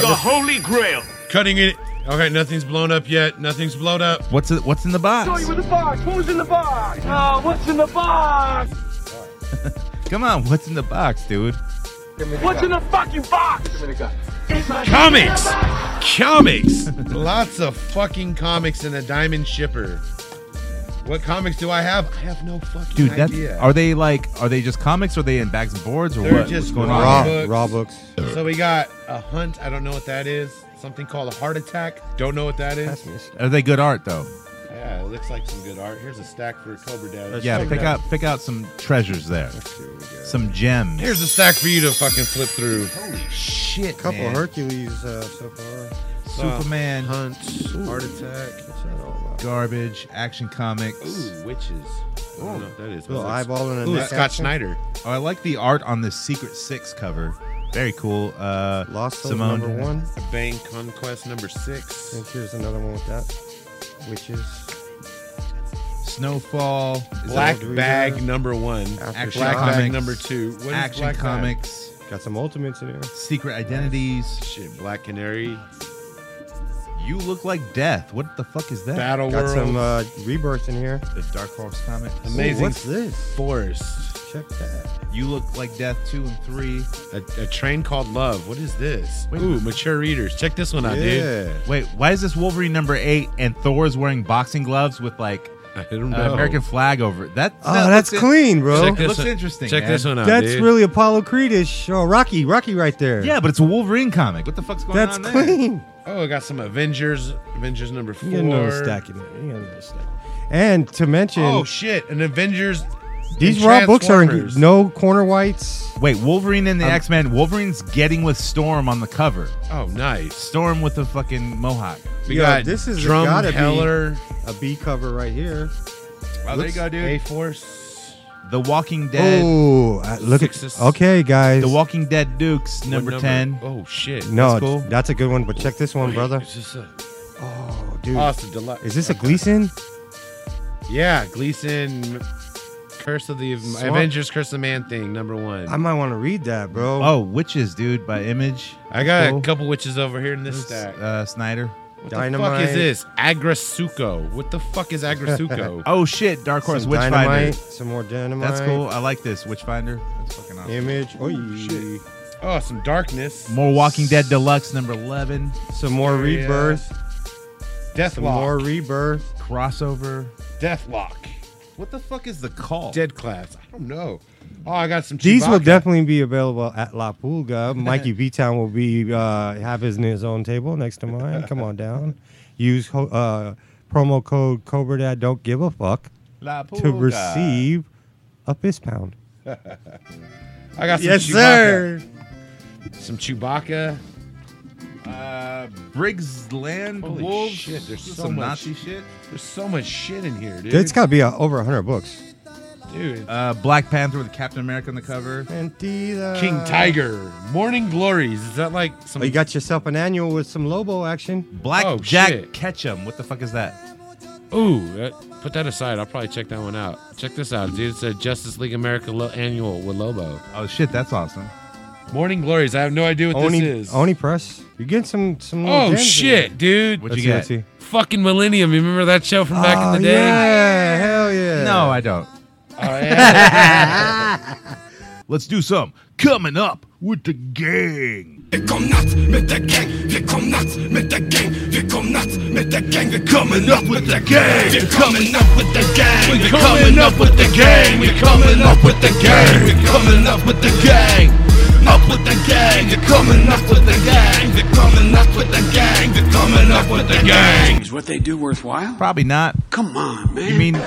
S2: The Holy Grail.
S5: Cutting it. Okay, nothing's blown up yet. Nothing's blown up.
S4: What's it, what's in the box?
S2: in the box. What was in the box? Oh, what's in the box?
S4: Come on, what's in the box, dude?
S2: What's in the fucking box?
S5: Comics. Comics. Lots of fucking comics and a diamond shipper. What comics do I have? I have no fucking
S4: Dude, that's
S5: idea.
S4: are they like are they just comics? Or are they in bags and boards or
S5: They're
S4: what?
S5: just
S4: what's going on?
S6: raw
S5: Raw
S6: books.
S5: books.
S6: raw books.
S5: so we got a hunt. I don't know what that is. Something called a heart attack. Don't know what that is.
S4: Are they good art though?
S5: Yeah, it looks like some good art. Here's a stack for Cobra Dad.
S4: yeah, pick out pick out some treasures there, some gems.
S5: Here's a stack for you to fucking flip through.
S4: holy shit,
S6: A couple
S4: man.
S6: Hercules uh, so far.
S4: Superman,
S5: Hunt. Heart attack.
S6: What's that all about?
S4: garbage, action comics.
S5: Ooh, witches. I don't know what that is. but
S6: Little
S5: it looks-
S6: eyeball and a
S5: Ooh,
S6: neck
S5: Scott
S6: action.
S5: Snyder.
S4: Oh, I like the art on the Secret Six cover. Very cool. Uh,
S6: Lost Souls
S4: Simone.
S6: number one.
S5: A Bang Conquest number six.
S6: And here's another one with that. Witches.
S4: Snowfall. Is that
S5: Black
S6: what we
S5: Bag
S6: got?
S5: number one.
S6: After
S4: Action
S5: Black
S4: comics.
S5: Bag number two. What is
S4: action
S5: Black Bag?
S4: comics.
S6: Got some ultimates in here.
S4: Secret identities.
S5: Shit, Black Canary.
S4: You look like death. What the fuck is that?
S5: Battle
S6: Got
S5: World.
S6: some uh, rebirths in here.
S4: The Dark Horse comics.
S5: Amazing.
S6: Ooh, what's this?
S5: Forest.
S6: Check that.
S4: You look like death two and three.
S5: A, a train called Love. What is this?
S4: Wait.
S5: Ooh, mature readers. Check this one out, dude.
S4: Wait, why is this Wolverine number eight and Thor is wearing boxing gloves with like
S5: I don't
S6: Uh,
S4: an
S5: know.
S4: American flag over it? That,
S6: Oh,
S4: that
S6: that's
S4: looks in-
S6: clean, bro.
S5: Check
S4: It
S5: this
S4: looks
S5: one.
S4: interesting,
S5: Check
S4: man.
S5: this one out.
S6: That's
S5: dude.
S6: really Apollo Creedish. Oh, Rocky, Rocky, right there.
S4: Yeah, but it's a Wolverine comic. What the fuck's going
S6: that's
S4: on? there?
S6: clean.
S5: Oh, I got some Avengers. Avengers number four.
S6: You got another stack in there. You got another stack. And to mention,
S5: Oh shit! An Avengers.
S6: these
S5: and
S6: raw books are in,
S5: Transformers.
S6: no corner whites.
S4: Wait, Wolverine and the X Men. Wolverine's getting with Storm on the cover.
S5: Oh, nice.
S4: Storm with the fucking mohawk.
S5: We
S6: Yo,
S5: got
S6: this has
S5: Drum
S6: gotta be-
S5: Heller.
S6: A B cover right here.
S4: Wow, there you go,
S5: A Force.
S4: The Walking Dead.
S6: Oh, uh, look at
S5: Sixes.
S6: okay, guys.
S4: The Walking Dead Dukes number, ten.
S5: Oh shit!
S6: no,
S4: that's cool.
S6: that's a good one. But check this one,
S5: Wait,
S6: brother.
S5: Is this a,
S6: Oh, dude,
S5: oh, it's a deluxe.
S6: is this a Gleason?
S5: Yeah, Gleason. Curse of the
S6: Swamp-
S5: Avengers, Curse of Man thing, number one.
S6: I might want to read that, bro.
S4: Oh, Witches, dude, by Image.
S5: I got
S4: Cool.
S5: a couple witches over here in this stack.
S4: Uh, Snyder.
S5: What
S6: Dynamite.
S5: the fuck is this? Agrasuko. What the fuck is Agrasuko?
S4: Oh shit, Dark Horse
S6: some
S4: Witchfinder.
S6: dynamite, some more dynamite.
S4: That's cool. I like this Witchfinder. That's fucking awesome.
S6: Image. Oh,
S5: shit. oh, some darkness.
S4: More Walking Dead Deluxe number eleven
S6: Some more
S5: Area.
S6: rebirth. Some more
S5: Deathlock.
S6: rebirth.
S4: crossover.
S5: Deathlock.
S4: What the fuck is the call?
S5: Dead class. I don't know. Oh, I got some.
S6: These will
S5: Chewbacca.
S6: definitely be available at La Pulga. Mikey V Town will be uh, have his in his own table next to mine. Come on down. Use ho- uh, promo code Cobra Dad. Don't give a fuck
S4: La
S6: to
S4: Pulga.
S6: receive a fist pound.
S5: I got some
S6: Yes,
S5: Chewbacca.
S6: sir.
S5: Some Chewbacca.
S4: Uh, Briggs Land
S5: Holy
S4: Wolves.
S5: shit, there's
S4: This is
S5: so
S4: some
S5: much.
S4: Nazi shit.
S5: There's so much shit in here, dude.
S6: It's got to be uh, over 100 books.
S5: dude.
S4: Uh, Black Panther with Captain America on the cover.
S6: Mentira.
S5: King Tiger. Morning Glories. Is that like some?
S6: Oh, you got yourself an annual with some Lobo action.
S4: Black
S5: Oh,
S4: Jack
S5: shit.
S4: Ketchum. What the fuck is that?
S5: Ooh, uh, put that aside. I'll probably check that one out. Check this out, dude. It's a Justice League America lo- annual with Lobo.
S4: Oh shit, that's awesome.
S5: Morning Glories. I have no idea what
S6: Oni,
S5: this is.
S6: Oni Press. You're getting some some. little
S5: oh
S6: gems in
S5: shit, dude!
S6: What'd you Let's see, get?
S5: Fucking Millennium. You remember that show from back in the
S6: Oh,
S5: day?
S6: Yeah, hell yeah.
S4: No, I don't.
S5: Oh,
S4: Let's do some coming up with the gang.
S13: Vi kom nuts med the gang, vi kom nuts med the gang, vi kom nuts med the gang, vi coming up with the gang, vi coming up with the gang, vi coming up with the gang, vi coming up with the gang, vi coming up with the gang. Up with the gang, vi coming up with the gang, vi coming up with the gang, vi coming up with the gang.
S4: Is what they do worthwhile? Probably not. Come on, man. You mean you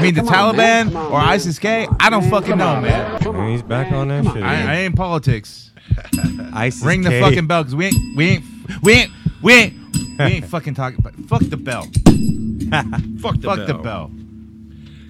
S4: mean the
S13: Come on, man.
S4: Taliban or ISIS K? I don't fucking know, man.
S6: Man, he's back on that shit.
S4: I, I ain't politics.
S6: ISIS
S4: Ring the
S6: K.
S4: fucking bell, cause we ain't we ain't we ain't we ain't we ain't fucking talking. But fuck the bell.
S5: Fuck the
S4: Fuck the
S5: bell.
S4: bell.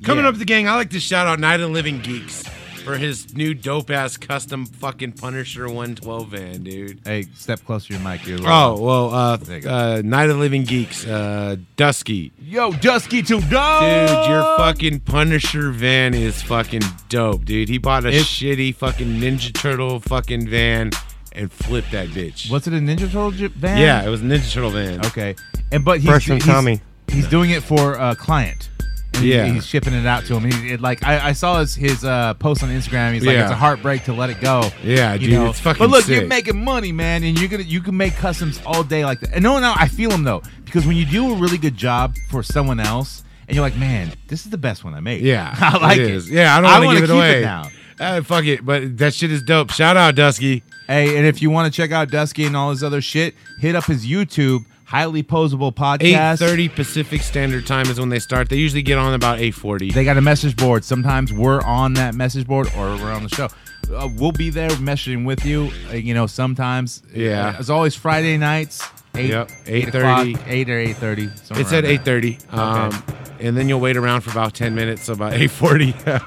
S5: Coming up, the gang. I like to shout out Night of the Living Geeks for his new dope ass custom fucking Punisher 112 van, dude.
S4: Hey, step closer to your mic. You're
S5: Oh well, uh,
S4: There you go.
S5: uh, Night of the Living Geeks, uh, Dusky.
S4: Yo, Dusky to dog.
S5: Dude, your
S4: Oh.
S5: fucking Punisher van is fucking dope, dude. He bought a shitty fucking Ninja Turtle fucking van and flipped that bitch.
S4: Was it a Ninja Turtle j- van?
S5: Yeah, it was a Ninja Turtle van.
S4: Okay, and but he's,
S5: Fresh from
S4: he's,
S5: Tommy.
S4: he's doing it for a client. And he-
S5: Yeah.
S4: he's shipping it out to him. He, it, like I, I saw his his uh, post on Instagram. He's like,
S5: Yeah.
S4: it's a heartbreak to let it go.
S5: Yeah,
S4: You
S5: dude,
S4: know?
S5: it's fucking
S4: But look,
S5: sick.
S4: you're making money, man, and you're gonna you can make customs all day like that. And no, no, I feel him though because when you do a really good job for someone else, and you're like, man, this is the best one I made.
S5: Yeah,
S4: I like it.
S5: is. Yeah, I don't want
S4: wanna
S5: to give it
S4: keep
S5: away
S4: now.
S5: Uh, fuck it, but that shit is dope. Shout out Dusky.
S4: Hey, and if you want to check out Dusky and all his other shit, hit up his YouTube, highly posable
S5: Eight
S4: podcast.
S5: thirty Pacific Standard Time is when they start. They usually get on about eight forty.
S4: They got a message board. Sometimes we're on that message board or we're on the show. Uh, we'll be there messaging with you. Uh, you know, sometimes.
S5: Yeah.
S4: Uh, as always, Friday nights. Eight,
S5: Yep,
S4: eight
S5: 8:30.
S4: o'clock, eight or eight thirty.
S5: It's at eight thirty, um, and then you'll wait around for about ten minutes. So about eight forty.
S4: you got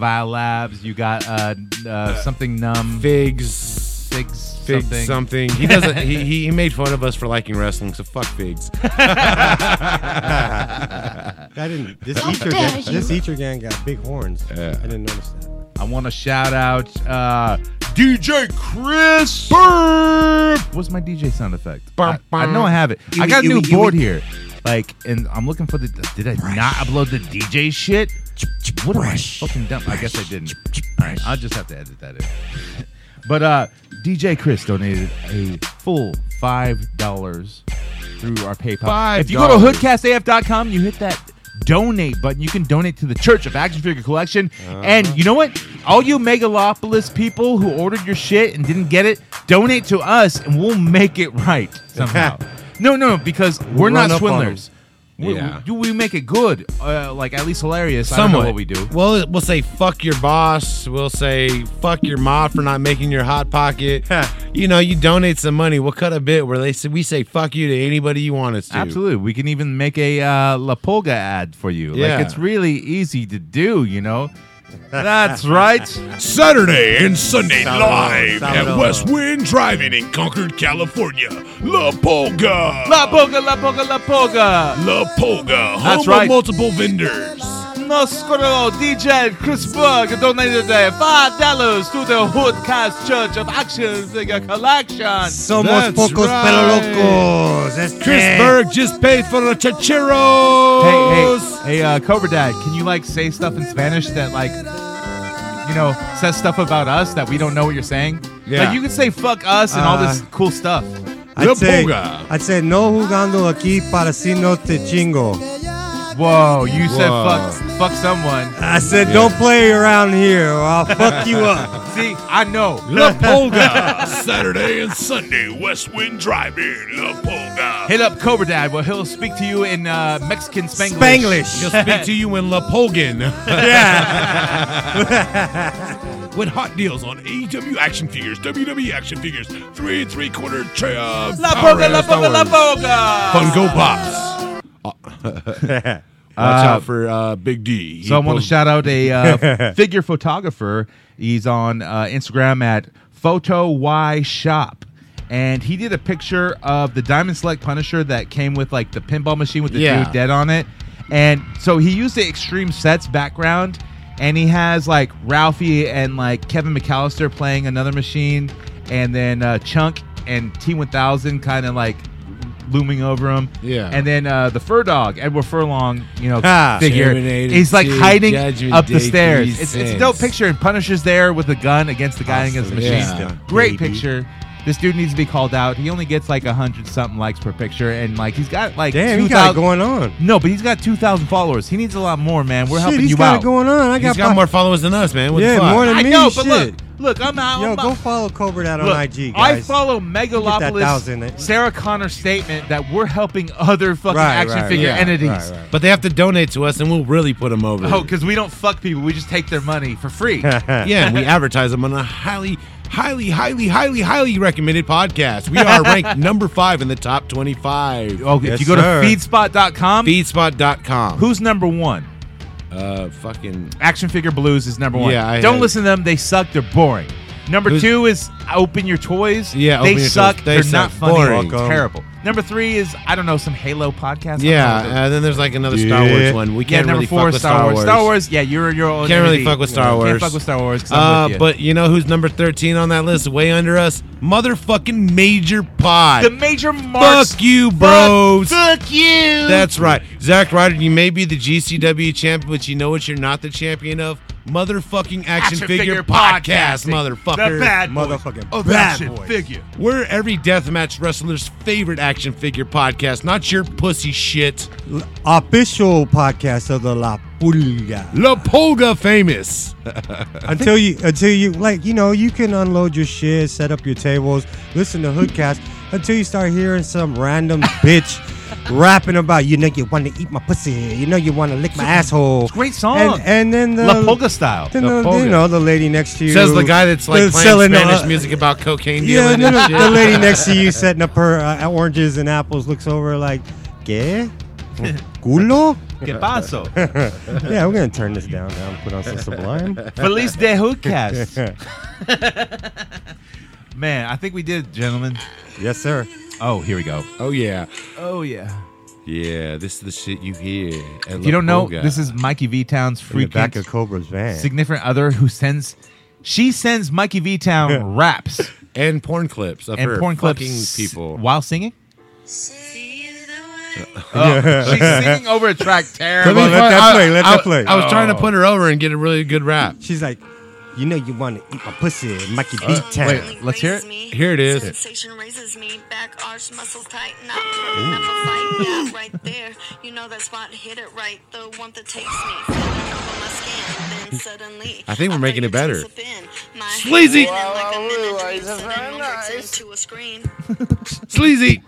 S4: Violabs. Labs. You got uh, uh, something numb.
S5: Figs.
S4: Figs.
S5: Fig
S4: something.
S5: something. He doesn't. he, he he made fun of us for liking wrestling. So fuck figs.
S6: I didn't. This
S5: How
S6: Eater
S5: dare
S6: gang,
S5: you.
S6: this Eater gang got big horns. I didn't notice that.
S4: I want to shout out uh, DJ Chris. Burp. What's my DJ sound effect?
S5: Burp,
S4: I, I know I have it. I got a new board here. Like, and I'm looking for the. Did I not upload the DJ shit? What am I fucking dumb? I guess I didn't. All right, I'll just have to edit that in. But uh, DJ Chris donated a full five dollars through our PayPal.
S5: Five
S4: If you go to
S5: dollars.
S4: hoodcastaf.com, you hit that donate button. You can donate to the Church of Action Figure Collection. And
S5: Uh-huh.
S4: you know what? All you Megalopolis people who ordered your shit and didn't get it, donate to us, and we'll make it right somehow. no, no, because we're
S5: We'll run
S4: not
S5: up on 'em.
S4: swindlers. We,
S5: Yeah.
S4: we, we make it good, uh, like at least hilarious. I don't know what we do.
S5: Well, we'll say fuck your boss. We'll say fuck your mom for not making your hot pocket. you know, you donate some money. We'll cut a bit where they say we say fuck you to anybody you want us to.
S4: Absolutely. We can even make a uh, La Polga ad for you.
S5: Yeah.
S4: Like, it's really easy to do, you know? That's right.
S11: Saturday and Sunday live at
S4: Salvador.
S11: West Wind Drive-In in Concord, California. La Polga.
S4: La Polga, La Polga, La Polga.
S11: La Polga. Home
S4: That's
S11: of
S4: right.
S11: multiple vendors.
S4: Noscoro DJ Chris Berg donated uh, five dollars to the Hoodcast Church of Action Figure Collection.
S5: That's right. Chris
S4: it.
S5: Berg just paid for the chachiro.
S4: Hey, hey, hey, uh, Cobra Dad, can you like say stuff in Spanish that like, you know, says stuff about us that we don't know what you're saying?
S6: Yeah.
S4: Like you can say "fuck us" and all this
S6: Uh,
S4: cool stuff.
S6: I'd say, I'd say no jugando aquí para si no te chingo.
S4: Whoa, you said
S6: Whoa.
S4: fuck, fuck someone.
S6: I said don't play around here or I'll fuck you up.
S4: See, I know.
S6: La Polga.
S11: Saturday and Sunday, West Wind Drive-In. La Polga.
S4: Hit up Cobra Dad. Well, he'll speak to you in uh, Mexican Spanglish.
S5: Spanglish. He'll speak to you in La Polgan.
S11: Yeah. With hot deals on AEW action figures, WWE action figures, three and three quarter tray of
S4: La
S11: Power
S4: Polga, La
S11: Rangers, Star
S4: Polga, La
S11: Wars,
S4: Polga.
S11: Funko Pops.
S5: Watch
S4: Uh,
S5: out for uh, Big D. He
S4: So I want to
S5: posts-
S4: shout out a uh, figure photographer. He's on uh, Instagram at Photo Y Shop. And he did a picture of the Diamond Select Punisher that came with like the pinball machine with the
S5: Yeah.
S4: dude dead on it. And so he used the Extreme Sets background. and he has like Ralphie and like Kevin McAllister playing another machine, and then uh, Chunk and T1000 kind of like looming over him.
S5: Yeah.
S4: And then uh, the fur dog, Edward Furlong, you know,
S5: Ah.
S4: figure,
S5: Terminator
S4: he's like
S5: two,
S4: hiding
S5: Judgment
S4: up the
S5: Day
S4: stairs.
S5: three
S4: It's, it's a
S5: cents.
S4: dope picture, and Punisher's there with a gun against the guy against the machine.
S5: Yeah.
S4: Great
S5: Baby.
S4: picture. This dude needs to be called out. He only gets like a hundred something likes per picture, and like he's got like
S6: Damn, he
S4: 2,000
S6: got it going on.
S4: No, but he's got two thousand followers. He needs a lot more, man. We're
S6: Shit,
S4: helping
S6: he's
S4: you
S6: got it
S4: out.
S6: going on. I He's got got my-
S5: more followers than us, man. What the
S4: yeah,
S5: fuck?
S4: more than
S5: I
S4: me.
S5: know,
S4: shit.
S5: but look,
S4: look, I'm out.
S6: Yo,
S4: I'm
S6: go
S4: out.
S6: follow Cobra out on
S4: Look,
S6: IG,
S4: I
S6: guys.
S4: follow
S6: thousand. eh?
S4: Megalopolis Sarah Connor's statement that we're helping other fucking action figure
S5: yeah,
S4: entities.
S5: right, right. But they have to donate to us, and we'll really put them over.
S4: Oh, because we don't fuck people. We just take their money for free.
S5: yeah, and we advertise them on a highly, highly, highly, highly, highly recommended podcast. We are ranked number five in the top 25.
S4: Oh, if you go to feedspot.com,
S5: feedspot.com.
S4: Who's number one?
S5: Uh, fucking.
S4: Action Figure Blues is number one.
S5: Yeah, I
S4: don't
S5: had-
S4: listen to them. They suck. They're boring. Number
S5: Who's-
S4: two is Open Your Toys.
S5: Yeah,
S4: they
S5: Open Your
S4: suck.
S5: Toys. They
S4: They're
S5: suck.
S4: not funny.
S5: Boring.
S4: They're terrible. Number three is I don't know some Halo podcast.
S5: Yeah,
S4: I don't know.
S5: and then there's like another Star
S4: Yeah.
S5: Wars one. We
S4: Yeah,
S5: can't
S4: number
S5: really
S4: four
S5: fuck
S4: is
S5: with
S4: Star
S5: Star
S4: Wars.
S5: Wars.
S4: Star Wars, yeah, you're- you're on
S5: Can't really
S4: entity.
S5: fuck with
S4: Yeah,
S5: Star
S4: can't
S5: Wars.
S4: fuck with Star Wars 'cause I'm
S5: uh,
S4: with you.
S5: But you know who's number thirteen on that list? Way under us, motherfucking Major Pod.
S4: The major marks.
S5: Fuck you, bros.
S4: Fuck, fuck you.
S5: That's right, Zach Ryder. You may be the GCW champion, but you know what? You're not the champion of motherfucking action, figure, podcast, motherfucker.
S6: motherfucking
S5: of
S6: bad
S5: action
S6: boys.
S4: Oh, figure.
S5: We're every deathmatch wrestler's favorite action figure podcast, not your pussy shit.
S6: Official podcast of the La Pulga.
S5: La Polga famous.
S6: until you until you like you know you can unload your shit set up your tables listen to hoodcast until you start hearing some random bitch rapping about you know you want to eat my pussy you know you want to lick my asshole
S4: Great song.
S6: and, and then the
S4: La Polka style.
S6: then
S5: La
S6: the,
S5: Polka.
S6: you know the lady next to you
S5: Says the guy that's like
S6: that's
S5: playing
S6: the-
S5: Spanish music about cocaine
S6: uh, yeah
S5: dealing
S6: no,
S5: and
S6: no,
S5: shit.
S6: the lady next to you setting up her uh, oranges and apples looks over like ¿Qué? culo
S4: ¿Qué paso?
S6: yeah, we're gonna turn this down now and put on some Sublime.
S4: Feliz de Hoodcast. Man, I think we did, gentlemen.
S6: Yes, sir.
S4: Oh, here we go.
S5: Oh yeah.
S4: Oh yeah.
S5: Yeah, this is the shit you hear. at
S4: If
S5: La
S4: you don't know,
S5: Polga.
S4: this is Mikey V Town's
S6: the
S4: freaking
S6: back of Cobra's van.
S4: significant other who sends. She sends Mikey V Town raps
S5: and porn clips of
S4: and
S5: her
S4: porn clips
S5: fucking people.
S4: while singing. Oh, she's singing over a track. Terrible.
S5: Let me
S6: that
S5: I-
S6: play, let
S5: I-
S6: that play.
S5: I was trying to
S6: Oh.
S5: put her over and get a really good rap.
S6: She's like, you know, you want to eat my pussy, Mikey B Town.
S5: wait, let's hear it. Here it is.
S14: Yeah, right there. You know that spot, hit it right. The one that takes me. Feeling up on my skin. Then suddenly,
S5: I think we're making it better.
S14: my head
S5: Sleazy.
S14: spinning Like a ninja dream, sudden moments into a scream.
S5: Sleazy.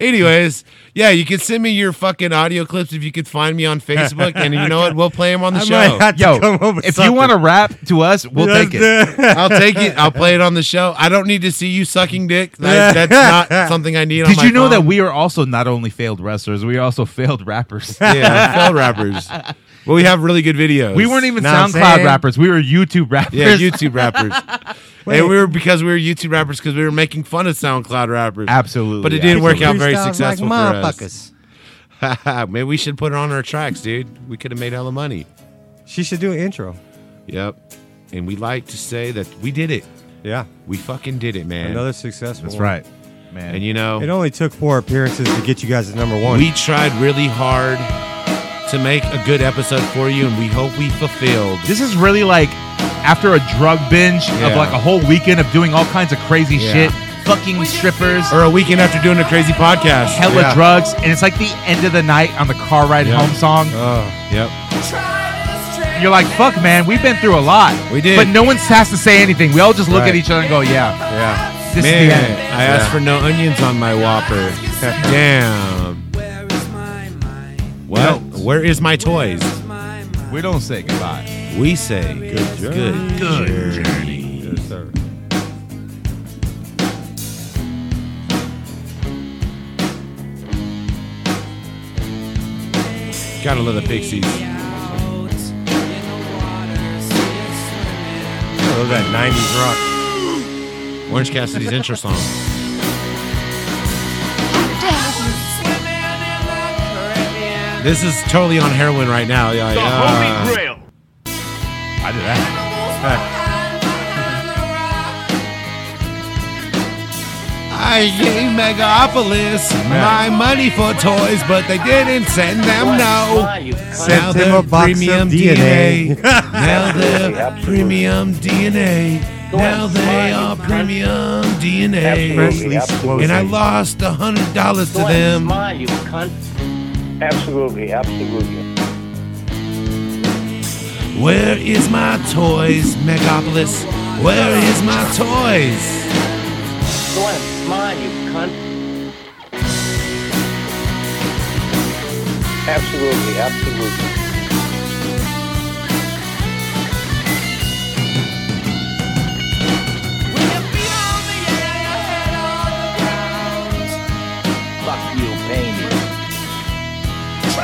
S5: Anyways, yeah, you can send me your fucking audio clips if you could find me on Facebook, and you know what? We'll play them on the
S6: I
S5: show.
S6: might have to
S4: Yo,
S6: come over
S4: if you
S6: something.
S4: want to rap to us, we'll
S6: Yes,
S4: take it.
S5: I'll take it. I'll play it on the show. I don't need to see you sucking dick. That- that's not something I need. on
S4: Did
S5: my
S4: you know
S5: phone.
S4: that we are also not only failed wrestlers, we are also failed rappers?
S5: Yeah, failed rappers. Well, we have really good videos.
S4: We weren't even
S5: Know what I'm
S4: SoundCloud
S5: saying?
S4: rappers. We were YouTube rappers.
S5: Yeah, YouTube rappers.
S6: Wait.
S5: And we were because we were YouTube rappers because we were making fun of SoundCloud
S4: Ah,
S5: rappers.
S4: Absolutely,
S5: But it didn't work out very
S6: Freestyles like
S5: successful for
S6: motherfuckers.
S5: us. Maybe Ah, we should put it on our tracks, dude. We could have made hella money.
S6: She should do an intro.
S5: Yep. And we like to say that we did it.
S6: Yeah.
S5: We fucking did it, man.
S6: Another successful.
S4: That's
S6: one.
S4: right, man.
S5: And you know,
S6: It only took four appearances to get you guys to number one.
S5: We tried really hard to make a good episode for you, and we hope we fulfilled.
S4: This is really like after a drug binge of
S5: Yeah.
S4: like a whole weekend of doing all kinds of crazy
S5: Yeah.
S4: shit, fucking strippers,
S5: Or a weekend after doing a crazy podcast.
S4: hella
S5: Yeah.
S4: drugs, and it's like the end of the night on the car ride
S5: Yeah. Oh,
S4: home song.
S5: Yep.
S4: You're like, fuck, man, we've been through a lot.
S5: We did.
S4: but no one has to say anything. We all just look at
S5: Right.
S4: each other and go, yeah,
S5: Yeah.
S4: This is
S5: Man,
S4: the end.
S5: I asked
S4: Yeah.
S5: for no onions on my Whopper. Damn. Well, where is my toys?
S4: we don't say goodbye.
S5: We say good journey.
S4: Good
S5: journey.
S6: Yes, sir.
S5: Gotta love the Pixies.
S6: I love that 90s rock.
S5: Orange Cassidy's intro song.
S9: How dare you?
S11: This is totally on heroin right now. Yeah,
S5: The
S11: yeah.
S5: Holy Grail.
S4: I did that.
S11: I gave Megapolis my money for toys, but they didn't send them no.
S6: Sent
S11: now
S6: them
S11: they're
S6: a box of
S11: premium
S6: DNA.
S11: now they're premium DNA. Now they are premium DNA.
S6: Freshly Absolutely.
S11: And I
S6: explosive.
S11: lost a hundred dollars to
S2: Go ahead and
S11: them.
S2: Smile, you cunt. Absolutely, absolutely.
S11: Where is my toys, Megapolis? Where is my toys?
S2: Go ahead and smile, you cunt. Absolutely, absolutely. Fuck you, baby. Go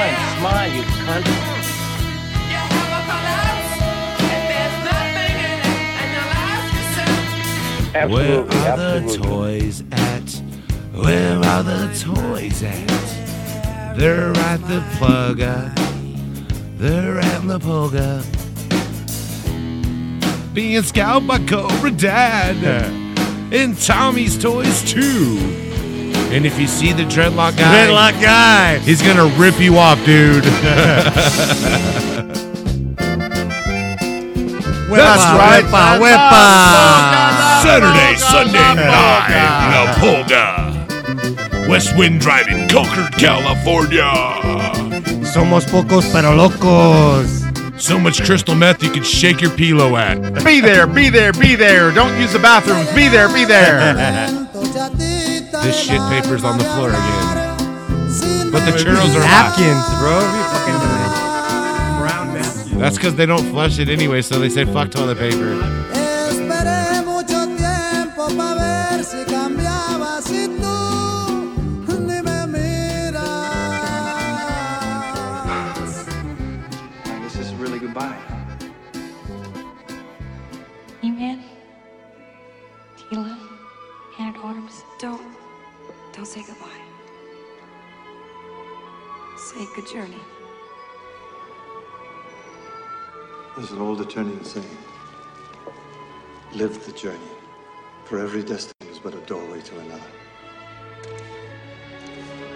S2: ahead and smile, you cunt.
S11: Where
S2: Absolutely,
S11: are the
S2: absolutely.
S11: toys at? Where are the toys at? They're at the plugger. They're at La Polga. Being scouted by Cobra Dad. And Tommy's toys too. And if you see the dreadlock guy,
S5: Dreadlock guy.
S11: he's gonna rip you off, dude.
S5: That's right.
S15: Wepa,
S5: wepa.
S15: Saturday, Sunday night, La Polga. West Wind Drive in Concord, California.
S6: Somos pocos pero locos.
S15: So much crystal meth you could shake your pillow at.
S4: Be there, be there, be there. Don't use the bathrooms. Be there, be there.
S11: This shit paper's on the floor again. But the churros
S6: These
S11: are hot.
S6: napkins, bro. You fucking brown napkins.
S11: That's because they don't flush it anyway, so they say fuck toilet paper.
S16: Esperé mucho tiempo para ver si cambiabas y tú ni me miras.
S1: I guess this is really goodbye.
S7: E-Man, Tila, Hand at Arms, don't, don't say goodbye. Say good journey.
S1: There's an old Eternian saying Live the journey, for every destiny is but a doorway to another.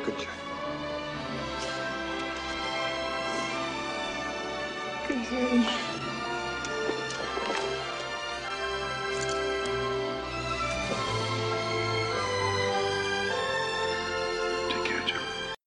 S1: Good journey.
S7: Good journey.